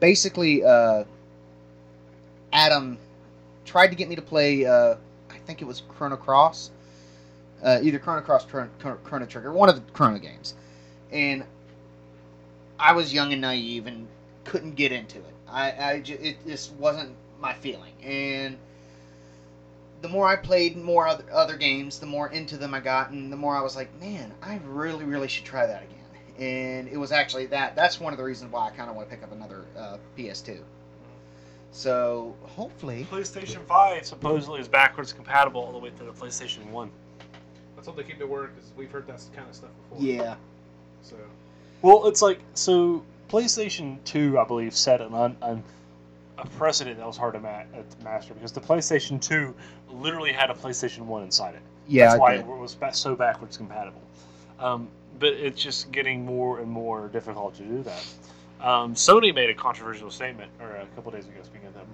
Speaker 4: basically, uh, Adam tried to get me to play. Uh, I think it was Chrono Cross, uh, either Chrono Cross, Chrono, Chrono Trigger, one of the Chrono games, and I was young and naive and couldn't get into it. I, I ju- it just wasn't my feeling. And the more I played more other, other games, the more into them I got, and the more I was like, man, I really, really should try that again. And it was actually that. That's one of the reasons why I kind of want to pick up another uh, PS2. So hopefully,
Speaker 2: playstation 5 supposedly is backwards compatible all the way to the playstation 1
Speaker 1: Let's hope they keep their word because we've heard that kind of stuff before.
Speaker 4: yeah,
Speaker 1: So
Speaker 2: Well, it's like so. PlayStation Two, I believe, set an, un, an a precedent that was hard to, ma- uh, to master because the PlayStation Two literally had a PlayStation One inside it.
Speaker 4: yeah,
Speaker 2: That's
Speaker 4: I
Speaker 2: why
Speaker 4: did.
Speaker 2: it was ba- so backwards compatible. Um, but it's just getting more and more difficult to do that. Um, Sony made a controversial statement, or a couple days ago, speaking of them,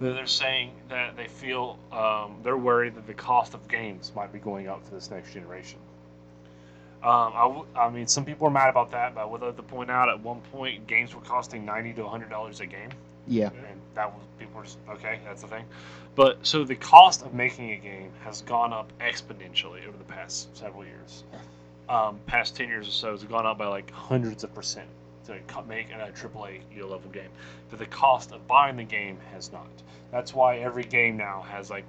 Speaker 2: that they're saying that they feel um, they're worried that the cost of games might be going up for this next generation. Um, I, w- I mean, some people are mad about that, but I would like to point out at one point games were costing ninety to hundred dollars a game
Speaker 4: yeah,
Speaker 2: and that was people were just okay that's the thing but so the cost of making a game has gone up exponentially over the past several years um, past 10 years or so it's gone up by like hundreds of percent to co- make a aaa you know, level game but the cost of buying the game has not that's why every game now has like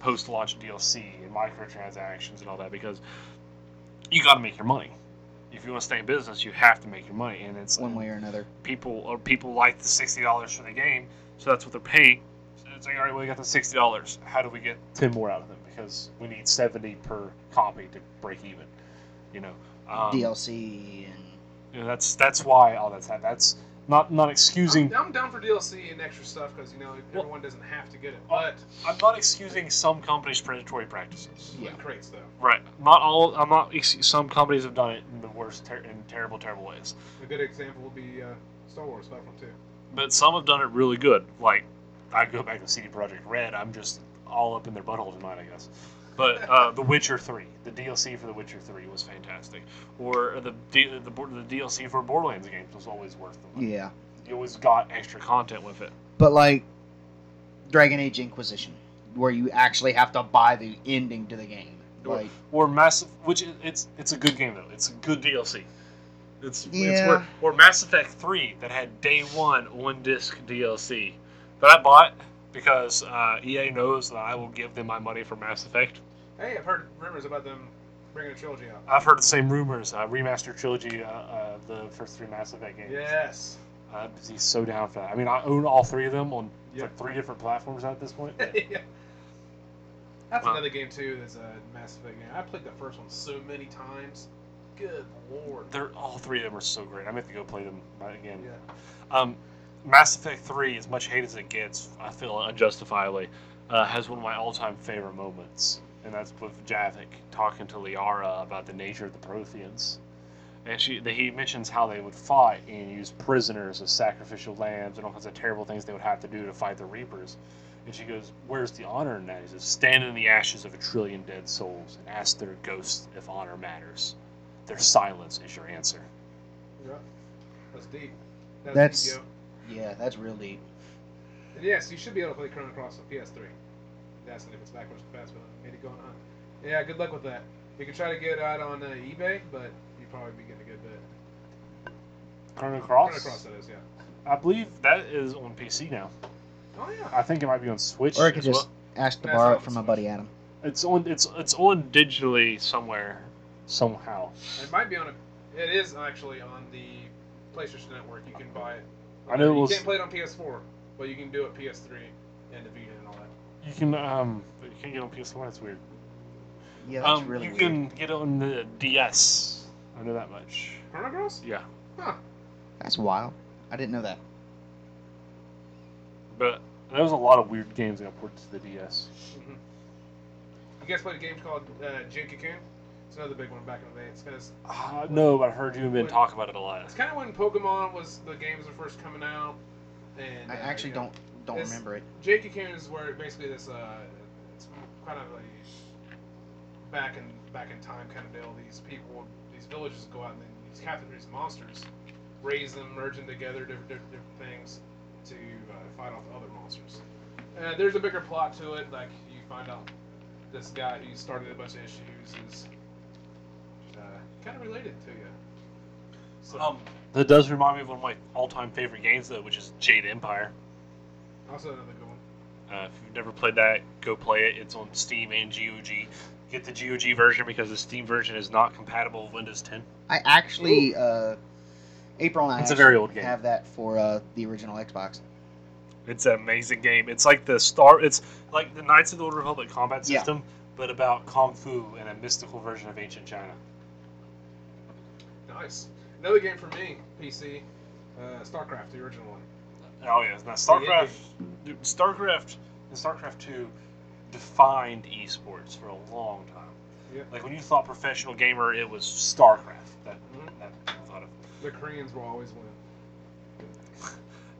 Speaker 2: post-launch dlc and microtransactions and all that because you got to make your money if you want to stay in business you have to make your money and it's
Speaker 4: one way or another.
Speaker 2: people or people like the sixty dollars for the game, so that's what they're paying. So it's like, all right, well, we got the sixty dollars. How do we get ten more out of them? Because we need seventy per copy to break even. You know, um,
Speaker 4: DLC and
Speaker 2: you know, that's that's why all that's happened. That's Not not excusing.
Speaker 1: I'm, I'm down for DLC and extra stuff because you know
Speaker 2: Well-
Speaker 1: everyone doesn't have to get it. But
Speaker 2: I'm not excusing some companies' predatory practices.
Speaker 1: yeah. crates though,
Speaker 2: Right. Not all. I'm not. ex- Some companies have done it in the worst, ter- in terrible, terrible ways.
Speaker 1: a good example would be uh, Star Wars Battlefront 2.
Speaker 2: But some have done it really good. Like I go back to CD Projekt Red. I'm just all up in their butthole tonight, I guess. But uh, The Witcher Three, the DLC for The Witcher Three was fantastic. Or uh, the D- the bo- the DLC for Borderlands games was always worth the money.
Speaker 4: Yeah.
Speaker 2: You always got extra content with it.
Speaker 4: But like Dragon Age Inquisition, where you actually have to buy the ending to the game. Like
Speaker 2: or Mass, which i- it's it's a good game though. It's a good DLC. It's, it's
Speaker 4: Yeah.
Speaker 2: worth, or Mass Effect Three that had day one on disc DLC that I bought because uh, EA knows that I will give them my money for Mass Effect.
Speaker 1: Hey, I've heard rumors about them bringing a trilogy out.
Speaker 2: I've heard the same rumors. Uh, remaster trilogy, uh, uh, the first three Mass Effect games.
Speaker 1: Yes.
Speaker 2: I'd be so down for that. I mean, I own all three of them on
Speaker 1: Yeah.
Speaker 2: like three different platforms at this point. but-
Speaker 1: yeah. That's
Speaker 2: Wow.
Speaker 1: another game too. That's a Mass Effect game. I played the first one so many times. Good lord.
Speaker 2: They're all three of them are so great. I'm gonna have to go play them uh, again.
Speaker 1: Yeah.
Speaker 2: Um, Mass Effect 3, as much hate as it gets, I feel unjustifiably, uh, has one of my all time favorite moments. And that's with Javik talking to Liara about the nature of the Protheans. And she, that he mentions how they would fight and use prisoners as sacrificial lambs and all kinds of terrible things they would have to do to fight the Reapers. And she goes, Where's the honor in that? He says, Stand in the ashes of a trillion dead souls and ask their ghosts if honor matters. Their silence is your answer.
Speaker 1: Yeah. That's deep. That's,
Speaker 4: That's-
Speaker 1: deep, yo.
Speaker 4: yeah, that's real deep.
Speaker 1: And yes, you should be able to play Chrono Cross on PS3. That's if it's backwards compatible. Maybe going on. Yeah, good luck with that. You can try to get it out on uh, eBay, but you'd probably be getting a good bit.
Speaker 2: Chrono
Speaker 1: Chrono Cross, that is, yeah.
Speaker 2: I believe that is on PC now.
Speaker 1: Oh yeah.
Speaker 2: I think it might be on Switch.
Speaker 4: Or I could
Speaker 2: as
Speaker 4: just
Speaker 2: well.
Speaker 4: ask to
Speaker 1: That's
Speaker 4: borrow
Speaker 1: not
Speaker 4: it from my
Speaker 1: so
Speaker 4: buddy Adam.
Speaker 2: It's on. It's it's on digitally somewhere, somehow.
Speaker 1: It might be on a. It is actually on the PlayStation Network. You can buy it.
Speaker 2: I know it
Speaker 1: You
Speaker 2: was-
Speaker 1: can't play it on PS4, but you can do it PS3 and the Vita and all that.
Speaker 2: You can um. but You can't get on PS4. That's weird.
Speaker 4: Yeah, that's
Speaker 2: um,
Speaker 4: really
Speaker 2: you
Speaker 4: weird.
Speaker 2: can get on the DS. I know that much.
Speaker 1: Chrono Cross?
Speaker 2: Yeah,
Speaker 4: That's wild. I didn't know that.
Speaker 2: but there was a lot of weird games that got ported to the DS.
Speaker 1: hmm You guys played a game called uh, Jin Cocoon? It's another big one back in the day. It's because
Speaker 2: Uh, no, but I heard you and Ben
Speaker 1: Wait.
Speaker 2: talk about it a lot.
Speaker 1: it's kind of when Pokemon was the games were first coming out. And
Speaker 4: I
Speaker 1: uh,
Speaker 4: actually
Speaker 1: you know,
Speaker 4: don't don't
Speaker 1: It's-
Speaker 4: remember it.
Speaker 1: Jake Cocoon is where basically this uh, it's kind of like back in back in time kind of deal. These people, these villages go out and then these capture these monsters, raise them, merge them together, different different, different things to uh, fight off the other monsters. Uh, there's a bigger plot to it. Like you find out this guy who started a bunch of issues is uh, kind of related to you. So
Speaker 2: Um, that does remind me of one of my all-time favorite games though, which is Jade Empire.
Speaker 1: also another good one.
Speaker 2: Uh, if you've never played that, go play it. It's on Steam and GOG. Get the GOG version because the Steam version is not compatible with Windows 10.
Speaker 4: I actually uh April and I
Speaker 2: It's a
Speaker 4: actually
Speaker 2: very old game.
Speaker 4: have that for uh, the original Xbox.
Speaker 2: It's an amazing game. It's like the Star. It's like the Knights of the Old Republic combat
Speaker 4: Yeah.
Speaker 2: system, but about kung fu and a mystical version of ancient China.
Speaker 1: Nice. Another game for me, PC, uh, StarCraft, the original one.
Speaker 2: Oh yeah, now
Speaker 1: Yeah,
Speaker 2: StarCraft, dude, StarCraft, and StarCraft Two defined esports for a long time.
Speaker 1: Yeah.
Speaker 2: Like when you thought professional gamer, it was StarCraft that
Speaker 1: Mhm.
Speaker 2: that people thought of.
Speaker 1: The Koreans will always win.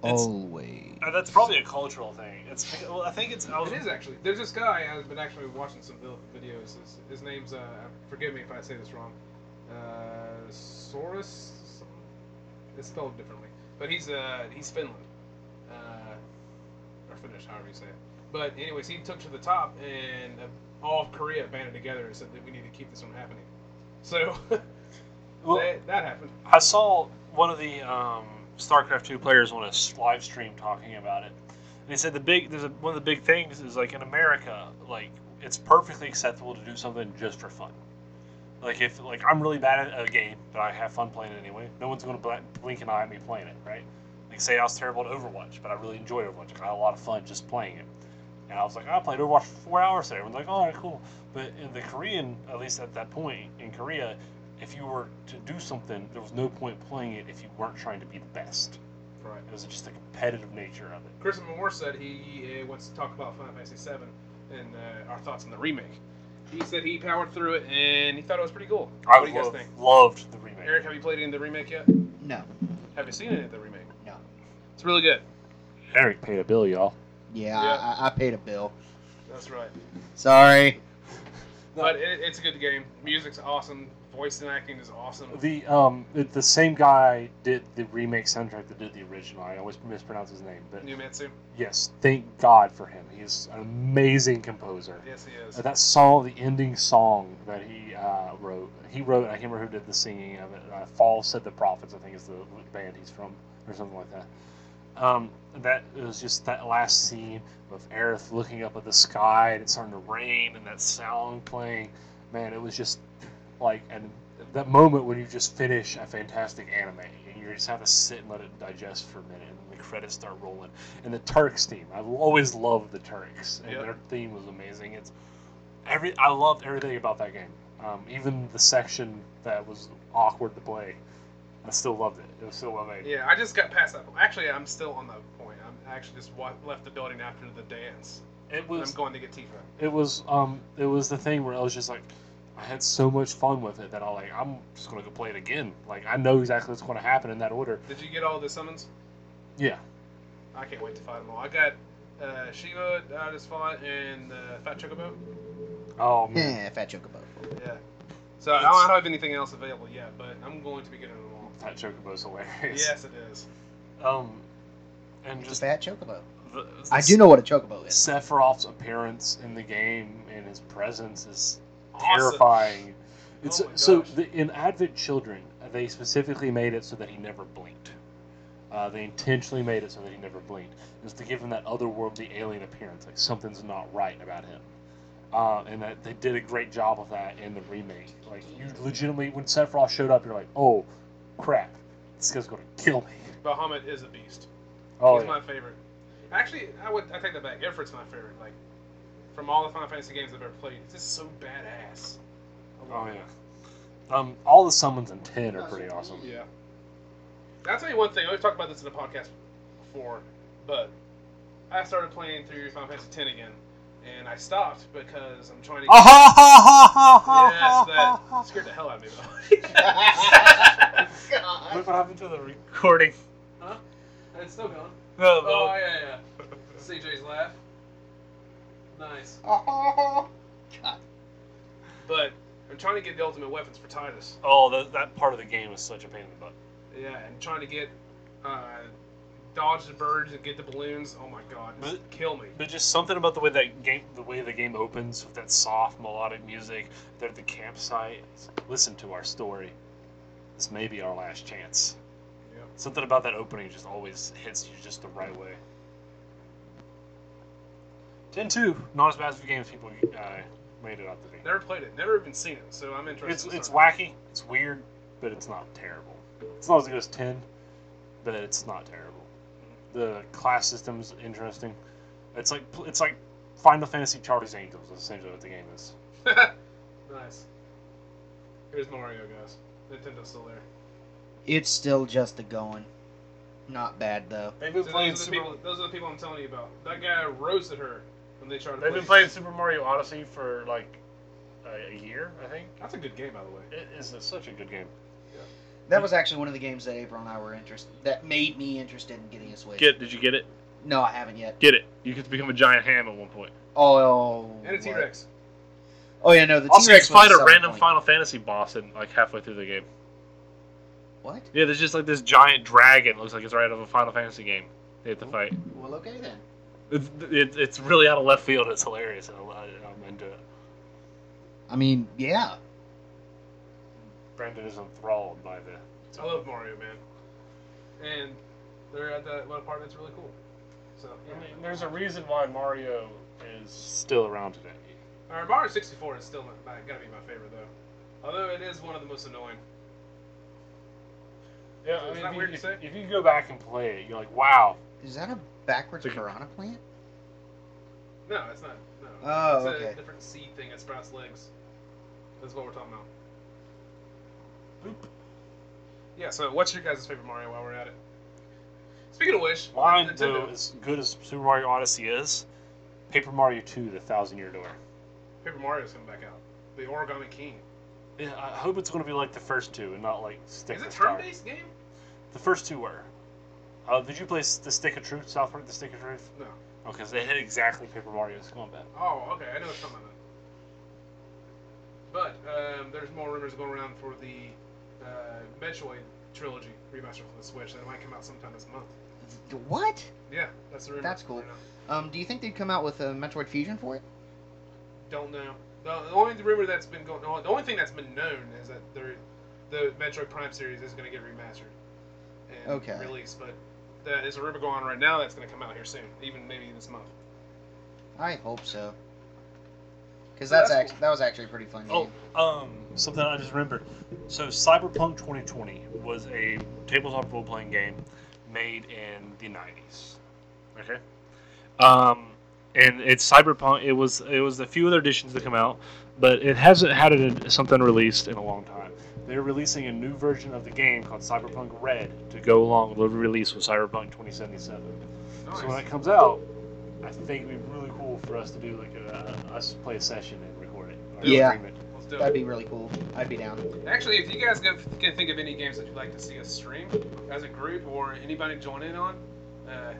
Speaker 2: It's-
Speaker 4: Always.
Speaker 2: Uh, that's probably a cultural thing. It's well, I think it's. I was,
Speaker 1: It is actually. There's this guy I've been actually watching some vil- videos. His, his name's uh, forgive me if I say this wrong. Uh, Soros. It's spelled differently, but he's uh he's Finland, uh, or Finnish, however you say it. But anyways, he took to the top, and uh, all of Korea banded together and said that we need to keep this from happening. So
Speaker 2: well,
Speaker 1: that, that happened.
Speaker 2: I saw one of the um, StarCraft two players on a s- live stream talking about it, and he said the big there's a, one of the big things is like in America, like it's perfectly acceptable to do something just for fun. Like if like I'm really bad at a game, but I have fun playing it anyway. No one's going to blink an eye at me playing it, right? Like say I was terrible at Overwatch, but I really enjoyed Overwatch. I had a lot of fun just playing it. And I was like, I played Overwatch for four hours today. Everyone's like, all right, cool. But in the Korean, at least at that point in Korea, if you were to do something, there was no point playing it if you weren't trying to be the best.
Speaker 1: Right.
Speaker 2: It was just the competitive nature of it.
Speaker 1: Christopher Moore said he uh, wants to talk about Final Fantasy VII and uh, our thoughts on the remake. He said he powered through it and he thought it was pretty cool.
Speaker 2: I
Speaker 1: what do you guys
Speaker 2: love-
Speaker 1: think?
Speaker 2: loved the remake.
Speaker 1: Eric, have you played any of the remake yet?
Speaker 4: No.
Speaker 1: Have you seen any of the remake?
Speaker 4: No.
Speaker 1: It's really good.
Speaker 2: Eric paid a bill, y'all.
Speaker 4: Yeah,
Speaker 1: Yeah.
Speaker 4: I, I paid a bill.
Speaker 1: That's right.
Speaker 4: Sorry.
Speaker 1: But it, it's a good game. Music's awesome. Voice and acting is awesome.
Speaker 2: The um the, the same guy did the remake soundtrack that did the original. I always mispronounce his name, but
Speaker 1: New Mitsu.
Speaker 2: yes, thank God for him. He's an amazing composer.
Speaker 1: Yes, he
Speaker 2: Uh,
Speaker 1: is.
Speaker 2: That song, the ending song that he uh, wrote, he wrote. I can't remember who did the singing of it. Uh, Fall said the prophets, I think is the band he's from, or something like that. Um, that it was just that last scene with Aerith looking up at the sky and it's starting to rain and that sound playing. Man, it was just like and that moment when you just finish a fantastic anime and you just have to sit and let it digest for a minute and the credits start rolling. And the Turks theme, I've always loved the Turks and
Speaker 1: Yep.
Speaker 2: their theme was amazing. It's every I loved everything about that game. Um, even the section that was awkward to play, I still loved it. It was still well made.
Speaker 1: Yeah, I just got past that. point. Actually, I'm still on that point. I'm I actually just wa- left the building after the dance.
Speaker 2: It
Speaker 1: And
Speaker 2: was
Speaker 1: I'm going to get Tifa.
Speaker 2: it was um it was the thing where I was just like I had so much fun with it that I like I'm just gonna go play it again. Like I know exactly what's gonna happen in that order.
Speaker 1: Did you get all the summons?
Speaker 2: Yeah.
Speaker 1: I can't wait to fight them all. I got uh, Shiva that I just fought and uh, Fat Chocobo.
Speaker 2: Oh man.
Speaker 4: Eh, fat chocobo.
Speaker 1: Yeah. So I don't have anything else available yet, but I'm going to be getting them all.
Speaker 2: That chocobo's hilarious.
Speaker 1: Yes, it is.
Speaker 2: Um and
Speaker 4: It's a
Speaker 2: just
Speaker 4: fat chocobo.
Speaker 2: the,
Speaker 4: I do know what a chocobo is.
Speaker 2: Sephiroth's appearance in the game and his presence is
Speaker 1: Awesome.
Speaker 2: terrifying. It's
Speaker 1: Oh my
Speaker 2: so
Speaker 1: gosh.
Speaker 2: the, in Advent Children, they specifically made it so that he never blinked. Uh, they intentionally made it so that he never blinked, is to give him that otherworldly alien appearance, like something's not right about him. Uh, and that they did a great job of that in the remake. Like you legitimately, when Sephiroth showed up, you're like, oh crap, this guy's gonna kill me.
Speaker 1: Bahamut is a beast.
Speaker 2: Oh,
Speaker 1: He's
Speaker 2: yeah.
Speaker 1: my favorite. Actually, I would I take that back. Ifrit's my favorite. Like from all the Final Fantasy games I've ever played, it's just so badass. I
Speaker 2: oh
Speaker 1: love it.
Speaker 2: yeah. Um, all the summons in ten are pretty awesome.
Speaker 1: Yeah. I'll tell you one thing. We've talked about this in the podcast before, but I started playing through Final Fantasy X again, and I stopped because I'm trying to. Get... Yes, that scared the hell out of me though.
Speaker 2: What happened to the recording?
Speaker 1: it's still going.
Speaker 2: No,
Speaker 1: Oh yeah, yeah. CJ's laugh. Nice, but I'm trying to get the ultimate weapons for Titus.
Speaker 2: oh that, that part of the game is such a pain in the butt.
Speaker 1: Yeah, and trying to get uh, dodge the birds and get the balloons. Oh my god, this
Speaker 2: But-
Speaker 1: kill me.
Speaker 2: But just something about the way that game, the way the game opens with that soft melodic music. They're at the campsite. Listen to our story. This may be our last chance.
Speaker 1: Yep.
Speaker 2: Something about that opening just always hits you just the right way. Ten two, not as bad as the games people uh, made it out to be.
Speaker 1: Never played it. Never even seen it. So I'm interested.
Speaker 2: It's
Speaker 1: in
Speaker 2: it's
Speaker 1: starting.
Speaker 2: wacky, it's weird, but it's not terrible. It's not as good as ten, but it's not terrible. The class system's interesting. It's like it's like Final Fantasy Charlie's Angels. That's essentially what the game is.
Speaker 1: nice. Here's Mario, guys. Nintendo's still there.
Speaker 4: It's still just a going. Not bad though.
Speaker 2: They've been
Speaker 1: So
Speaker 2: playing
Speaker 1: those, are the
Speaker 2: Super.
Speaker 1: people, those are the people I'm telling you about. That guy roasted her when they tried to
Speaker 2: They've
Speaker 1: play.
Speaker 2: been playing Super Mario Odyssey for like a, a year, I think.
Speaker 1: That's a good game, by the way.
Speaker 2: It is a- such a good game.
Speaker 4: That was actually one of the games that April and I were interested. That made me interested in getting a Switch.
Speaker 6: Get? Did you get it?
Speaker 4: No, I haven't yet.
Speaker 6: Get it. You could become a giant ham at one point.
Speaker 4: Oh.
Speaker 1: And a
Speaker 4: what?
Speaker 1: T Rex.
Speaker 4: Oh yeah, no. The
Speaker 6: Also, you
Speaker 4: T-Rex
Speaker 6: can fight
Speaker 4: was
Speaker 6: a
Speaker 4: selling
Speaker 6: random
Speaker 4: point.
Speaker 6: Final Fantasy boss in like halfway through the game.
Speaker 4: What?
Speaker 6: Yeah, there's just like this giant dragon. Looks like it's right out of a Final Fantasy game. They have to fight.
Speaker 4: Well, okay then.
Speaker 6: It's, it, it's really out of left field. It's hilarious. and I- I- I'm into it.
Speaker 4: I mean, yeah.
Speaker 2: Brandon is enthralled by the.
Speaker 1: I love Mario, man. And they're at that one part that's really cool. So, yeah.
Speaker 2: I mean, there's a reason why Mario is still around today.
Speaker 1: All right, Mario 64 is still my, my- gotta be my favorite though. Although it is one of the most annoying.
Speaker 2: Yeah,
Speaker 1: So
Speaker 2: I
Speaker 1: it's
Speaker 2: mean,
Speaker 1: not
Speaker 2: if,
Speaker 1: weird
Speaker 2: you,
Speaker 1: to say?
Speaker 2: if you go back and play it, you're like, wow,
Speaker 4: Is that a backwards
Speaker 6: It's a-
Speaker 4: piranha plant?
Speaker 1: No, it's not. No.
Speaker 4: Oh,
Speaker 1: it's a
Speaker 4: okay.
Speaker 1: different seed thing that sprouts legs. That's what we're talking about. Yeah. So, what's your guys' favorite Mario while we're at it? Speaking of which,
Speaker 2: Mine,
Speaker 1: Nintendo.
Speaker 2: though, as good as Super Mario Odyssey is, Paper Mario 2, The Thousand Year Door.
Speaker 1: Paper Mario's coming back out. The Origami King.
Speaker 2: Yeah, I hope it's going to be like the first two and not like Stick
Speaker 1: Is
Speaker 2: of
Speaker 1: it
Speaker 2: Star.
Speaker 1: turn-based game?
Speaker 2: The first two were. Uh, did you play s- the Stick of Truth, South Park, the Stick of Truth?
Speaker 1: No.
Speaker 2: Okay, so they hit exactly Paper Mario's combat.
Speaker 1: Oh, okay. I know it's something. But um, there's more rumors going around for the uh, Metroid trilogy remaster for the Switch that might come out sometime this month.
Speaker 4: What?
Speaker 1: Yeah, that's the rumor.
Speaker 4: That's cool.
Speaker 1: Right now.
Speaker 4: Um, do you think they'd come out with a Metroid Fusion for it?
Speaker 1: Don't know. The, the only rumor that's been going, on, the only thing that's been known is that there, the Metroid Prime series is going to get remastered and
Speaker 4: Okay.
Speaker 1: released. But that is a rumor going on right now that's going to come out here soon, even maybe this month.
Speaker 4: I hope so. Because
Speaker 1: So
Speaker 4: that's,
Speaker 1: that's
Speaker 4: act
Speaker 1: cool.
Speaker 4: that was actually a pretty fun
Speaker 2: Oh,
Speaker 4: game.
Speaker 2: um, something I just remembered. So, Cyberpunk 2020 was a tabletop role playing game made in the 90s. Okay. Um, and it's Cyberpunk. It was it was a few other editions that come out, but it hasn't had it, something released in a long time. They're releasing a new version of the game called Cyberpunk Red to go along with the release with Cyberpunk 2077.
Speaker 1: Nice.
Speaker 2: So when it comes out, I think it'd be really cool for us to do like a uh, us play a session and record it. or
Speaker 4: Yeah.
Speaker 2: stream it.
Speaker 1: Let's do
Speaker 4: That'd
Speaker 1: it.
Speaker 4: be really cool. I'd be down.
Speaker 1: Actually, if you guys can can think of any games that you'd like to see us stream as a group or anybody join in on, uh,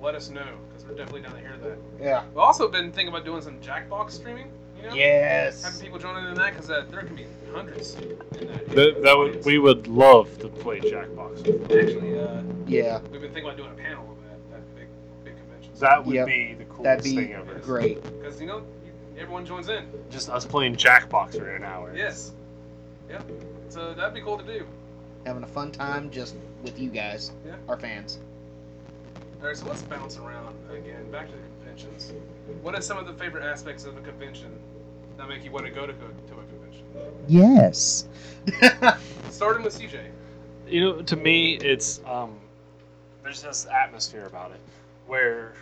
Speaker 1: let us know because we're definitely down to hear that.
Speaker 4: Yeah.
Speaker 1: We've also been thinking about doing some Jackbox streaming. You know, having
Speaker 4: Yes.
Speaker 1: people join in on that because uh, there can be hundreds. In that.
Speaker 2: That, that would we would love to play Jackbox.
Speaker 1: actually. Uh,
Speaker 4: Yeah.
Speaker 1: We've been thinking about doing a panel of that, that big, big convention.
Speaker 2: That would
Speaker 4: Yep.
Speaker 2: be the coolest
Speaker 4: That'd be
Speaker 2: thing ever.
Speaker 4: great.
Speaker 1: Because, you know, you- everyone joins in.
Speaker 2: Just us playing Jackbox for an hour.
Speaker 1: Yes. Yep. So that'd be cool to do.
Speaker 4: Having a fun time just with you guys,
Speaker 1: Yeah.
Speaker 4: our fans.
Speaker 1: All right, so let's bounce around again. Back to the conventions. What are some of the favorite aspects of a convention that make you want to go to, go to a convention?
Speaker 4: Yes.
Speaker 1: Starting with CJ.
Speaker 2: You know, to me, it's um, there's this atmosphere about it where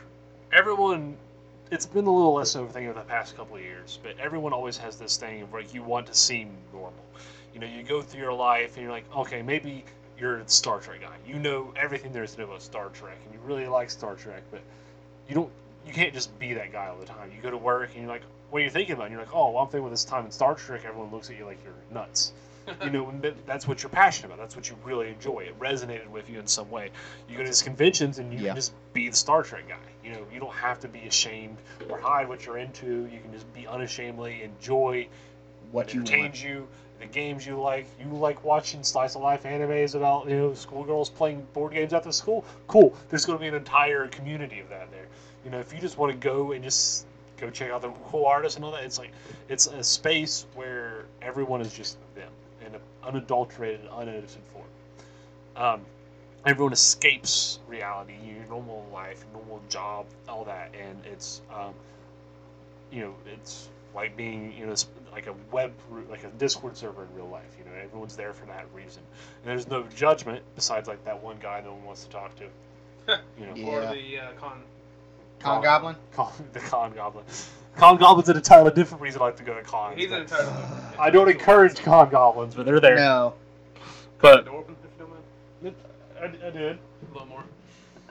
Speaker 2: everyone. It's been a little less of a thing over the past couple of years, but everyone always has this thing of like you want to seem normal. You know, you go through your life and you're like, okay, maybe you're the Star Trek guy. You know everything there is to know about Star Trek, and you really like Star Trek, but you don't. You can't just be that guy all the time. You go to work and you're like, what are you thinking about? And you're like, oh, well, I'm thinking about this time in Star Trek. Everyone looks at you like you're nuts. you know, and that- that's what you're passionate about. That's what you really enjoy. It resonated with you in some way. You go to these conventions and you
Speaker 4: Yeah.
Speaker 2: can just be the Star Trek guy. You know, you don't have to be ashamed or hide what you're into. You can just be unashamedly enjoy
Speaker 4: What you want.
Speaker 2: entertains you, the games you like. You like watching slice of life animes about you know schoolgirls playing board games after school. Cool. There's going to be an entire community of that there. You know, if you just want to go and just go check out the cool artists and all that, it's like it's a space where everyone is just them in an unadulterated, unedited form. Um, everyone escapes reality, your normal life, normal job, all that, and it's um, you know it's like being you know s- like a web like a Discord server in real life. You know everyone's there for that reason, and there's no judgment besides like that one guy no one wants to talk to. You know,
Speaker 1: Or
Speaker 4: Yeah.
Speaker 1: the uh, con.
Speaker 4: Con Goblin?
Speaker 2: con, the con goblin. Con goblins an entirely different reason I like to go to cons.
Speaker 1: He's an
Speaker 2: but
Speaker 1: entire.
Speaker 2: I don't encourage con goblins, but they're there.
Speaker 4: No.
Speaker 2: But
Speaker 1: Door open, if you don't mind.
Speaker 2: I, I did.
Speaker 1: A little more.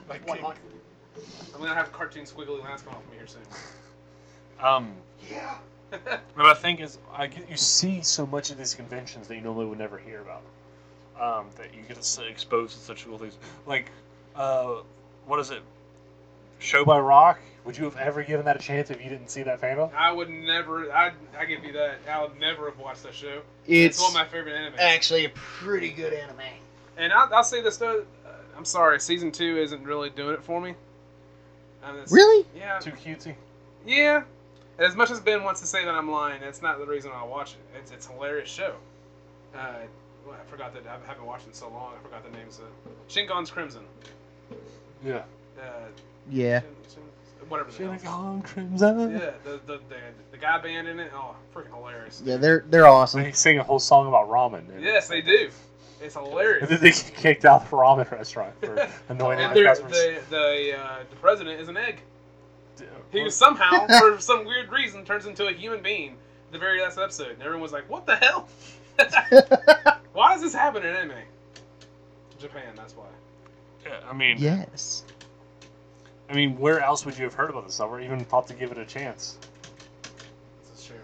Speaker 2: Like,
Speaker 1: One more. I'm gonna have cartoon squiggly lines come off me here soon.
Speaker 2: um,
Speaker 4: Yeah.
Speaker 2: But I think is I get, you see so much of these conventions that you normally would never hear about. Um, that you get s- exposed to such cool things. Like, uh, what is it? Show by Rock. Would you have ever given that a chance if you didn't see that panel?
Speaker 1: I would never. I I give you that. I would never have watched that show. It's,
Speaker 4: It's
Speaker 1: one of my favorite anime.
Speaker 4: actually a pretty good anime.
Speaker 1: And I'll, I'll say this though, uh, I'm sorry, season two isn't really doing it for me. Um, it's-
Speaker 4: Really?
Speaker 1: Yeah.
Speaker 2: Too cutesy.
Speaker 1: Yeah. As much as Ben wants to say that I'm lying, that's not the reason I watch it. It's it's a hilarious show. Uh, well, I forgot that I haven't watched it in so long. I forgot the names of Shingon's Crimson.
Speaker 2: Yeah.
Speaker 1: Uh,
Speaker 4: Yeah.
Speaker 1: Shin- Shin- whatever. The hell.
Speaker 2: Shinnegan "Oh, Crimson.
Speaker 1: Yeah. The the, the the guy band in it. Oh, freaking hilarious.
Speaker 4: Yeah, they're they're awesome.
Speaker 2: They sing a whole song about ramen. and-
Speaker 1: Yes, they do. It's
Speaker 2: And
Speaker 1: hilarious.
Speaker 2: then they get kicked out of the ramen restaurant for annoying
Speaker 1: And
Speaker 2: their
Speaker 1: they're-
Speaker 2: customers.
Speaker 1: the the uh, the president is an egg. He
Speaker 2: Or-
Speaker 1: somehow, for some weird reason, turns into a human being the very last episode, and everyone was like, "What the hell? Why is this happening in anime?" Japan, that's why.
Speaker 2: Yeah, I mean,
Speaker 7: Yes.
Speaker 2: I mean, where else would you have heard about this stuff, or even thought to give it a chance?
Speaker 1: This is true.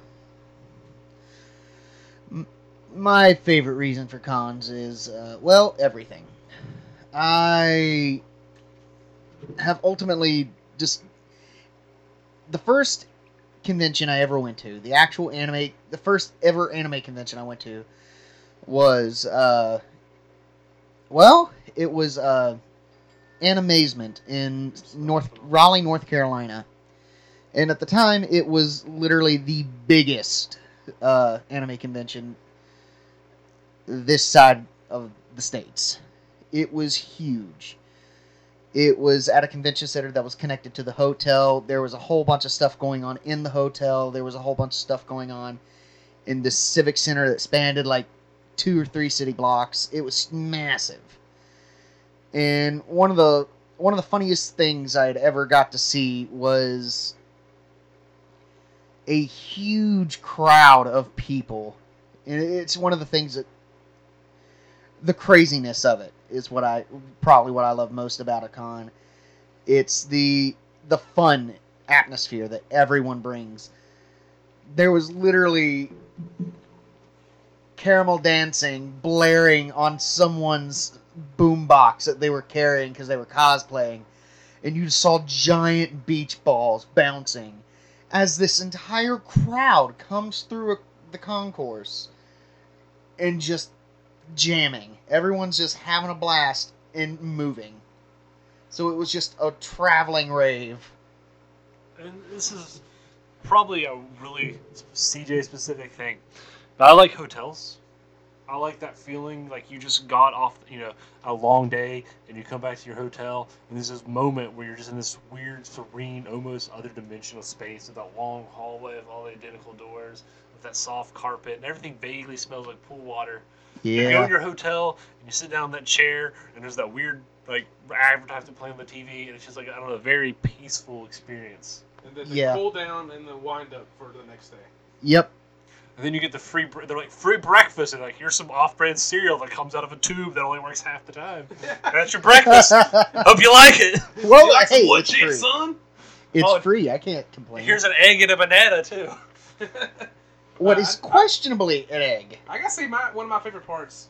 Speaker 4: my favorite reason for cons is uh, well everything i have ultimately just the first convention i ever went to the actual anime the first ever anime convention i went to was uh, well it was uh, animazement in north raleigh north carolina and at the time it was literally the biggest uh, anime convention this side of the states. It was huge. It was at a convention center that was connected to the hotel. There was a whole bunch of stuff going on in the hotel. There was a whole bunch of stuff going on in the civic center that spanned like two or three city blocks. It was massive. And one of the one of the funniest things I had ever got to see was a huge crowd of people and it's one of the things that the craziness of it is what I probably what I love most about a con. It's the the fun atmosphere that everyone brings. There was literally caramel dancing blaring on someone's boombox that they were carrying because they were cosplaying, and you saw giant beach balls bouncing as this entire crowd comes through a, the concourse and just jamming. Everyone's just having a blast and moving. So it was just a traveling rave.
Speaker 2: and this is probably a really CJ specific thing, but I like hotels. I like that feeling like you just got off, you know, a long day and you come back to your hotel and there's this moment where you're just in this weird, serene, almost other dimensional space with that long hallway of all the identical doors, with that soft carpet and everything vaguely smells like pool water. You go in your hotel and you sit down in that chair and there's that weird like advertisement playing on the TV and it's just like I don't know, a very peaceful experience.
Speaker 1: And then the
Speaker 4: Yeah.
Speaker 1: cool down and the wind up for the next day.
Speaker 4: Yep.
Speaker 2: And then you get the free. br- They're like free breakfast, and like here's some off-brand cereal that comes out of a tube that only works half the time. That's your breakfast.
Speaker 4: well,
Speaker 2: Hope you like it.
Speaker 4: hey,
Speaker 2: What,
Speaker 4: it's
Speaker 2: gee,
Speaker 4: free.
Speaker 2: son?
Speaker 4: It's
Speaker 2: Oh,
Speaker 4: free. I can't complain.
Speaker 2: Here's an egg and a banana too.
Speaker 4: what is questionably an egg.
Speaker 1: I gotta say, my one of my favorite parts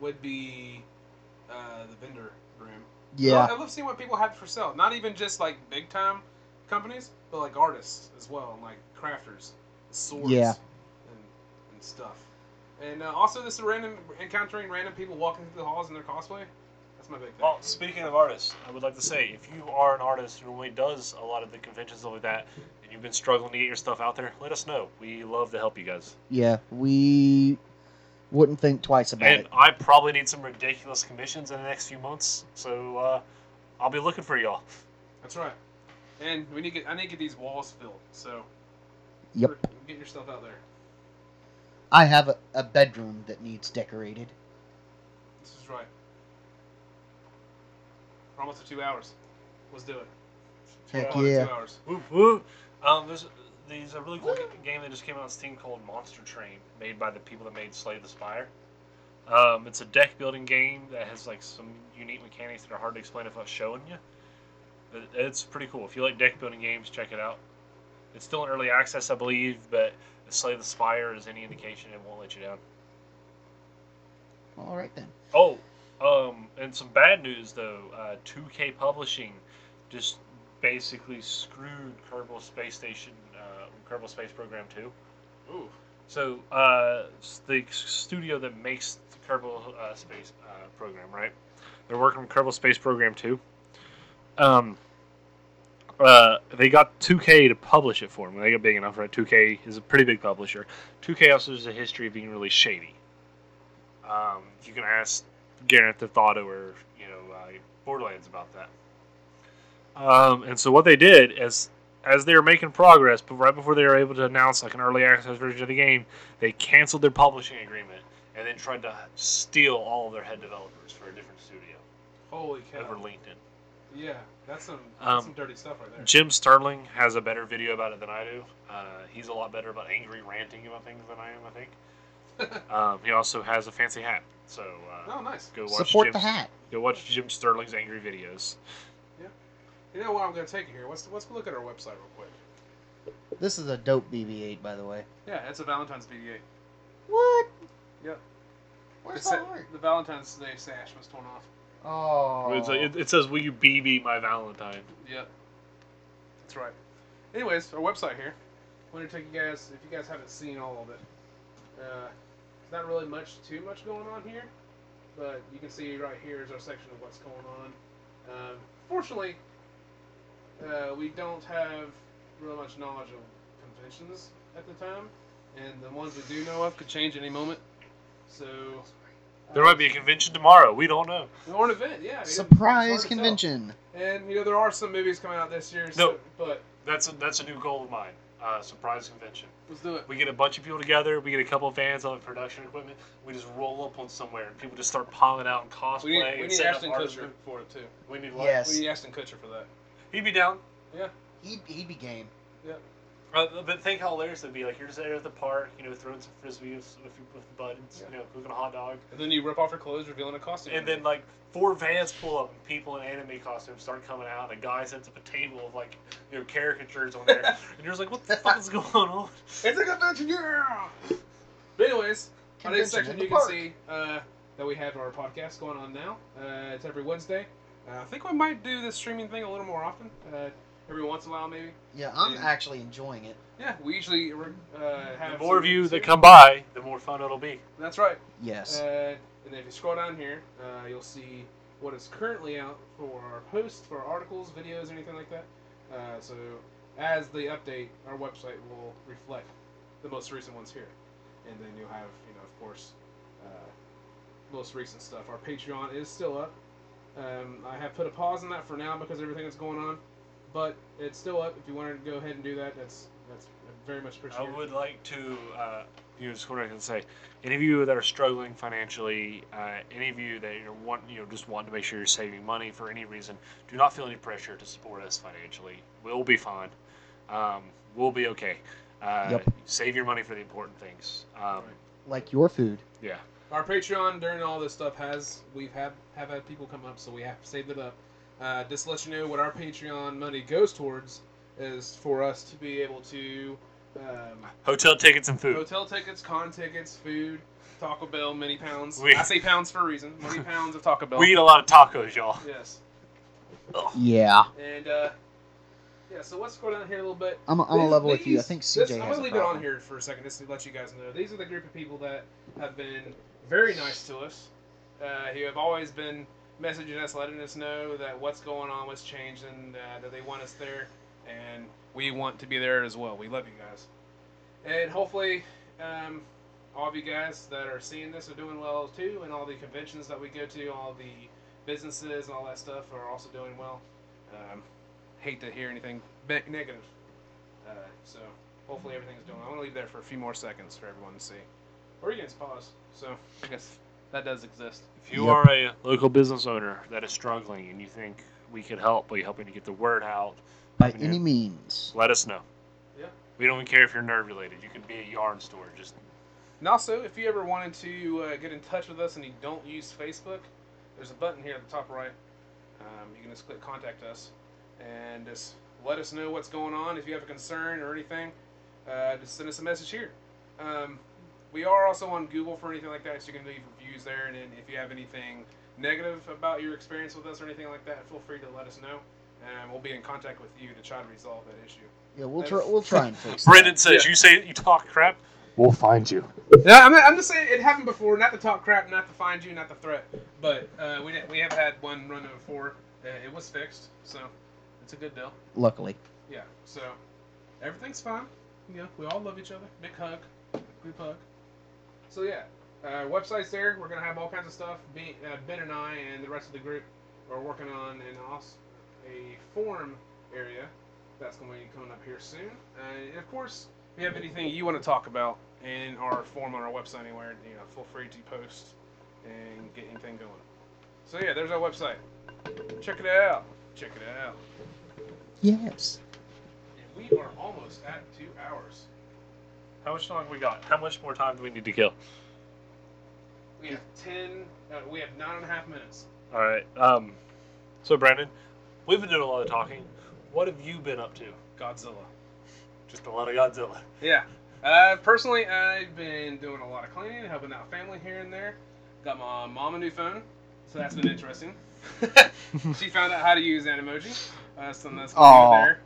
Speaker 1: would be uh, the vendor room.
Speaker 4: Yeah.
Speaker 1: I love seeing what people have for sale. Not even just like big time companies, but like artists as well, and like crafters, swords,
Speaker 4: Yeah.
Speaker 1: and, and stuff. And uh, also, this random encountering random people walking through the halls in their cosplay. That's my big thing.
Speaker 2: Well, speaking of artists, I would like to say if you are an artist who really does a lot of the conventions stuff like that, and you've been struggling to get your stuff out there, let us know. We love to help you guys.
Speaker 4: Yeah. We wouldn't think twice about
Speaker 2: And
Speaker 4: it.
Speaker 2: I probably need some ridiculous commissions in the next few months, so uh, I'll be looking for y'all.
Speaker 1: That's right. And we need to get, I need to get these walls filled. So
Speaker 4: Yep.
Speaker 1: get yourself out there.
Speaker 4: I have a, a bedroom that needs decorated.
Speaker 1: This is right. We're almost at two hours. Let's do it.
Speaker 2: Uh,
Speaker 4: Heck
Speaker 1: We're almost at
Speaker 4: yeah.
Speaker 1: Two hours.
Speaker 2: Whoop whoop. Um, there's there's a really cool g- game that just came out on Steam called Monster Train, made by the people that made Slay the Spire. Um, it's a deck building game that has like some unique mechanics that are hard to explain without showing you. But it's pretty cool. If you like deck building games, check it out. It's still in early access, I believe, but if Slay the Spire is any indication, it won't let you down.
Speaker 4: All right then.
Speaker 2: Oh, um, and some bad news though. Uh, 2K Publishing just basically screwed Kerbal Space Station, uh, Kerbal Space Program 2.
Speaker 1: Ooh.
Speaker 2: So uh, s- the s- studio that makes the Kerbal uh, Space uh, Program, right? They're working on Kerbal Space Program 2. Um, uh, they got 2K to publish it for them. They got big enough, right? 2K is a pretty big publisher. 2K also has a history of being really shady. Um, you can ask Garrett the Thought or you know uh, Borderlands about that. Um, and so what they did is, as they were making progress, but right before they were able to announce like an early access version of the game, they canceled their publishing agreement and then tried to steal all of their head developers for a different studio
Speaker 1: Holy cow.
Speaker 2: over LinkedIn.
Speaker 1: Yeah, that's some
Speaker 2: Um,
Speaker 1: that's some dirty stuff right there.
Speaker 2: Jim Sterling has a better video about it than I do. Uh, he's a lot better about angry ranting about things than I am. I think. um, he also has a fancy hat. So uh,
Speaker 1: Oh, nice.
Speaker 2: go watch
Speaker 4: Support
Speaker 2: Jim,
Speaker 4: the hat.
Speaker 2: go watch Jim Sterling's angry videos.
Speaker 1: You know what I'm going to take you here? Let's, let's look at our website real quick.
Speaker 3: This is a dope BB-8, by the way.
Speaker 1: Yeah, it's a Valentine's BDA.
Speaker 3: What?
Speaker 1: Yep.
Speaker 3: Where's
Speaker 1: the,
Speaker 3: the
Speaker 1: sa-
Speaker 3: heart?
Speaker 1: the Valentine's Day sash was torn off.
Speaker 3: Oh.
Speaker 2: It's like- it, it says, "Will you BB my Valentine?"
Speaker 1: Yep. That's right. Anyways, our website here. I want to take you guys, if you guys haven't seen all of it, uh, it's not really much, too much going on here, but you can see right here is our section of what's going on. Um, fortunately, uh, we don't have really much knowledge of conventions at the time, and the ones we do know of could change any moment. So
Speaker 2: There might be a convention tomorrow. We don't know.
Speaker 1: or an event, yeah. it's hard
Speaker 3: Surprise
Speaker 1: to tell.
Speaker 3: convention.
Speaker 1: And you know there are some movies coming out this year.
Speaker 2: No.
Speaker 1: So, but
Speaker 2: That's a, that's a new goal of mine. Uh, surprise convention.
Speaker 1: let's do it.
Speaker 2: We get a bunch of people together. We get a couple vans on production equipment. We just roll up on somewhere, and people just start piling out and cosplay
Speaker 1: We need, we
Speaker 2: and
Speaker 1: need Ashton
Speaker 2: setting up art.
Speaker 1: Kutcher for it too.
Speaker 2: We need what?
Speaker 1: We
Speaker 3: Yes.
Speaker 1: need Ashton Kutcher for that.
Speaker 2: He'd be down.
Speaker 3: He'd, he'd be game.
Speaker 2: Uh, but think how hilarious it'd be. Like you're just there at the park, you know, throwing some frisbees with, with the buttons, you know, cooking a hot dog,
Speaker 1: And then you rip off your clothes, revealing a costume.
Speaker 2: and then like four vans pull up, and people in anime costumes start coming out, and a guy sets up a table of like, you know, caricatures on there, and you're just like, what the fuck is going on?
Speaker 1: it's a convention, yeah. But anyways, on
Speaker 3: Convention
Speaker 1: this
Speaker 3: in
Speaker 1: section
Speaker 3: the
Speaker 1: you can
Speaker 3: park.
Speaker 1: see uh, that we have our podcast going on now. Uh, it's every Wednesday. Uh, I think we might do this streaming thing a little more often. Uh, every once in a while, maybe.
Speaker 3: Yeah, I'm
Speaker 1: Yeah.
Speaker 3: actually enjoying it.
Speaker 1: Yeah, we usually uh, have
Speaker 2: The more of
Speaker 1: some-
Speaker 2: you that come by, the more fun it'll be.
Speaker 1: That's right.
Speaker 3: Yes.
Speaker 1: Uh, and if you scroll down here, uh, you'll see what is currently out for our posts, for articles, videos, anything like that. Uh, so as they update, our website will reflect the most recent ones here, and then you'll have, you know, of course, uh, most recent stuff. Our Patreon is still up. Um, I have put a pause on that for now because of everything that's going on, but it's still up. If you wanted to go ahead and do that, that's that's very much
Speaker 2: I
Speaker 1: appreciated.
Speaker 2: would like to, uh, you know, just what I can say. Any of you that are struggling financially, uh, any of you that you know, want, you know, just want to make sure you're saving money for any reason, do not feel any pressure to support us financially. We'll be fine. Um, we'll be okay. Uh,
Speaker 3: Yep.
Speaker 2: Save your money for the important things. Um,
Speaker 1: Right.
Speaker 3: like your food.
Speaker 2: Yeah.
Speaker 1: our Patreon during all this stuff has we've had have had people come up, so we have saved it up. Uh, just to let you know what our Patreon money goes towards is for us to be able to um,
Speaker 2: Hotel tickets and food.
Speaker 1: hotel tickets, con tickets, food, Taco Bell, many pounds.
Speaker 2: We-
Speaker 1: I say pounds for a reason. Many pounds of Taco Bell.
Speaker 2: We eat a lot of tacos, y'all.
Speaker 1: yes,
Speaker 3: Yeah.
Speaker 1: and uh, yeah. So let's go down here a little bit.
Speaker 3: I'm, I'm a
Speaker 1: These-
Speaker 3: level with you. I
Speaker 1: these-
Speaker 3: think
Speaker 1: this-
Speaker 3: CJ has
Speaker 1: I'm
Speaker 3: a
Speaker 1: gonna leave it
Speaker 3: problem.
Speaker 1: on here for a second just to let you guys know. These are the group of people that have been very nice to us. Uh, who have always been messaging us, letting us know that what's going on, what's changed, and uh, that they want us there, and we want to be there as well. We love you guys, and hopefully, um, all of you guys that are seeing this are doing well too, and all the conventions that we go to, all the businesses and all that stuff are also doing well. Um, hate to hear anything be- negative. Uh, so hopefully everything's doing. I'm gonna leave there for a few more seconds for everyone to see. Or you can just pause. So I guess that does exist.
Speaker 2: If you
Speaker 3: Yep.
Speaker 2: are a local business owner that is struggling and you think we could help, we helping to get the word out,
Speaker 3: By
Speaker 2: Yeah.
Speaker 3: any means.
Speaker 2: let us know.
Speaker 1: Yeah.
Speaker 2: We don't even care if you're nerd related. You could be a yarn store. Just
Speaker 1: And also, if you ever wanted to uh, get in touch with us and you don't use Facebook, there's a button here at the top right. Um, you can just click contact us and just let us know what's going on. If you have a concern or anything, uh, just send us a message here. Um, we are also on Google for anything like that, so you can leave reviews there. And then if you have anything negative about your experience with us or anything like that, feel free to let us know. And we'll be in contact with you to try to resolve that issue.
Speaker 3: Yeah, we'll try. We'll try and fix. that.
Speaker 2: Brendan says you say you talk crap. We'll find you.
Speaker 1: Yeah, I'm, I'm just saying it happened before. Not to talk crap, not to find you, not to threat. But uh, we did, we have had one run before. Uh, it was fixed, so it's a good deal.
Speaker 3: Luckily,
Speaker 1: Yeah. So everything's fine. You know, we all love each other. Big hug. Group hug. So yeah, uh, website's there. We're gonna have all kinds of stuff. Be, uh, ben and I and the rest of the group are working on an aus- a forum area that's gonna be coming up here soon. Uh, and of course, if you have anything you want to talk about in our forum on our website anywhere, you know, feel free to post and get anything going. So yeah, there's our website. Check it out. Check it out.
Speaker 3: yes.
Speaker 1: And we are almost at two hours.
Speaker 2: How much longer we got? How much more time do we need to kill?
Speaker 1: We have ten. Uh, we have nine and a half minutes.
Speaker 2: All right. Um, so Brandon, we've been doing a lot of talking. What have you been up to?
Speaker 1: Godzilla.
Speaker 2: Just a lot of Godzilla.
Speaker 1: Yeah. Uh, personally, I've been doing a lot of cleaning, helping out family here and there. Got my mom a new phone, so that's been interesting. she found out how to use Animoji, uh, so that's good
Speaker 4: Aw.
Speaker 1: there.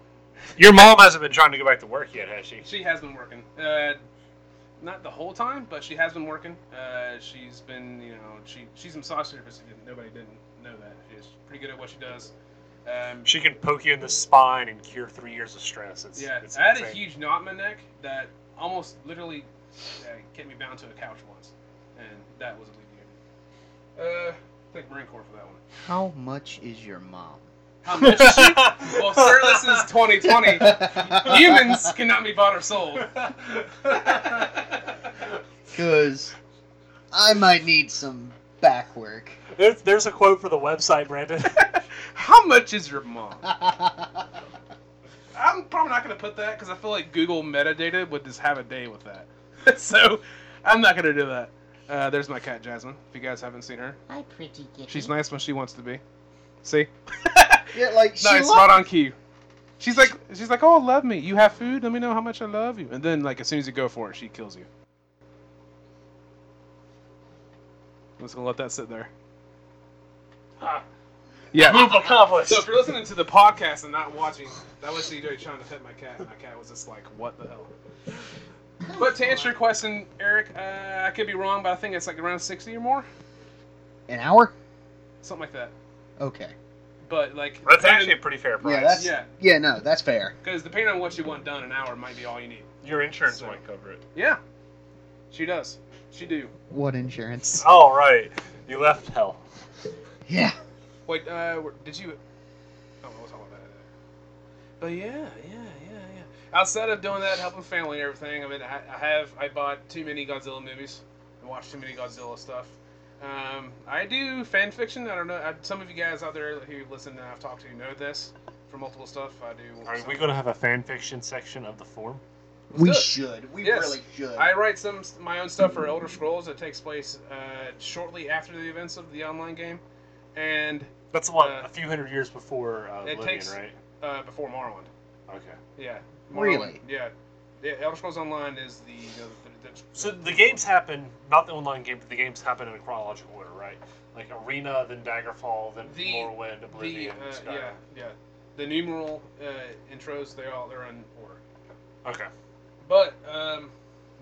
Speaker 2: Your mom hasn't been trying to go back to work yet, has she?
Speaker 1: She has been working. Uh, not the whole time, but she has been working. Uh, she's been, you know, she she's a massage therapist. If you didn't- nobody didn't know that. She's pretty good at what she does. Um,
Speaker 2: She can poke you in the spine and cure three years of stress. It's,
Speaker 1: yeah,
Speaker 2: it's
Speaker 1: I had a
Speaker 2: insane.
Speaker 1: huge knot in my neck that almost literally uh, kept me bound to a couch once, and that was alleviated. Uh, thank Marine Corps for that one.
Speaker 3: How much is your mom?
Speaker 1: How much? is she? well, sir, this is 2020. Humans cannot be bought or sold.
Speaker 3: Because I might need some back work.
Speaker 2: There's, there's a quote for the website, Brandon.
Speaker 1: How much is your mom?
Speaker 3: I
Speaker 1: I'm probably not going to put that because I feel like Google metadata would just have a day with that. so I'm not going to do that. Uh, there's my cat Jasmine. If you guys haven't seen her,
Speaker 8: Hi, pretty kitten.
Speaker 1: she's nice when she wants to be. See,
Speaker 3: Yeah, like she
Speaker 1: nice,
Speaker 3: lo-
Speaker 1: spot on cue. She's like, she's like, oh, love me. You have food. Let me know how much I love you. And then, like, as soon as you go for it, she kills you. I'm just gonna let that sit there.
Speaker 2: Ah.
Speaker 1: Yeah.
Speaker 2: Move accomplished.
Speaker 1: So if you're listening to the podcast and not watching, that was CJ trying to pet my cat, and my cat was just like, "What the hell?" But to answer your question, Eric, uh, I could be wrong, but I think it's like around sixty or more,
Speaker 3: an hour.
Speaker 1: something like that.
Speaker 3: Okay.
Speaker 1: But like,
Speaker 2: That's actually a pretty fair price.
Speaker 3: Yeah, that's
Speaker 1: yeah,
Speaker 3: yeah. yeah, no, that's fair.
Speaker 1: because depending on what you want done, an hour might be all you need.
Speaker 2: Your insurance
Speaker 1: So-
Speaker 2: might cover it.
Speaker 1: Yeah, she does. She do.
Speaker 3: What insurance?
Speaker 2: All Oh, right. You left hell.
Speaker 3: Yeah.
Speaker 1: Wait, uh, where- did you? Oh, we'll talk about that. later. But Oh, yeah, yeah, yeah, yeah. Outside of doing that, helping family and everything, I mean, I, I have I bought too many Godzilla movies and watched too many Godzilla stuff. Um, I do fan fiction. I don't know. I, some of you guys out there who listen and I've talked to know this for multiple stuff. I do.
Speaker 2: Are we going to have a fan fiction section of the form?
Speaker 1: Let's do it.
Speaker 3: should. We
Speaker 1: Yes.
Speaker 3: should.
Speaker 1: I write some my own stuff for Elder Scrolls that takes place uh, shortly after the events of the online game, and
Speaker 2: That's a lot,
Speaker 1: Uh,
Speaker 2: a few hundred years before uh,
Speaker 1: it
Speaker 2: Oblivion,
Speaker 1: takes-
Speaker 2: right?
Speaker 1: uh, before Morrowind.
Speaker 2: Okay.
Speaker 1: Yeah.
Speaker 3: Really?
Speaker 1: Yeah. Yeah, Elder Scrolls Online is the. the, the, the
Speaker 2: So the games happen, not the online game, but the games happen in a chronological order, right? Like Arena, then Daggerfall, then
Speaker 1: The-
Speaker 2: Morrowind,
Speaker 1: the
Speaker 2: Oblivion,
Speaker 1: uh,
Speaker 2: Skyrim.
Speaker 1: yeah yeah the numeral uh, intros they all they're in order.
Speaker 2: Okay.
Speaker 1: But um,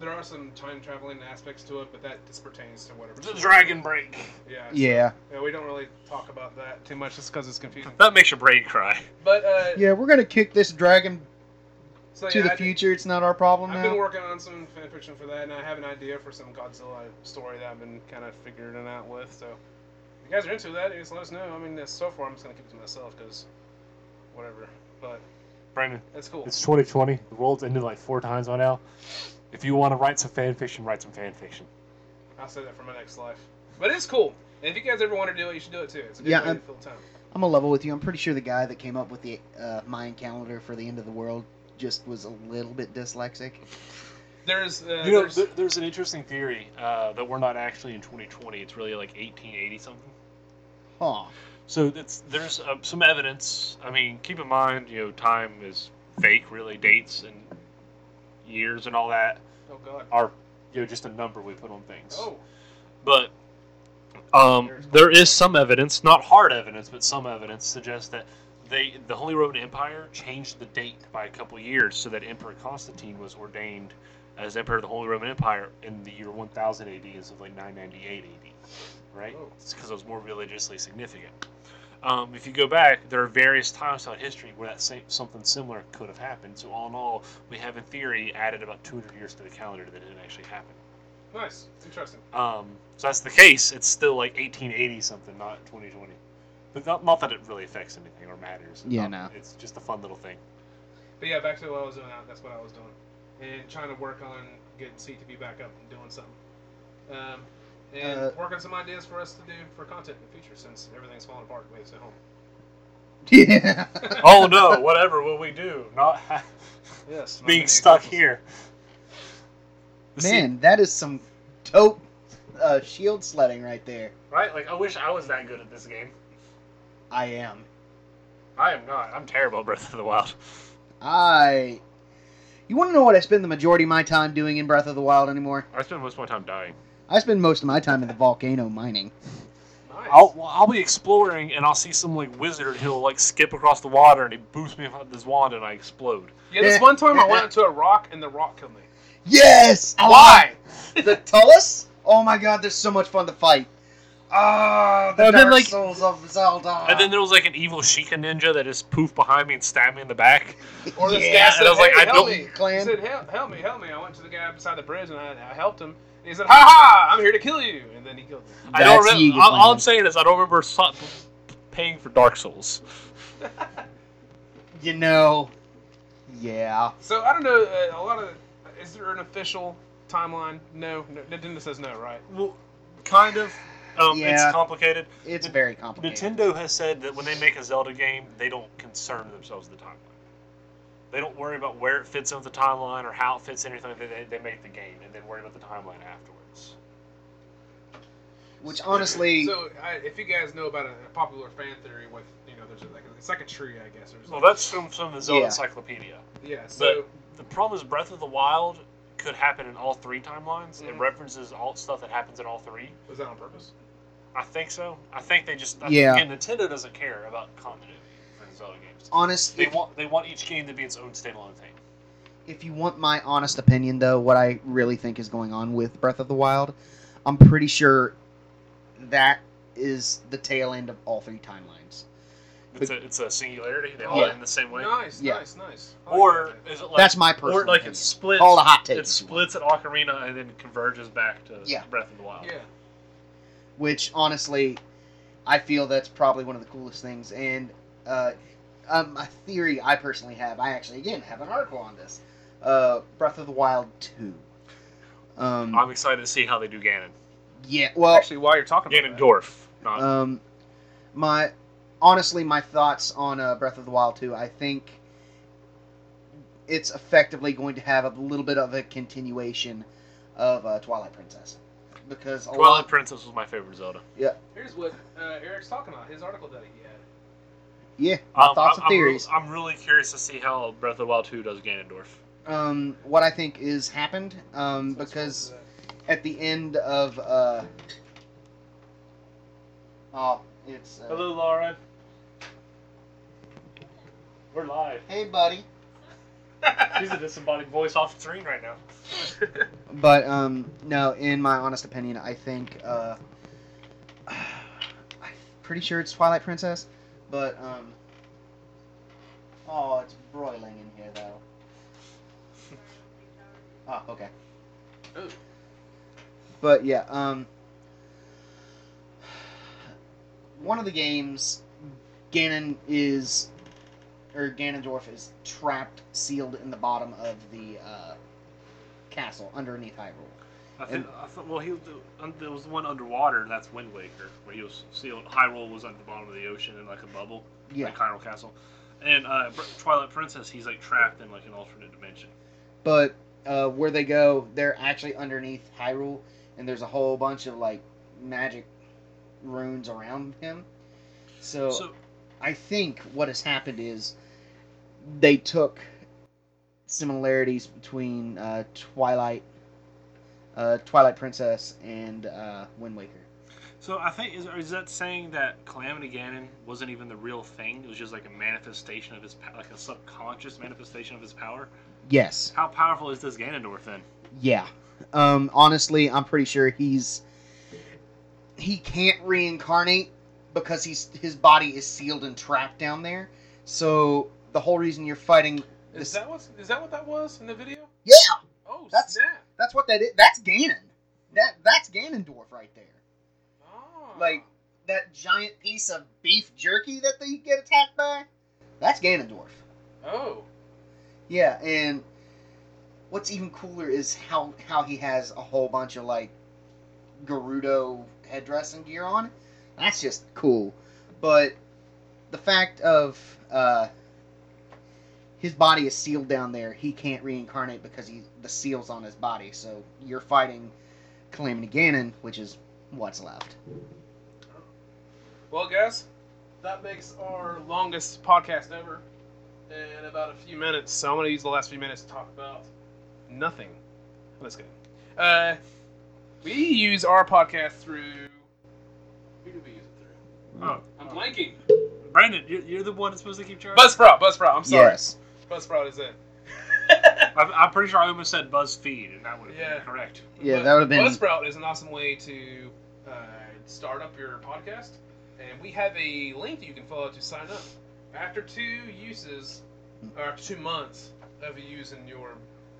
Speaker 1: there are some time traveling aspects to it, but that just pertains to whatever.
Speaker 2: The Dragon Break.
Speaker 1: Yeah.
Speaker 4: Yeah.
Speaker 1: Yeah. We don't really talk about that too much, just because it's confusing.
Speaker 2: That makes your brain cry.
Speaker 1: But uh,
Speaker 4: Yeah, we're gonna kick this dragon
Speaker 1: so
Speaker 4: to
Speaker 1: yeah,
Speaker 4: the
Speaker 1: I did-
Speaker 4: future. It's not our problem
Speaker 1: I've been
Speaker 4: now.
Speaker 1: working on some fan fiction for that, and I have an idea for some Godzilla story that I've been kind of figuring it out with. So, if you guys are into that, just let us know. I mean, so far I'm just gonna keep it to myself because, whatever. But
Speaker 2: Brandon,
Speaker 1: that's cool.
Speaker 2: it's 2020. The world's ended like four times by now. If you want to write some fan fiction, write some fan fiction.
Speaker 1: I'll say that for my next life. But it's cool. And if you guys ever want to do it, you should do it too. It's a good
Speaker 3: Yeah,
Speaker 1: way
Speaker 3: I'm-
Speaker 1: to fill time.
Speaker 3: I'm a level with you. I'm pretty sure the guy that came up with the uh, Mayan calendar for the end of the world just was a little bit dyslexic.
Speaker 1: There's, uh,
Speaker 2: you know,
Speaker 1: there's
Speaker 2: there, there's an interesting theory uh, that we're not actually in 2020. It's really like 1880 something.
Speaker 3: Huh.
Speaker 2: So it's, there's uh, some evidence. I mean, keep in mind, you know, time is fake, really. Dates and years and all that
Speaker 1: oh god,
Speaker 2: are, you know, just a number we put on things.
Speaker 1: oh
Speaker 2: But um, there is some evidence, not hard evidence, but some evidence suggests that they, the Holy Roman Empire changed the date by a couple years so that Emperor Constantine was ordained as Emperor of the Holy Roman Empire in the year 1000 AD instead of like 998 AD, right?
Speaker 1: Oh.
Speaker 2: It's because it was more religiously significant. Um, if you go back, there are various times throughout history where that same, something similar could have happened. So all in all, we have in theory added about 200 years to the calendar that didn't actually happen.
Speaker 1: nice, it's interesting.
Speaker 2: Um, so that's the case. It's still like 1880 something, not 2020. But not, not that it really affects anything or matters.
Speaker 4: Yeah,
Speaker 2: Not- It's just a fun little thing.
Speaker 1: But yeah, back to what I was doing. That's what I was doing, and trying to work on getting CTP back up and doing something, um, and
Speaker 3: Uh,
Speaker 1: work on some ideas for us to do for content in the future since everything's falling apart. We at home.
Speaker 3: Yeah.
Speaker 2: oh no! Whatever will we do? Not ha-
Speaker 1: Yes.
Speaker 2: being stuck here. The
Speaker 3: Man, that is some dope
Speaker 4: uh, shield sledding right there.
Speaker 6: Right? Like, I wish I was that good at this game.
Speaker 4: I am.
Speaker 6: I am not. I'm terrible at Breath of the Wild.
Speaker 4: I. You want to know what I spend the majority of my time doing in Breath of the Wild anymore?
Speaker 8: I spend most of my time dying.
Speaker 4: I spend most of my time in the volcano mining.
Speaker 6: Nice.
Speaker 2: I'll well, I'll be exploring and I'll see some like wizard who'll like skip across the water and he boosts me with his wand and I explode.
Speaker 1: Yeah, this one time I went into a rock and the rock killed me.
Speaker 4: Yes!
Speaker 1: Why?
Speaker 4: the Tullus? Oh my god, they're so much fun to fight. Ah, the
Speaker 2: And then,
Speaker 4: Dark
Speaker 2: like-
Speaker 4: Souls of Zelda.
Speaker 2: And then there was like an evil Sheikah ninja that just poofed behind me and stabbed me in the back.
Speaker 1: Or this guy
Speaker 4: Yeah,
Speaker 1: said,
Speaker 2: and I was like,
Speaker 1: "Hey,
Speaker 2: I
Speaker 1: help
Speaker 2: don't-
Speaker 1: me. He
Speaker 4: Clan.
Speaker 1: said, help, help me, help me. I went to the guy beside the bridge and I, I helped him. And he said, ha ha, I'm here to kill you. And then he killed me.
Speaker 2: I don't
Speaker 4: That's
Speaker 2: remember.
Speaker 4: Yiga
Speaker 2: All, all I'm
Speaker 4: Clan.
Speaker 2: saying is I don't remember so- paying for Dark Souls.
Speaker 4: You know. Yeah.
Speaker 1: So I don't know. Uh, a lot of is there an official timeline? No, no Nintendo says no, right?
Speaker 2: Well, kind of. Um,
Speaker 4: Yeah.
Speaker 2: It's complicated.
Speaker 4: It's very complicated.
Speaker 2: Nintendo has said that when they make a Zelda game, they don't concern themselves with the timeline. They don't worry about where it fits into the timeline or how it fits in anything. They, they, they make the game and then worry about the timeline afterwards.
Speaker 4: Which honestly.
Speaker 1: So I, if you guys know about a, a popular fan theory with you know, there's like it's like a tree, I guess. Or
Speaker 2: Well,
Speaker 1: something.
Speaker 2: that's from, from the Zelda
Speaker 4: Yeah.
Speaker 2: Encyclopedia.
Speaker 1: yeah. So
Speaker 2: The problem is Breath of the Wild could happen in all three timelines. It
Speaker 1: Mhm.
Speaker 2: references all stuff that happens in all three.
Speaker 1: was that on purpose?
Speaker 2: I think so. I think they just I
Speaker 4: Yeah.
Speaker 2: Again, Nintendo doesn't care about continuity for the Zelda games.
Speaker 4: honestly.
Speaker 2: They want they want each game to be its own standalone thing.
Speaker 4: If you want my honest opinion, though, what I really think is going on with Breath of the Wild, I'm pretty sure that is the tail end of all three timelines.
Speaker 2: It's a, it's a singularity. They all
Speaker 4: Yeah.
Speaker 2: end the same way.
Speaker 1: Nice,
Speaker 4: yeah.
Speaker 1: nice, nice. I like
Speaker 2: Or
Speaker 1: that.
Speaker 2: is it like
Speaker 4: That's my personal
Speaker 2: or like
Speaker 4: opinion.
Speaker 2: it splits
Speaker 4: all the hot
Speaker 2: it
Speaker 4: takes.
Speaker 2: splits at Ocarina and then converges back to
Speaker 4: Yeah.
Speaker 2: Breath of the Wild.
Speaker 1: yeah.
Speaker 4: which honestly, I feel that's probably one of the coolest things. And uh, um, a theory I personally have, I actually again have an article on this. Uh, Breath of the Wild two. Um,
Speaker 2: I'm excited to see how they do Ganon.
Speaker 4: yeah, well,
Speaker 1: Actually, while you're talking about that,
Speaker 2: Ganondorf. Not
Speaker 4: um, my honestly, my thoughts on uh, Breath of the Wild two. I think it's effectively going to have a little bit of a continuation of uh, Twilight Princess because a
Speaker 2: Twilight
Speaker 4: lot,
Speaker 2: Princess was my favorite Zelda.
Speaker 1: here's what uh, Eric's talking about. His article that he had.
Speaker 4: yeah, my thoughts
Speaker 2: Um, I'm,
Speaker 4: and theories.
Speaker 2: I'm, re- I'm really curious to see how Breath of the Wild 2 does Ganondorf.
Speaker 4: um, what I think is happened um,
Speaker 1: So it's
Speaker 4: because
Speaker 1: close to
Speaker 4: at the end of uh, oh, it's uh,
Speaker 2: Laura. We're live.
Speaker 4: hey buddy,
Speaker 2: She's a disembodied voice off the screen right now.
Speaker 4: but um, no, in my honest opinion, I think uh, I'm pretty sure it's Twilight Princess, but um, oh, it's broiling in here though. Oh, okay.
Speaker 1: Ooh.
Speaker 4: But yeah, um, one of the games, Ganon is, or Ganondorf is trapped, sealed in the bottom of the uh, castle underneath Hyrule.
Speaker 2: I think, I thought, well, he was, um, there was the one underwater, and that's Wind Waker, where he was sealed. Hyrule was at the bottom of the ocean in like a bubble,
Speaker 4: Yeah,
Speaker 2: like Hyrule Castle. And uh, Br- Twilight Princess, he's like trapped in like an alternate dimension.
Speaker 4: but uh, where they go, they're actually underneath Hyrule, and there's a whole bunch of like magic runes around him.
Speaker 2: So
Speaker 4: I think what has happened is they took similarities between uh, Twilight, uh, Twilight Princess, and uh, Wind Waker.
Speaker 2: So I think is, is that saying that Calamity Ganon wasn't even the real thing? It was just like a manifestation of his po- like a subconscious manifestation of his power.
Speaker 4: Yes.
Speaker 2: How powerful is this Ganondorf then?
Speaker 4: Yeah. Um, honestly, I'm pretty sure he's he can't reincarnate because he's his body is sealed and trapped down there. So the whole reason you're fighting
Speaker 1: that. Is that what is that what that was in the video?
Speaker 4: yeah
Speaker 1: Oh,
Speaker 4: That's-
Speaker 1: snap!
Speaker 4: that's what that is. That's Ganon. That that's Ganondorf right there.
Speaker 1: Oh.
Speaker 4: Like- that giant piece of beef jerky that they get attacked by? That's Ganondorf.
Speaker 1: oh,
Speaker 4: Yeah, and what's even cooler is how how he has a whole bunch of like Gerudo headdress and gear on. That's just cool. But the fact of uh, his body is sealed down there, he can't reincarnate because he the seals on his body. So you're fighting Calamity Ganon, which is what's left.
Speaker 1: Well, guys, that makes our longest podcast ever in about a few minutes. So I'm going to use the last few minutes to talk about nothing. Let's go. Uh, we use our podcast through. Who do we use it through?
Speaker 2: Oh,
Speaker 1: I'm blanking.
Speaker 2: Brandon, you're, you're the one that's supposed to keep track.
Speaker 1: Buzzsprout. Buzzsprout. I'm sorry.
Speaker 4: Yes.
Speaker 1: Buzzsprout is it.
Speaker 2: I'm, I'm pretty sure I almost said BuzzFeed, and that would have
Speaker 1: Yeah.
Speaker 2: been correct.
Speaker 4: Yeah,
Speaker 1: But
Speaker 4: that would have been.
Speaker 1: Buzzsprout is an awesome way to uh, start up your podcast, and we have a link that you can follow to sign up. After two uses, or after two months of using your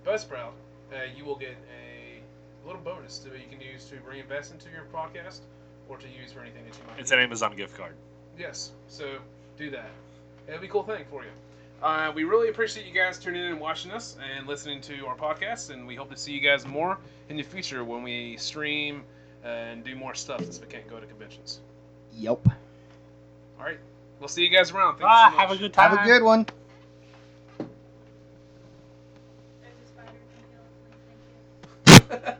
Speaker 1: Buzzsprout, uh, you will get a little bonus that you can use to reinvest into your podcast or to use for anything that you might.
Speaker 2: It's
Speaker 1: need.
Speaker 2: an Amazon gift card.
Speaker 1: Yes, so do that. It'll be a cool thing for you. Uh, we really appreciate you guys tuning in and watching us and listening to our podcast, and we hope to see you guys more in the future when we stream and do more stuff since we can't go to conventions.
Speaker 4: Yep.
Speaker 1: All right, we'll see you guys around. Thank you
Speaker 2: Ah,
Speaker 1: so
Speaker 2: have
Speaker 1: much.
Speaker 2: a good time.
Speaker 4: Have a good one.
Speaker 5: There's a spider in my heel. Please, thank you.